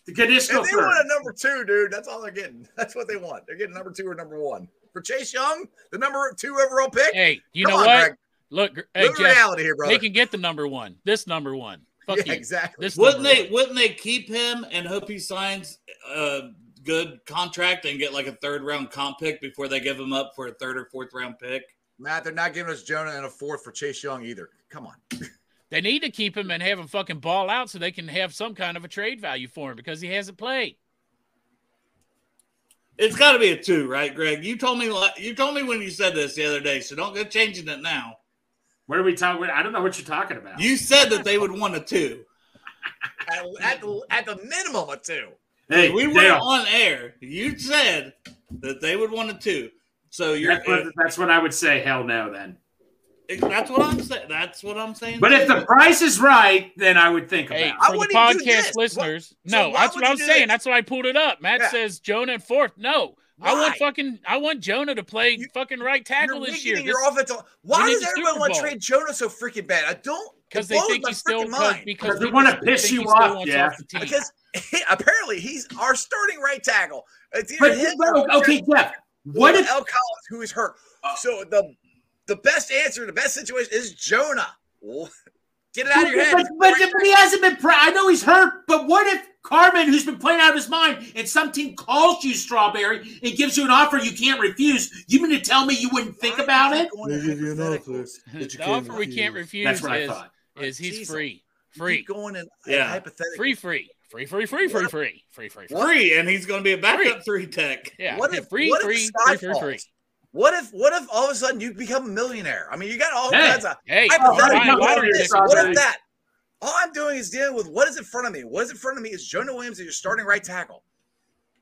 [SPEAKER 5] The conditional
[SPEAKER 3] If they want
[SPEAKER 5] third.
[SPEAKER 3] a number two, dude, that's all they're getting. That's what they want. They're getting number two or number one. For Chase Young, the number two overall pick.
[SPEAKER 4] Hey, you
[SPEAKER 3] Come
[SPEAKER 4] know
[SPEAKER 3] on,
[SPEAKER 4] what?
[SPEAKER 3] Greg.
[SPEAKER 4] Look, gr- hey,
[SPEAKER 3] Live in
[SPEAKER 4] Jeff,
[SPEAKER 3] reality here, brother.
[SPEAKER 4] they can get the number one. This number one. Fuck you.
[SPEAKER 3] yeah, exactly.
[SPEAKER 4] This
[SPEAKER 2] Wouldn't
[SPEAKER 4] number
[SPEAKER 2] they?
[SPEAKER 4] one.
[SPEAKER 2] Wouldn't they keep him and hope he signs a good contract and get like a third round comp pick before they give him up for a third or fourth round pick?
[SPEAKER 3] Matt, they're not giving us Jonah and a fourth for Chase Young either. Come on.
[SPEAKER 4] They need to keep him and have him fucking ball out so they can have some kind of a trade value for him because he hasn't played.
[SPEAKER 2] It's got to be a two, right, Greg? You told me li- you told me when you said this the other day, so don't go changing it now.
[SPEAKER 5] What are we talking? I don't know what you're talking about.
[SPEAKER 2] You said that they would want a two.
[SPEAKER 3] At, at, the, at the minimum, a two.
[SPEAKER 5] hey,
[SPEAKER 2] We were
[SPEAKER 5] Dale.
[SPEAKER 2] on air. You said that they would want a two. So you're
[SPEAKER 5] That's what, that's what I would say. Hell no, then.
[SPEAKER 2] that's what I'm saying. That's what I'm saying.
[SPEAKER 5] But if the price is right, then I would think
[SPEAKER 4] Hey,
[SPEAKER 5] about
[SPEAKER 3] I
[SPEAKER 4] for the
[SPEAKER 3] wouldn't even do
[SPEAKER 4] podcast
[SPEAKER 3] this.
[SPEAKER 4] listeners,
[SPEAKER 3] What- so
[SPEAKER 4] no,
[SPEAKER 3] why
[SPEAKER 4] that's
[SPEAKER 3] would
[SPEAKER 4] what
[SPEAKER 3] you
[SPEAKER 4] I'm
[SPEAKER 3] do
[SPEAKER 4] saying.
[SPEAKER 3] this?
[SPEAKER 4] That's why I pulled it up. Matt
[SPEAKER 3] Yeah.
[SPEAKER 4] says Jonah and fourth. No, I
[SPEAKER 3] Why?
[SPEAKER 4] want fucking, I want Jonah to play
[SPEAKER 3] You-
[SPEAKER 4] fucking right tackle
[SPEAKER 3] You're
[SPEAKER 4] this
[SPEAKER 3] weakening
[SPEAKER 4] year.
[SPEAKER 3] Your offensive. Why
[SPEAKER 4] need
[SPEAKER 3] does
[SPEAKER 4] the
[SPEAKER 3] everyone
[SPEAKER 4] Super
[SPEAKER 3] want to
[SPEAKER 4] Bowl.
[SPEAKER 3] trade Jonah so freaking bad? I don't. it
[SPEAKER 4] because they
[SPEAKER 3] blows
[SPEAKER 4] think
[SPEAKER 3] my
[SPEAKER 4] he's still
[SPEAKER 3] freaking
[SPEAKER 4] because, because
[SPEAKER 3] mind.
[SPEAKER 5] Because they
[SPEAKER 4] people
[SPEAKER 5] wanna
[SPEAKER 4] think
[SPEAKER 5] piss
[SPEAKER 4] he
[SPEAKER 5] you
[SPEAKER 4] still
[SPEAKER 5] off,
[SPEAKER 4] wants
[SPEAKER 5] Jeff.
[SPEAKER 4] the team.
[SPEAKER 3] Because apparently he's our starting right tackle. It's either
[SPEAKER 5] But
[SPEAKER 3] him
[SPEAKER 5] bro,
[SPEAKER 3] or
[SPEAKER 5] okay, Jeff. What
[SPEAKER 3] What
[SPEAKER 5] if? Uh.
[SPEAKER 3] L. Collins, who is hurt? So the the best answer, the best situation is Jonah. Get it out of your head.
[SPEAKER 5] But, but, but he hasn't been. Pra- I know he's hurt. But what if Carmen, who's been playing out of his mind, and some team calls you Strawberry and gives you an offer you can't refuse? You mean to tell me you wouldn't think about it?
[SPEAKER 3] They give you an offer.
[SPEAKER 4] the offer we can't refuse
[SPEAKER 5] That's what I
[SPEAKER 4] is,
[SPEAKER 5] thought.
[SPEAKER 4] is he's
[SPEAKER 3] Jesus.
[SPEAKER 4] free, free,
[SPEAKER 3] Keep going and
[SPEAKER 2] Yeah.
[SPEAKER 3] hypothetical.
[SPEAKER 4] free, free, free, free, free, free, free, free, free, free.
[SPEAKER 2] three, and he's going to be a backup three tech.
[SPEAKER 4] Yeah,
[SPEAKER 3] What
[SPEAKER 4] yeah,
[SPEAKER 3] if-
[SPEAKER 4] free,
[SPEAKER 3] what if the
[SPEAKER 4] free,
[SPEAKER 3] sky
[SPEAKER 4] free, free,
[SPEAKER 3] falls?
[SPEAKER 4] free.
[SPEAKER 3] What if what if all of a sudden you become a millionaire? I mean, you got all
[SPEAKER 5] Hey.
[SPEAKER 3] kinds of
[SPEAKER 4] Hey,
[SPEAKER 3] I'm
[SPEAKER 5] Hypothetical
[SPEAKER 4] Ryan
[SPEAKER 3] not
[SPEAKER 4] Lottery
[SPEAKER 3] doing
[SPEAKER 5] is
[SPEAKER 3] this.
[SPEAKER 4] tickets.
[SPEAKER 5] not
[SPEAKER 3] What
[SPEAKER 5] very-
[SPEAKER 3] if that? All I'm doing is dealing with what is in front of me. What is in front of me is Jonah Williams as your starting right tackle.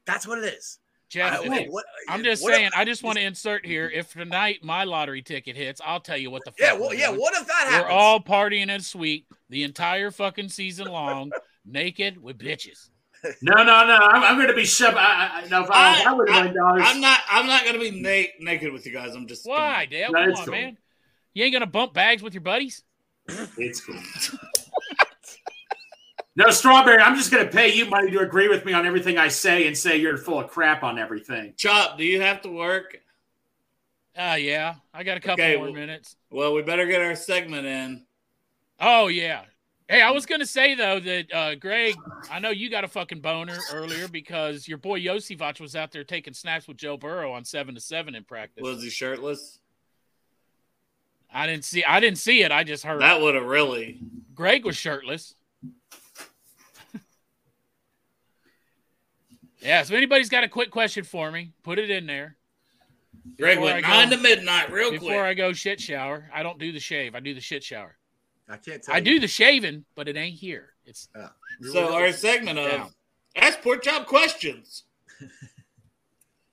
[SPEAKER 3] That's what it is.
[SPEAKER 4] Jeff,
[SPEAKER 3] I-
[SPEAKER 4] if
[SPEAKER 3] what-
[SPEAKER 4] it-
[SPEAKER 3] what-
[SPEAKER 4] I'm just
[SPEAKER 3] what if-
[SPEAKER 4] saying, I just want to insert here. If tonight my lottery ticket hits, I'll tell you what the fuck.
[SPEAKER 3] Yeah, well,
[SPEAKER 4] we're
[SPEAKER 3] yeah.
[SPEAKER 4] doing.
[SPEAKER 3] What if that
[SPEAKER 4] We're
[SPEAKER 3] happens?
[SPEAKER 4] all partying in suite the entire fucking season long, naked with bitches.
[SPEAKER 5] No, no, no. I'm, I'm going to be shoved. I, I, no, if I, if I would have won dollars.
[SPEAKER 2] I'm not. I'm not going to be na- naked with you guys. I'm just
[SPEAKER 4] Why, Dale?
[SPEAKER 5] That
[SPEAKER 4] Come
[SPEAKER 5] is
[SPEAKER 4] on,
[SPEAKER 5] cool.
[SPEAKER 4] man. You ain't gonna bump bags with your buddies?
[SPEAKER 5] It's cool. no, Strawberry, I'm just going to pay you money to agree with me on everything I say and say you're full of crap on everything.
[SPEAKER 2] Chop, do you have to work?
[SPEAKER 4] Oh yeah, I got a couple
[SPEAKER 2] Okay,
[SPEAKER 4] more
[SPEAKER 2] well-
[SPEAKER 4] minutes.
[SPEAKER 2] Well, we better get our segment in.
[SPEAKER 4] Oh yeah. Hey, I was gonna say though that uh, Greg, I know you got a fucking boner earlier because your boy Yosivach was out there taking snaps with Joe Burrow on seven to seven in practice.
[SPEAKER 2] Was he shirtless?
[SPEAKER 4] I didn't see. I didn't see it. I just heard.
[SPEAKER 2] That would have really.
[SPEAKER 4] Greg was shirtless. yeah. So if anybody's got a quick question for me, put it in there.
[SPEAKER 2] Greg
[SPEAKER 4] Before I
[SPEAKER 2] went
[SPEAKER 4] go-
[SPEAKER 2] nine to midnight real
[SPEAKER 4] Before
[SPEAKER 2] quick.
[SPEAKER 4] I go shit shower, I don't do the shave. I do the shit shower.
[SPEAKER 3] I can't tell.
[SPEAKER 4] I
[SPEAKER 3] you.
[SPEAKER 4] do the shaving, but it ain't here. It's
[SPEAKER 2] so our segment of
[SPEAKER 4] Down.
[SPEAKER 2] ask pork chop questions.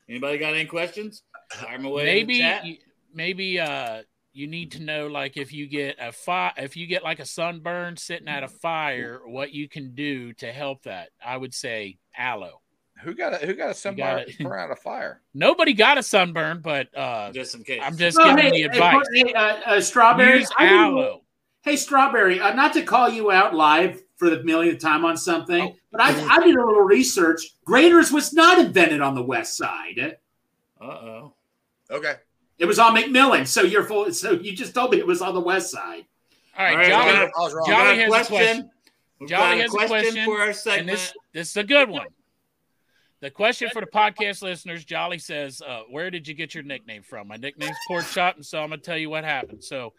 [SPEAKER 2] Anybody got any questions? Fire 'em away. in the
[SPEAKER 4] maybe
[SPEAKER 2] chat.
[SPEAKER 4] you- maybe uh you need to know like if you get a fire if you get like a sunburn sitting at a fire, what you can do to help that. I would say aloe.
[SPEAKER 3] Who got a, who got a sunburn
[SPEAKER 4] it.
[SPEAKER 3] burn out of fire?
[SPEAKER 4] Nobody got a sunburn, but uh
[SPEAKER 2] just in case.
[SPEAKER 4] I'm just
[SPEAKER 5] Oh,
[SPEAKER 4] giving the advice.
[SPEAKER 5] Hey, uh, uh, strawberry.
[SPEAKER 4] Use
[SPEAKER 5] I didn't-
[SPEAKER 4] aloe.
[SPEAKER 5] Hey, Strawberry, uh, not to call you out live for the millionth time on something,
[SPEAKER 4] Oh.
[SPEAKER 5] but I, I did a little research. Graders was not invented on the West Side.
[SPEAKER 2] Uh oh.
[SPEAKER 3] Okay.
[SPEAKER 5] It was on McMillan. So you're full. So you just told me it was on the West Side.
[SPEAKER 4] All right,
[SPEAKER 2] All right,
[SPEAKER 4] Johnny,
[SPEAKER 2] Johnny-
[SPEAKER 3] I was wrong.
[SPEAKER 4] Johnny
[SPEAKER 2] Got a
[SPEAKER 4] has a question.
[SPEAKER 2] We've
[SPEAKER 4] Johnny
[SPEAKER 2] got a
[SPEAKER 4] has a
[SPEAKER 2] question,
[SPEAKER 4] question,
[SPEAKER 2] for our
[SPEAKER 4] and
[SPEAKER 2] segment.
[SPEAKER 4] this this is a good one. The question for the podcast listeners, Jolly says, uh, "Where did you get your nickname from?" My nickname's Pork Chop, and so I'm gonna tell you what happened. So,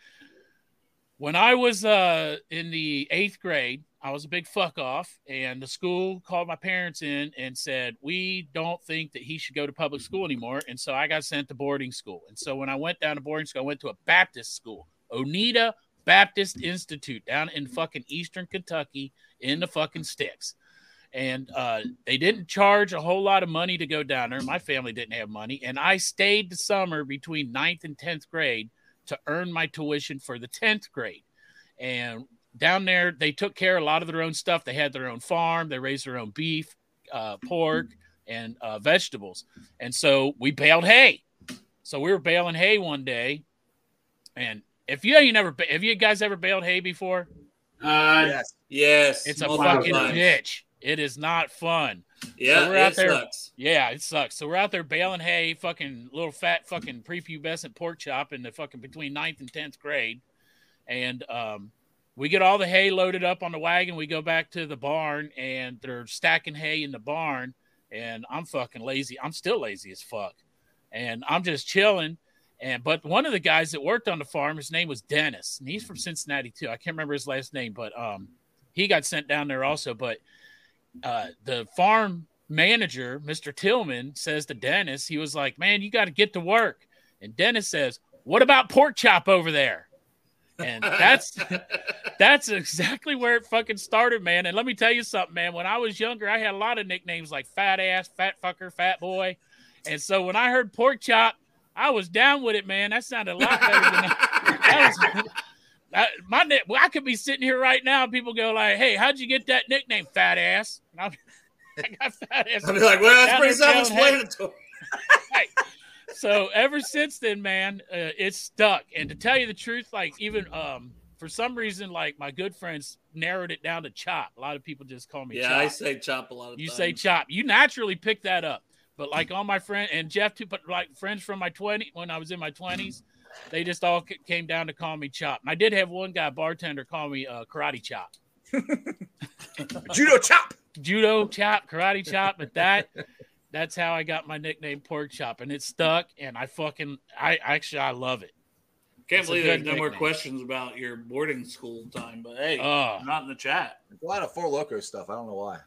[SPEAKER 4] when I was uh, in the eighth grade, I was a big fuck off, and the school called my parents in and said, "We don't think that he should go to public school anymore," and so I got sent to boarding school. And so when I went down to boarding school, I went to a Baptist school, Oneida Baptist Institute, down in fucking Eastern Kentucky, in the fucking sticks and uh, they didn't charge a whole lot of money to go down there. My family didn't have money, and I stayed the summer between ninth and tenth grade to earn my tuition for the tenth grade. And down there, they took care of a lot of their own stuff. They had their own farm. They raised their own beef, uh, pork, and uh, vegetables. And so we baled hay. So we were baling hay one day, and if you ain't never, ba- have you guys ever baled hay before?
[SPEAKER 5] Uh,
[SPEAKER 3] Yes.
[SPEAKER 2] yes,
[SPEAKER 4] It's a
[SPEAKER 2] multiple
[SPEAKER 4] fucking
[SPEAKER 2] times.
[SPEAKER 4] bitch. It is not fun.
[SPEAKER 2] Yeah,
[SPEAKER 4] So we're out
[SPEAKER 2] it
[SPEAKER 4] there.
[SPEAKER 2] sucks.
[SPEAKER 4] Yeah, it sucks. So we're out there baling hay, fucking little fat fucking prepubescent pork chop in the fucking between ninth and tenth grade. And um, we get all the hay loaded up on the wagon. We go back to the barn and they're stacking hay in the barn. And I'm fucking lazy. I'm still lazy as fuck. And I'm just chilling. And but one of the guys that worked on the farm, his name was Dennis, and he's from Cincinnati too. I can't remember his last name, but um, he got sent down there also. But uh, the farm manager, Mr. Tillman, says to Dennis, he was like, Man, you got to get to work. And Dennis says, What about pork chop over there? And that's that's exactly where it fucking started, man. And let me tell you something, man. When I was younger, I had a lot of nicknames like fat ass, fat fucker, fat boy. And so when I heard pork chop, I was down with it, man. That sounded a lot better than that was that, my nick. Well, I could be sitting here right now. And people go like, "Hey, how'd you get that nickname, fat ass?" And I'm, I got fat ass.
[SPEAKER 2] I'd be like, well, that's
[SPEAKER 4] Down
[SPEAKER 2] pretty
[SPEAKER 4] there baling hay.
[SPEAKER 2] self-explanatory.
[SPEAKER 4] so ever since then, man, uh, it's stuck. And to tell you the truth, like even um, for some reason, like my good friends narrowed it down to chop. A lot of people just call me.
[SPEAKER 2] Yeah,
[SPEAKER 4] chop.
[SPEAKER 2] I say chop a lot of
[SPEAKER 4] You
[SPEAKER 2] times.
[SPEAKER 4] say chop. You naturally pick that up. But like all my friend and Jeff too, but like friends from my twenty when I was in my twenties, they just all c- came down to call me chop. And I did have one guy bartender call me uh, karate chop,
[SPEAKER 3] Judo chop.
[SPEAKER 4] judo chop, karate chop. But that that's how I got my nickname pork chop, and it stuck. And I fucking I actually I love it.
[SPEAKER 2] Can't
[SPEAKER 4] It's a
[SPEAKER 2] believe
[SPEAKER 4] good
[SPEAKER 2] there's no more
[SPEAKER 4] nickname.
[SPEAKER 2] questions about your boarding school time, but hey,
[SPEAKER 4] Uh,
[SPEAKER 2] not in the chat.
[SPEAKER 3] A lot of four loco stuff. I don't know why.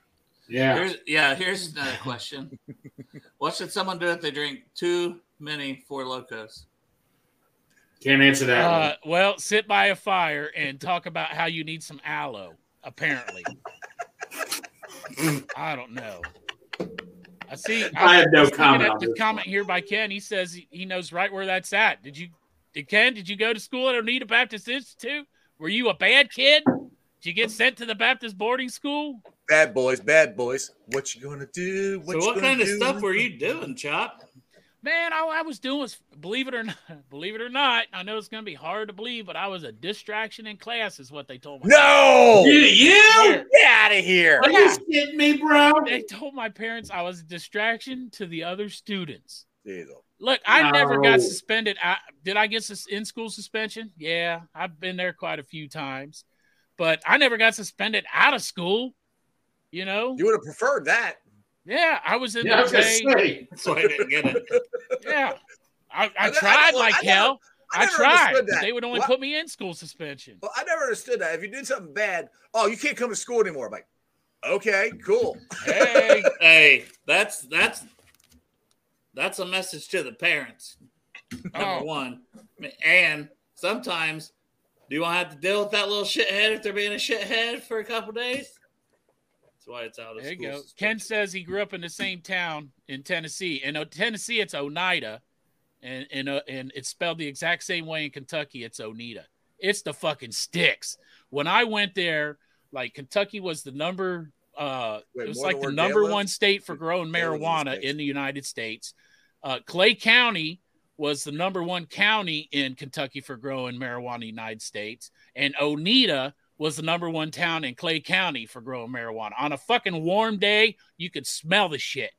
[SPEAKER 5] yeah.
[SPEAKER 2] Here's, yeah, here's another question. what should someone do if they drink too many Four Locos?
[SPEAKER 5] Can't answer that.
[SPEAKER 4] uh, well, sit by a fire and talk about how you need some aloe. Apparently, I don't know. I see.
[SPEAKER 5] I have no
[SPEAKER 4] was looking
[SPEAKER 5] comment
[SPEAKER 4] at
[SPEAKER 5] on
[SPEAKER 4] the
[SPEAKER 5] this
[SPEAKER 4] comment here by Ken. He says he, he knows right where that's at. Did you, did Ken? Did you go to school at Oneida Baptist Institute? Were you a bad kid? Did you get sent to the Baptist boarding school?
[SPEAKER 3] Bad boys, bad boys. What you gonna do?
[SPEAKER 2] so
[SPEAKER 3] you
[SPEAKER 2] what
[SPEAKER 3] gonna
[SPEAKER 2] kind of
[SPEAKER 3] do?
[SPEAKER 2] stuff were you doing, Chop?
[SPEAKER 4] Man, all I was doing was, believe it or not, believe it or not, I know it's going to be hard to believe, but I was a distraction in class, is what they told me.
[SPEAKER 3] No.
[SPEAKER 5] you? you?
[SPEAKER 3] Get out of here.
[SPEAKER 5] Are you kidding me, bro?
[SPEAKER 4] They told my parents I was a distraction to the other students.
[SPEAKER 3] Jesus.
[SPEAKER 4] Look, I never got
[SPEAKER 5] No.
[SPEAKER 4] suspended. I, did I get sus- in school suspension? Yeah, I've been there quite a few times, but I never got suspended out of school. You know,
[SPEAKER 3] You would have preferred that.
[SPEAKER 4] yeah, I was in
[SPEAKER 5] Yeah, I
[SPEAKER 4] there.
[SPEAKER 5] was gonna say.
[SPEAKER 2] That's why I didn't get it.
[SPEAKER 4] Yeah, I, I
[SPEAKER 3] I- I-
[SPEAKER 4] tried
[SPEAKER 3] I-
[SPEAKER 4] like
[SPEAKER 3] I-
[SPEAKER 4] hell. I,
[SPEAKER 3] never
[SPEAKER 4] tried.
[SPEAKER 3] understood that.
[SPEAKER 4] They would only
[SPEAKER 3] Why-
[SPEAKER 4] put me in school suspension.
[SPEAKER 3] Well, I never understood that. If you did something bad, oh, you can't come to school anymore. I'm like, okay, cool.
[SPEAKER 4] Hey,
[SPEAKER 2] Hey, that's that's that's a message to the parents. Number
[SPEAKER 4] Oh.
[SPEAKER 2] one, and sometimes do you want to have to deal with that little shithead if they're being a shithead for a couple days? That's why it's out of
[SPEAKER 4] there you
[SPEAKER 2] school.
[SPEAKER 4] go. Ken
[SPEAKER 2] suspension.
[SPEAKER 4] says he grew up in the same town in Tennessee. In O- Tennessee, it's Oneida, and and uh, and it's spelled the exact same way in Kentucky. It's Oneida. It's the fucking sticks. When I went there, like Kentucky was the number. Uh,
[SPEAKER 3] Wait,
[SPEAKER 4] it was
[SPEAKER 3] more
[SPEAKER 4] like
[SPEAKER 3] than
[SPEAKER 4] the
[SPEAKER 3] where
[SPEAKER 4] number
[SPEAKER 3] Dan lives?
[SPEAKER 4] one state for growing
[SPEAKER 3] Dan lives in the
[SPEAKER 4] marijuana
[SPEAKER 3] States.
[SPEAKER 4] in the United States. Uh, Clay County was the number one county in Kentucky for growing marijuana in the United States, and Oneida was the number one town in Clay County for growing marijuana. On a fucking warm day, you could smell the shit.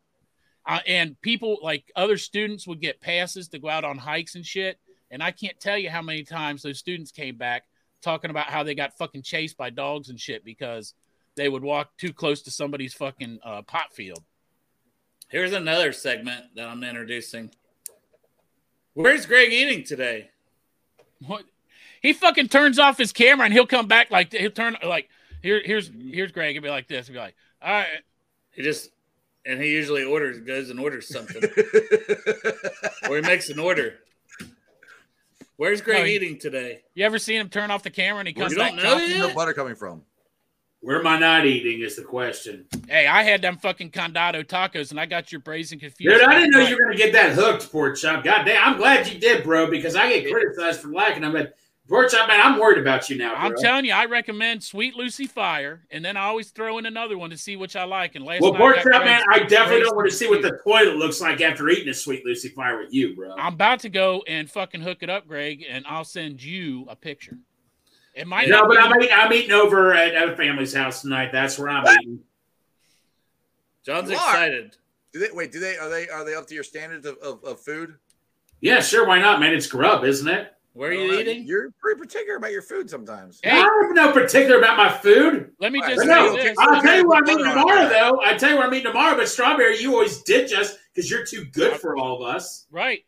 [SPEAKER 4] Uh, and people like other students would get passes to go out on hikes and shit. And I can't tell you how many times those students came back talking about how they got fucking chased by dogs and shit because they would walk too close to somebody's fucking uh, pot field.
[SPEAKER 2] Here's another segment that I'm introducing. Where's Greg eating today?
[SPEAKER 4] What? He fucking turns off his camera and he'll come back like he'll turn like here here's
[SPEAKER 2] Mm-hmm.
[SPEAKER 4] here's Greg and be like this and be like all right
[SPEAKER 2] He just and he usually orders goes and orders something or he makes an order. Where's Greg
[SPEAKER 4] No, he-
[SPEAKER 2] eating today?
[SPEAKER 4] you ever seen him turn off the camera and he
[SPEAKER 2] You
[SPEAKER 4] comes back
[SPEAKER 2] don't know
[SPEAKER 4] talking?
[SPEAKER 3] Where's the
[SPEAKER 2] yet?
[SPEAKER 3] butter coming from?
[SPEAKER 5] Where am I not eating is the question.
[SPEAKER 4] Hey, I had them fucking condado tacos and I got your brazen confused.
[SPEAKER 5] Dude, I didn't know
[SPEAKER 4] Right.
[SPEAKER 5] you were going to get that hooked, pork chop. God damn, I'm glad you did, bro, because I get criticized for lacking. I'm like, pork chop, man, I'm worried about you now.
[SPEAKER 4] I'm
[SPEAKER 5] bro.
[SPEAKER 4] telling you, I recommend Sweet Lucy Fire, and then I always throw in another one to see which I like. And last
[SPEAKER 5] Well,
[SPEAKER 4] night I
[SPEAKER 5] pork
[SPEAKER 4] got
[SPEAKER 5] chop, man,
[SPEAKER 4] Frank's-
[SPEAKER 5] I definitely don't want to
[SPEAKER 4] Frank's
[SPEAKER 5] see what the
[SPEAKER 4] Lucy.
[SPEAKER 5] toilet looks like after eating a sweet Lucy fire with you, bro.
[SPEAKER 4] I'm about to go and fucking hook it up, Greg, and I'll send you a picture. It might
[SPEAKER 5] no,
[SPEAKER 4] not
[SPEAKER 5] but
[SPEAKER 4] be-
[SPEAKER 5] I'm eating, I'm eating over at, at a family's house tonight. That's where I'm eating.
[SPEAKER 2] John's
[SPEAKER 3] You are.
[SPEAKER 2] excited.
[SPEAKER 3] Do they wait? Do they are they are they up to your standards of, of, of food?
[SPEAKER 5] Yeah, sure, why not, man? It's grub, isn't it?
[SPEAKER 2] Where are
[SPEAKER 3] I don't
[SPEAKER 2] you
[SPEAKER 3] know.
[SPEAKER 2] eating?
[SPEAKER 3] You're pretty particular about your food sometimes.
[SPEAKER 4] Hey.
[SPEAKER 5] I don't know particular about my food.
[SPEAKER 4] let me
[SPEAKER 3] All right,
[SPEAKER 4] just
[SPEAKER 5] But no,
[SPEAKER 4] say this.
[SPEAKER 5] I'll tell you what I'm eating tomorrow, though. I tell you what I'm eating tomorrow. But strawberry, you always ditch us because you're too good for all of us.
[SPEAKER 4] Right.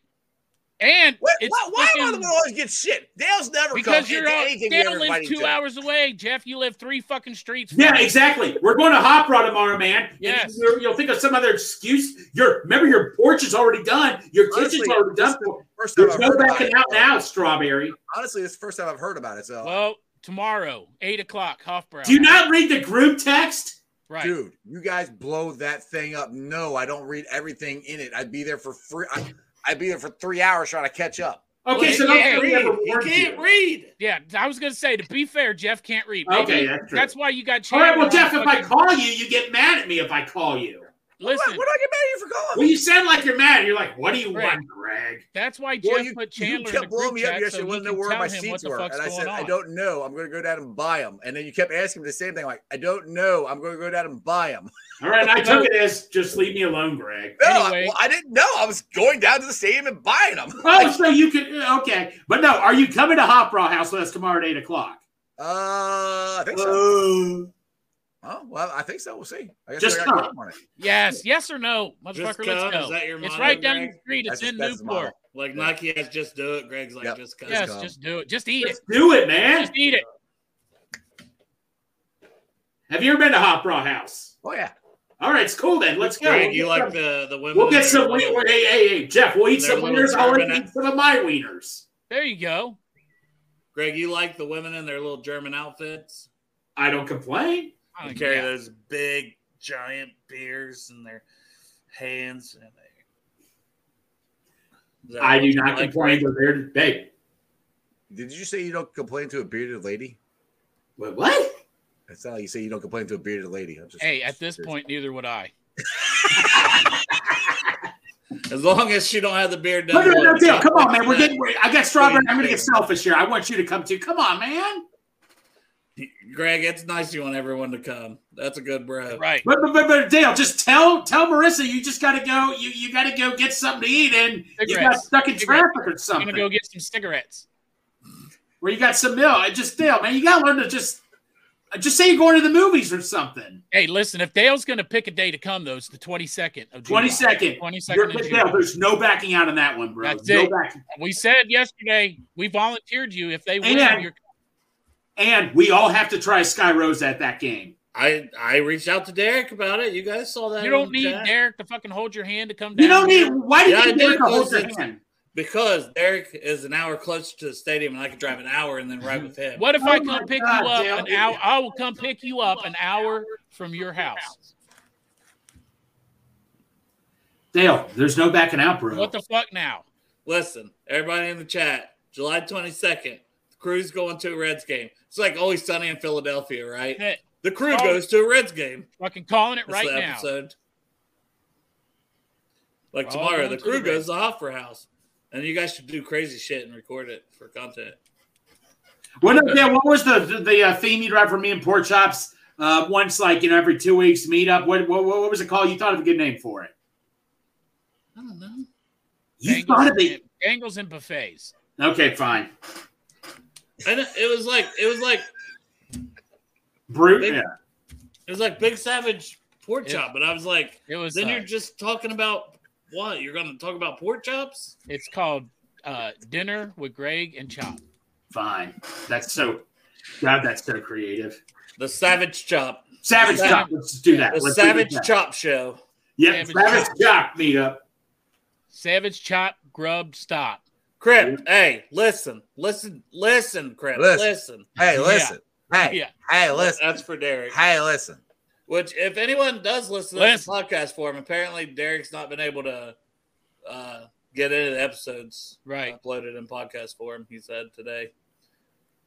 [SPEAKER 4] And
[SPEAKER 3] What,
[SPEAKER 4] it's
[SPEAKER 3] why, why am I the
[SPEAKER 4] fucking-
[SPEAKER 3] one who always gets shit? Dale's never
[SPEAKER 4] because
[SPEAKER 3] come
[SPEAKER 4] you're
[SPEAKER 3] into
[SPEAKER 4] all,
[SPEAKER 3] anything we
[SPEAKER 4] Dale
[SPEAKER 3] ever
[SPEAKER 4] lives
[SPEAKER 3] invite
[SPEAKER 4] two
[SPEAKER 3] you to.
[SPEAKER 4] hours away. Jeff, you live three fucking streets. from
[SPEAKER 5] Yeah,
[SPEAKER 4] me.
[SPEAKER 5] exactly. We're going to Hop Rod tomorrow, man. And
[SPEAKER 4] Yes.
[SPEAKER 5] you're- You'll think of some other excuse. Your remember your porch is already done. Your kitchen's
[SPEAKER 3] Honestly,
[SPEAKER 5] already
[SPEAKER 3] this
[SPEAKER 5] done.
[SPEAKER 3] is the first time
[SPEAKER 5] There's
[SPEAKER 3] I've
[SPEAKER 5] no
[SPEAKER 3] heard about
[SPEAKER 5] backing
[SPEAKER 3] it.
[SPEAKER 5] out now, strawberry.
[SPEAKER 3] Honestly, this is the first time I've heard about it. So,
[SPEAKER 4] Well, tomorrow, eight o'clock, Hofbrau.
[SPEAKER 5] Do you not read the group text?
[SPEAKER 4] right.
[SPEAKER 3] dude, you guys blow that thing up. No, I don't read everything in it. I'd be there for free. I, I'd be there for three hours trying to catch up.
[SPEAKER 5] Okay,
[SPEAKER 2] He
[SPEAKER 5] so
[SPEAKER 4] yeah,
[SPEAKER 2] can't
[SPEAKER 5] don't we ever
[SPEAKER 2] read. He
[SPEAKER 5] warned
[SPEAKER 2] can't
[SPEAKER 5] you.
[SPEAKER 2] read.
[SPEAKER 4] Yeah, I was gonna say to be fair, Jeff can't read.
[SPEAKER 5] Okay, that's true.
[SPEAKER 4] That's why you got.
[SPEAKER 5] All right,
[SPEAKER 4] Chandler
[SPEAKER 5] well,
[SPEAKER 4] on
[SPEAKER 5] Jeff, if I
[SPEAKER 4] fucking-
[SPEAKER 5] call you, you get mad at me if I call you.
[SPEAKER 4] listen,
[SPEAKER 3] what, what do I get mad at you for calling?
[SPEAKER 5] Well, you sound like you're mad. You're like, what do you
[SPEAKER 4] Greg.
[SPEAKER 5] want, Greg?
[SPEAKER 4] that's why Jeff
[SPEAKER 3] Well, you,
[SPEAKER 4] put
[SPEAKER 3] you
[SPEAKER 4] Chandler in the
[SPEAKER 3] kept blowing
[SPEAKER 4] group
[SPEAKER 3] me up
[SPEAKER 4] chat
[SPEAKER 3] yesterday.
[SPEAKER 4] so he
[SPEAKER 3] wouldn't know
[SPEAKER 4] can
[SPEAKER 3] where
[SPEAKER 4] tell
[SPEAKER 3] my
[SPEAKER 4] him what
[SPEAKER 3] seats
[SPEAKER 4] the
[SPEAKER 3] were,
[SPEAKER 4] fuck's
[SPEAKER 3] and I
[SPEAKER 4] going
[SPEAKER 3] said,
[SPEAKER 4] on.
[SPEAKER 3] "I don't know. I'm going to go down and buy them." And then you kept asking me the same thing, like, "I don't know. I'm going to go down and buy them."
[SPEAKER 5] All right, and I took it as just leave me alone, Greg.
[SPEAKER 3] No, I-
[SPEAKER 4] Anyway.
[SPEAKER 3] well, I, didn't know. I was going down to the stadium and buying them.
[SPEAKER 5] Oh, so you can okay, but no, are you coming to Hop Raw House with us tomorrow at eight o'clock?
[SPEAKER 3] Uh, I think so.
[SPEAKER 5] Oh.
[SPEAKER 3] Oh, well, I think so. We'll see. I guess
[SPEAKER 5] Just
[SPEAKER 3] I gotta
[SPEAKER 5] come.
[SPEAKER 3] come on it.
[SPEAKER 4] Yes, yes or no, motherfucker. Let's
[SPEAKER 2] come.
[SPEAKER 4] go.
[SPEAKER 2] Is that your
[SPEAKER 4] it's
[SPEAKER 2] motto,
[SPEAKER 4] right down the
[SPEAKER 2] Greg?
[SPEAKER 4] street. It's
[SPEAKER 3] That's his-
[SPEAKER 4] in
[SPEAKER 3] that's his motto.
[SPEAKER 4] Newport.
[SPEAKER 2] Like Nike has just do it. Greg's like
[SPEAKER 3] Yep.
[SPEAKER 2] just cause.
[SPEAKER 4] Yes,
[SPEAKER 3] go.
[SPEAKER 4] just do it. Just eat it.
[SPEAKER 5] Let's do it, man.
[SPEAKER 4] Just eat it.
[SPEAKER 5] Have you ever been to Hop Raw House?
[SPEAKER 3] Oh yeah.
[SPEAKER 5] All right, it's cool then. Let's go.
[SPEAKER 2] Greg, you like the the women?
[SPEAKER 5] We'll get some.
[SPEAKER 2] We'll
[SPEAKER 5] We- hey, hey, hey, Jeff. We'll eat
[SPEAKER 2] They're
[SPEAKER 5] some
[SPEAKER 2] little
[SPEAKER 5] wieners. I'll
[SPEAKER 2] German-
[SPEAKER 5] eat some of my wieners.
[SPEAKER 4] There you go.
[SPEAKER 2] Greg, you like the women in their little German outfits?
[SPEAKER 5] I don't complain.
[SPEAKER 4] I
[SPEAKER 2] They
[SPEAKER 4] don't
[SPEAKER 2] carry
[SPEAKER 4] care.
[SPEAKER 2] those big giant beers in their hands. And they, Is that
[SPEAKER 5] I
[SPEAKER 2] what
[SPEAKER 5] do
[SPEAKER 2] you
[SPEAKER 5] not
[SPEAKER 2] like,
[SPEAKER 5] complain.
[SPEAKER 2] Greg?
[SPEAKER 5] We're there to beg.
[SPEAKER 3] Did you say you don't complain to a bearded lady?
[SPEAKER 5] Wait, what?
[SPEAKER 3] That's not like you say you don't complain to a bearded lady. I'm just,
[SPEAKER 4] Hey, at this point, neither would I.
[SPEAKER 2] As long as she don't have the beard
[SPEAKER 5] No,
[SPEAKER 2] done.
[SPEAKER 5] no, no,
[SPEAKER 2] it's
[SPEAKER 5] Dale,
[SPEAKER 2] not-
[SPEAKER 5] Come on, man. We're getting. we're- I got strawberry.
[SPEAKER 2] Please,
[SPEAKER 5] I'm going to get
[SPEAKER 2] please.
[SPEAKER 5] selfish here. I want you to come too. Come on, man.
[SPEAKER 2] Greg, it's nice you want everyone to come. That's a good bro.
[SPEAKER 4] Right.
[SPEAKER 5] But, but, but, but Dale, just tell tell Marissa you just got to go. You you got to go get something to eat, and you got
[SPEAKER 4] Cigarettes.
[SPEAKER 5] stuck in
[SPEAKER 4] Cigarettes.
[SPEAKER 5] traffic or
[SPEAKER 4] I'm
[SPEAKER 5] something.
[SPEAKER 4] gonna go get some cigarettes.
[SPEAKER 5] where you got some milk. It just Dale, man, you gotta learn to just Just say you're going to the movies or something.
[SPEAKER 4] Hey, listen, if Dale's going to pick a day to come, though, it's the 22nd of July.
[SPEAKER 5] 22nd.
[SPEAKER 4] 22nd
[SPEAKER 5] You're,
[SPEAKER 4] of
[SPEAKER 5] but
[SPEAKER 4] July.
[SPEAKER 5] no, there's no backing out on that one, bro.
[SPEAKER 4] That's
[SPEAKER 5] no
[SPEAKER 4] it.
[SPEAKER 5] backing.
[SPEAKER 4] We said yesterday we volunteered you. If they win,
[SPEAKER 5] Amen.
[SPEAKER 4] you're
[SPEAKER 5] And we all have to try Sky Rose at that game.
[SPEAKER 2] I I reached out to Derek about it. You guys saw that.
[SPEAKER 4] you
[SPEAKER 2] in
[SPEAKER 4] don't
[SPEAKER 2] the
[SPEAKER 4] need
[SPEAKER 2] chat.
[SPEAKER 4] Derek to fucking hold your hand to come down.
[SPEAKER 5] You don't
[SPEAKER 4] here.
[SPEAKER 5] need. Why did
[SPEAKER 2] Yeah, I
[SPEAKER 5] you
[SPEAKER 2] did
[SPEAKER 5] need to hold
[SPEAKER 2] those
[SPEAKER 5] your
[SPEAKER 2] things.
[SPEAKER 5] hand?
[SPEAKER 2] because Derek is an hour closer to the stadium, and I could drive an hour and then ride with him.
[SPEAKER 4] What if
[SPEAKER 5] Oh
[SPEAKER 4] I
[SPEAKER 5] my
[SPEAKER 4] come pick
[SPEAKER 5] God,
[SPEAKER 4] you up
[SPEAKER 5] Dale.
[SPEAKER 4] an hour? I will come pick you up an hour from your house.
[SPEAKER 5] Dale, there's no backing out, bro.
[SPEAKER 4] What the fuck now?
[SPEAKER 2] Listen, everybody in the chat, July twenty second, the crew's going to a Reds game. It's like always sunny in Philadelphia, right?
[SPEAKER 4] Hey,
[SPEAKER 2] The crew
[SPEAKER 4] Oh.
[SPEAKER 2] goes to a Reds game.
[SPEAKER 4] Fucking calling it
[SPEAKER 2] That's
[SPEAKER 4] right
[SPEAKER 2] the
[SPEAKER 4] now.
[SPEAKER 2] episode. Like
[SPEAKER 4] We're all
[SPEAKER 2] tomorrow,
[SPEAKER 4] going
[SPEAKER 2] the
[SPEAKER 4] to
[SPEAKER 2] crew
[SPEAKER 4] the
[SPEAKER 2] goes to Hoffer House, and you guys should do crazy shit and record it for content.
[SPEAKER 5] What, yeah, what was the the, the uh, theme you'd write for me and Pork Chops? Uh, once, like you know, every two weeks meetup. What what, what was it called? You thought of a good name for it.
[SPEAKER 2] I don't know.
[SPEAKER 5] You thought of it.
[SPEAKER 4] and, Bengals and buffets.
[SPEAKER 5] Okay, fine.
[SPEAKER 2] And it- it was like it was like
[SPEAKER 5] Brute.
[SPEAKER 2] Big-
[SPEAKER 5] Yeah.
[SPEAKER 2] it was like Big Savage pork
[SPEAKER 4] Yeah.
[SPEAKER 2] chop, but I was like,
[SPEAKER 4] It was.
[SPEAKER 2] then
[SPEAKER 4] uh,
[SPEAKER 2] you're just talking about what? You're going to talk about pork chops?
[SPEAKER 4] it's called uh, dinner with Greg and Chop.
[SPEAKER 5] Fine. That's so. God, that's so creative.
[SPEAKER 2] The Savage Chop,
[SPEAKER 5] Savage
[SPEAKER 2] Savage-
[SPEAKER 5] Chop. Let's do that.
[SPEAKER 2] the
[SPEAKER 5] Let's do
[SPEAKER 2] Savage
[SPEAKER 5] that.
[SPEAKER 2] Chop Show.
[SPEAKER 5] Yep.
[SPEAKER 4] Savage
[SPEAKER 5] Savage Chop meetup.
[SPEAKER 4] Savage Chop Grub Stop.
[SPEAKER 2] Crip, hey, listen, listen, listen, Crip,
[SPEAKER 3] Listen.
[SPEAKER 2] listen.
[SPEAKER 3] Hey,
[SPEAKER 4] Yeah.
[SPEAKER 3] listen. Hey,
[SPEAKER 4] Yeah. uh,
[SPEAKER 3] hey, listen.
[SPEAKER 2] That's for Derek.
[SPEAKER 3] Hey, listen.
[SPEAKER 2] Which, if anyone does listen to this
[SPEAKER 4] Listen.
[SPEAKER 2] podcast form, apparently Derek's not been able to uh, get into the episodes
[SPEAKER 4] Right.
[SPEAKER 2] uploaded in podcast form. He said today,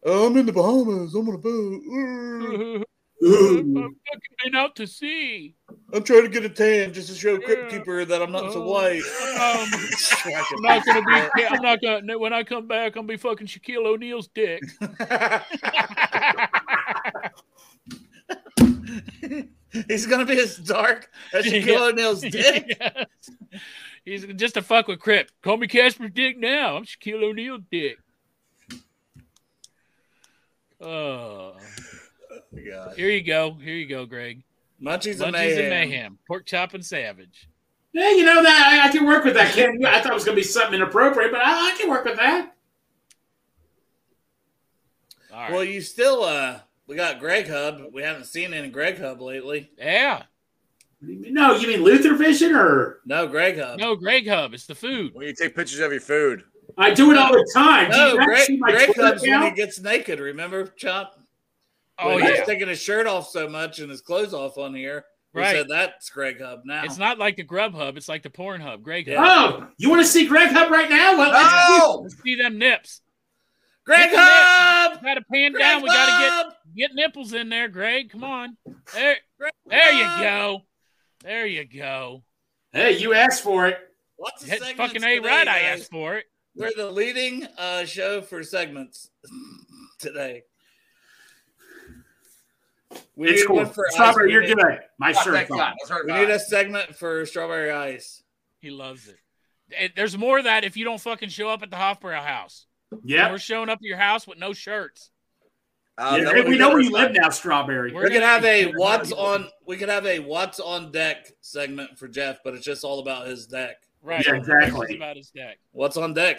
[SPEAKER 2] "I'm in the Bahamas. I'm on a
[SPEAKER 4] Mm-hmm.
[SPEAKER 2] boat.
[SPEAKER 4] I've
[SPEAKER 5] Ooh.
[SPEAKER 4] fucking been out to sea.
[SPEAKER 2] I'm trying to get a tan just to show Crypt
[SPEAKER 4] Yeah.
[SPEAKER 2] Keeper that I'm not so
[SPEAKER 4] Oh.
[SPEAKER 2] white."
[SPEAKER 4] Um, I'm
[SPEAKER 3] Oh,
[SPEAKER 4] not gonna be. I'm not gonna. When I come back, I'm gonna be fucking Shaquille O'Neal's dick.
[SPEAKER 2] He's gonna be as dark as
[SPEAKER 4] Yeah.
[SPEAKER 2] Shaquille O'Neal's dick.
[SPEAKER 4] Yes. He's just a fuck with Crip. Call me Casper Dick now. I'm Shaquille O'Neal Dick. Oh,
[SPEAKER 2] God.
[SPEAKER 4] here you go. Here you go, Greg.
[SPEAKER 2] Munchies, and
[SPEAKER 4] Munchies
[SPEAKER 2] mayhem.
[SPEAKER 4] and mayhem. Pork chop and savage.
[SPEAKER 5] Yeah, you know that I, I can work with that. Ken. I thought it was gonna be something inappropriate, but I, I can work with that.
[SPEAKER 4] All right.
[SPEAKER 2] Well, you still uh, we got Greg Hub. We haven't seen any Greg Hub lately.
[SPEAKER 4] yeah.
[SPEAKER 5] What do you mean? No, you mean Luther Vision or
[SPEAKER 2] No Greg Hub.
[SPEAKER 4] No, Greg Hub. It's the food.
[SPEAKER 3] When you take pictures of your food,
[SPEAKER 5] I do it all the time. Do
[SPEAKER 2] No,
[SPEAKER 5] you not
[SPEAKER 2] Oh, Greg,
[SPEAKER 5] see my
[SPEAKER 2] Greg
[SPEAKER 5] Twitter
[SPEAKER 2] Hub's when he
[SPEAKER 5] account?
[SPEAKER 2] gets naked. Remember, Chop?
[SPEAKER 4] Oh
[SPEAKER 2] When
[SPEAKER 4] yeah.
[SPEAKER 2] He's taking his shirt off so much and his clothes off on here. We
[SPEAKER 4] Right.
[SPEAKER 2] said that's Greg Hub now.
[SPEAKER 4] It's not like the Grub Hub. It's like the Porn Hub. Greg Hub.
[SPEAKER 5] Oh, you want to see Greg Hub right now? Well,
[SPEAKER 3] no,
[SPEAKER 4] Let's see them nips.
[SPEAKER 2] Greg
[SPEAKER 4] Get the
[SPEAKER 2] Hub.
[SPEAKER 4] Got to pan
[SPEAKER 2] Greg
[SPEAKER 4] down. We got
[SPEAKER 2] Hub!
[SPEAKER 4] to get get nipples in there, Greg. Come on. There.
[SPEAKER 2] Greg
[SPEAKER 4] There
[SPEAKER 2] Hub!
[SPEAKER 4] you go. There you go.
[SPEAKER 5] hey, you asked for it.
[SPEAKER 2] What's the
[SPEAKER 4] Hit
[SPEAKER 2] segments
[SPEAKER 4] fucking
[SPEAKER 2] today,
[SPEAKER 4] a right. I
[SPEAKER 2] guys?
[SPEAKER 4] asked for it.
[SPEAKER 2] We're the leading uh, show for segments today. We
[SPEAKER 5] It's
[SPEAKER 2] need
[SPEAKER 5] cool.
[SPEAKER 2] one for ice.
[SPEAKER 5] Strawberry,
[SPEAKER 2] We
[SPEAKER 5] you're
[SPEAKER 2] need-
[SPEAKER 5] good. My
[SPEAKER 3] Fuck
[SPEAKER 5] shirt.
[SPEAKER 3] that guy.
[SPEAKER 5] off.
[SPEAKER 3] Let's hurt
[SPEAKER 2] We
[SPEAKER 3] about
[SPEAKER 2] need
[SPEAKER 3] it.
[SPEAKER 2] a segment for strawberry ice.
[SPEAKER 4] He loves it. And There's more of that if you don't fucking show up at the Hofbrau house. We're
[SPEAKER 5] Yep.
[SPEAKER 4] showing up at your house with no shirts.
[SPEAKER 3] Um,
[SPEAKER 5] Yeah,
[SPEAKER 3] that
[SPEAKER 5] we
[SPEAKER 3] would
[SPEAKER 5] know
[SPEAKER 3] be
[SPEAKER 5] where you
[SPEAKER 3] first
[SPEAKER 5] live
[SPEAKER 3] time.
[SPEAKER 5] now, Strawberry.
[SPEAKER 4] We're
[SPEAKER 2] We could have a
[SPEAKER 4] gonna-
[SPEAKER 2] what's on. We could have a what's on deck segment for Jeff, but it's just all about his deck.
[SPEAKER 4] Right.
[SPEAKER 5] Yeah, exactly.
[SPEAKER 4] It's about his deck.
[SPEAKER 2] What's on deck,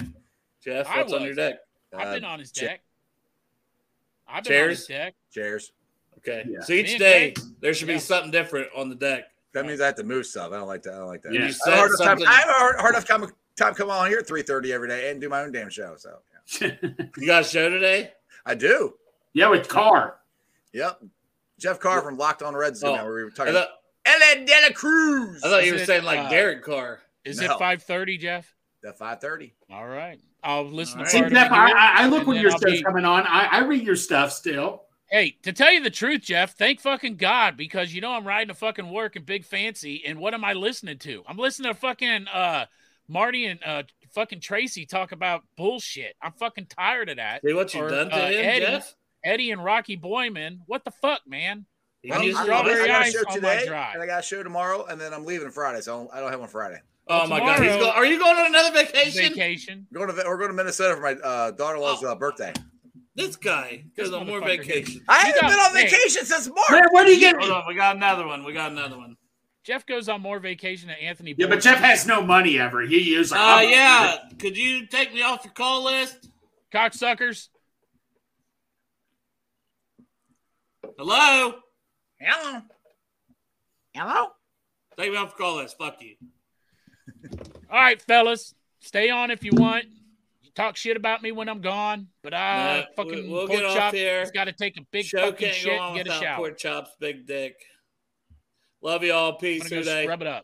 [SPEAKER 2] Jeff?
[SPEAKER 4] I
[SPEAKER 2] What's on
[SPEAKER 4] was.
[SPEAKER 2] your deck?
[SPEAKER 4] I've been
[SPEAKER 3] Uh,
[SPEAKER 4] on his
[SPEAKER 3] che-
[SPEAKER 4] deck. I've been on his
[SPEAKER 2] Chairs?
[SPEAKER 4] deck.
[SPEAKER 3] Cheers.
[SPEAKER 2] Okay.
[SPEAKER 5] Yeah.
[SPEAKER 2] So each
[SPEAKER 4] Me and
[SPEAKER 2] day
[SPEAKER 4] Greg?
[SPEAKER 2] there should
[SPEAKER 4] Yeah.
[SPEAKER 2] be something different on the deck.
[SPEAKER 3] That means I have to move stuff. I don't like that. I don't like that.
[SPEAKER 5] Yeah.
[SPEAKER 2] You
[SPEAKER 5] I
[SPEAKER 3] I have a
[SPEAKER 2] said
[SPEAKER 3] hard enough time.
[SPEAKER 2] something.
[SPEAKER 3] I have a hard, hard enough time, time coming on here at three thirty every day and do my own damn show. So yeah.
[SPEAKER 2] You got a show today?
[SPEAKER 3] I do.
[SPEAKER 5] Yeah, with Carr.
[SPEAKER 3] Yep. Jeff Carr from Locked On Reds.
[SPEAKER 2] Oh.
[SPEAKER 3] now we were
[SPEAKER 2] I
[SPEAKER 3] talking
[SPEAKER 2] thought,
[SPEAKER 3] about Ellen Dela Cruz.
[SPEAKER 2] I thought you
[SPEAKER 4] Is
[SPEAKER 2] were
[SPEAKER 4] it,
[SPEAKER 2] saying like
[SPEAKER 4] uh,
[SPEAKER 2] Derek Carr.
[SPEAKER 4] Is
[SPEAKER 3] No.
[SPEAKER 4] it five thirty, Jeff?
[SPEAKER 3] The five thirty.
[SPEAKER 4] All right. I'll listen
[SPEAKER 2] All
[SPEAKER 4] to
[SPEAKER 2] right.
[SPEAKER 5] See,
[SPEAKER 4] part of
[SPEAKER 5] Jeff,
[SPEAKER 4] it.
[SPEAKER 5] I, I- I look
[SPEAKER 4] And
[SPEAKER 5] when
[SPEAKER 4] then
[SPEAKER 5] your
[SPEAKER 4] I'll
[SPEAKER 5] stuff's
[SPEAKER 4] be-
[SPEAKER 5] coming on. I, I read your stuff still.
[SPEAKER 4] Hey, to tell you the truth, Jeff, thank fucking God because you know I'm riding a fucking work and big fancy. And what am I listening to? I'm listening to fucking uh, Marty and uh, fucking Tracy talk about bullshit. I'm fucking tired of that.
[SPEAKER 2] See what you've
[SPEAKER 4] or,
[SPEAKER 2] done to
[SPEAKER 4] uh,
[SPEAKER 2] him,
[SPEAKER 4] Eddie.
[SPEAKER 2] Jeff.
[SPEAKER 4] Eddie and Rocky Boyman, what the fuck, man?
[SPEAKER 2] He
[SPEAKER 4] I need
[SPEAKER 2] needs
[SPEAKER 4] I'm-
[SPEAKER 2] to-
[SPEAKER 4] I'm- strawberry
[SPEAKER 3] I got a
[SPEAKER 4] ice
[SPEAKER 3] show
[SPEAKER 4] on my
[SPEAKER 3] today,
[SPEAKER 4] drive.
[SPEAKER 3] and I got a show tomorrow, and then I'm leaving Friday, so I don't, I don't have one Friday.
[SPEAKER 2] oh my god, he's
[SPEAKER 4] tomorrow-
[SPEAKER 2] going. Are you going on another vacation?
[SPEAKER 4] Vacation.
[SPEAKER 3] We're going to we're going to Minnesota for my uh, daughter-in-law's
[SPEAKER 4] Oh.
[SPEAKER 3] uh, birthday.
[SPEAKER 2] This guy
[SPEAKER 4] This
[SPEAKER 2] is on more
[SPEAKER 4] motherfucker.
[SPEAKER 2] vacation.
[SPEAKER 3] I haven't
[SPEAKER 4] got-
[SPEAKER 3] been on
[SPEAKER 4] hey.
[SPEAKER 3] vacation since
[SPEAKER 5] Man,
[SPEAKER 3] March.
[SPEAKER 5] what do you get?
[SPEAKER 2] Hold on, we got another one. We got another one.
[SPEAKER 4] Jeff goes on more vacation than Anthony.
[SPEAKER 5] Yeah, but
[SPEAKER 4] Bourdain.
[SPEAKER 5] Jeff has no money ever. He is like,
[SPEAKER 2] Uh,
[SPEAKER 5] I'm-
[SPEAKER 2] yeah. Could you take me off your call list?
[SPEAKER 4] cocksuckers.
[SPEAKER 2] Hello?
[SPEAKER 3] Hello. Hello.
[SPEAKER 2] Take me off your call list. Fuck you.
[SPEAKER 4] All right, fellas, stay on if you want. You talk shit about me when I'm gone, but I
[SPEAKER 2] Nah,
[SPEAKER 4] fucking
[SPEAKER 2] we- we'll
[SPEAKER 4] pork
[SPEAKER 2] get off
[SPEAKER 4] chop
[SPEAKER 2] here.
[SPEAKER 4] has got to take a big
[SPEAKER 2] Show
[SPEAKER 4] fucking
[SPEAKER 2] can't
[SPEAKER 4] shit
[SPEAKER 2] go on
[SPEAKER 4] and get a
[SPEAKER 2] without
[SPEAKER 4] shower.
[SPEAKER 2] pork chops, big dick. Love you all.
[SPEAKER 4] I'm
[SPEAKER 2] Peace
[SPEAKER 4] gonna go
[SPEAKER 2] today.
[SPEAKER 4] scrub it up.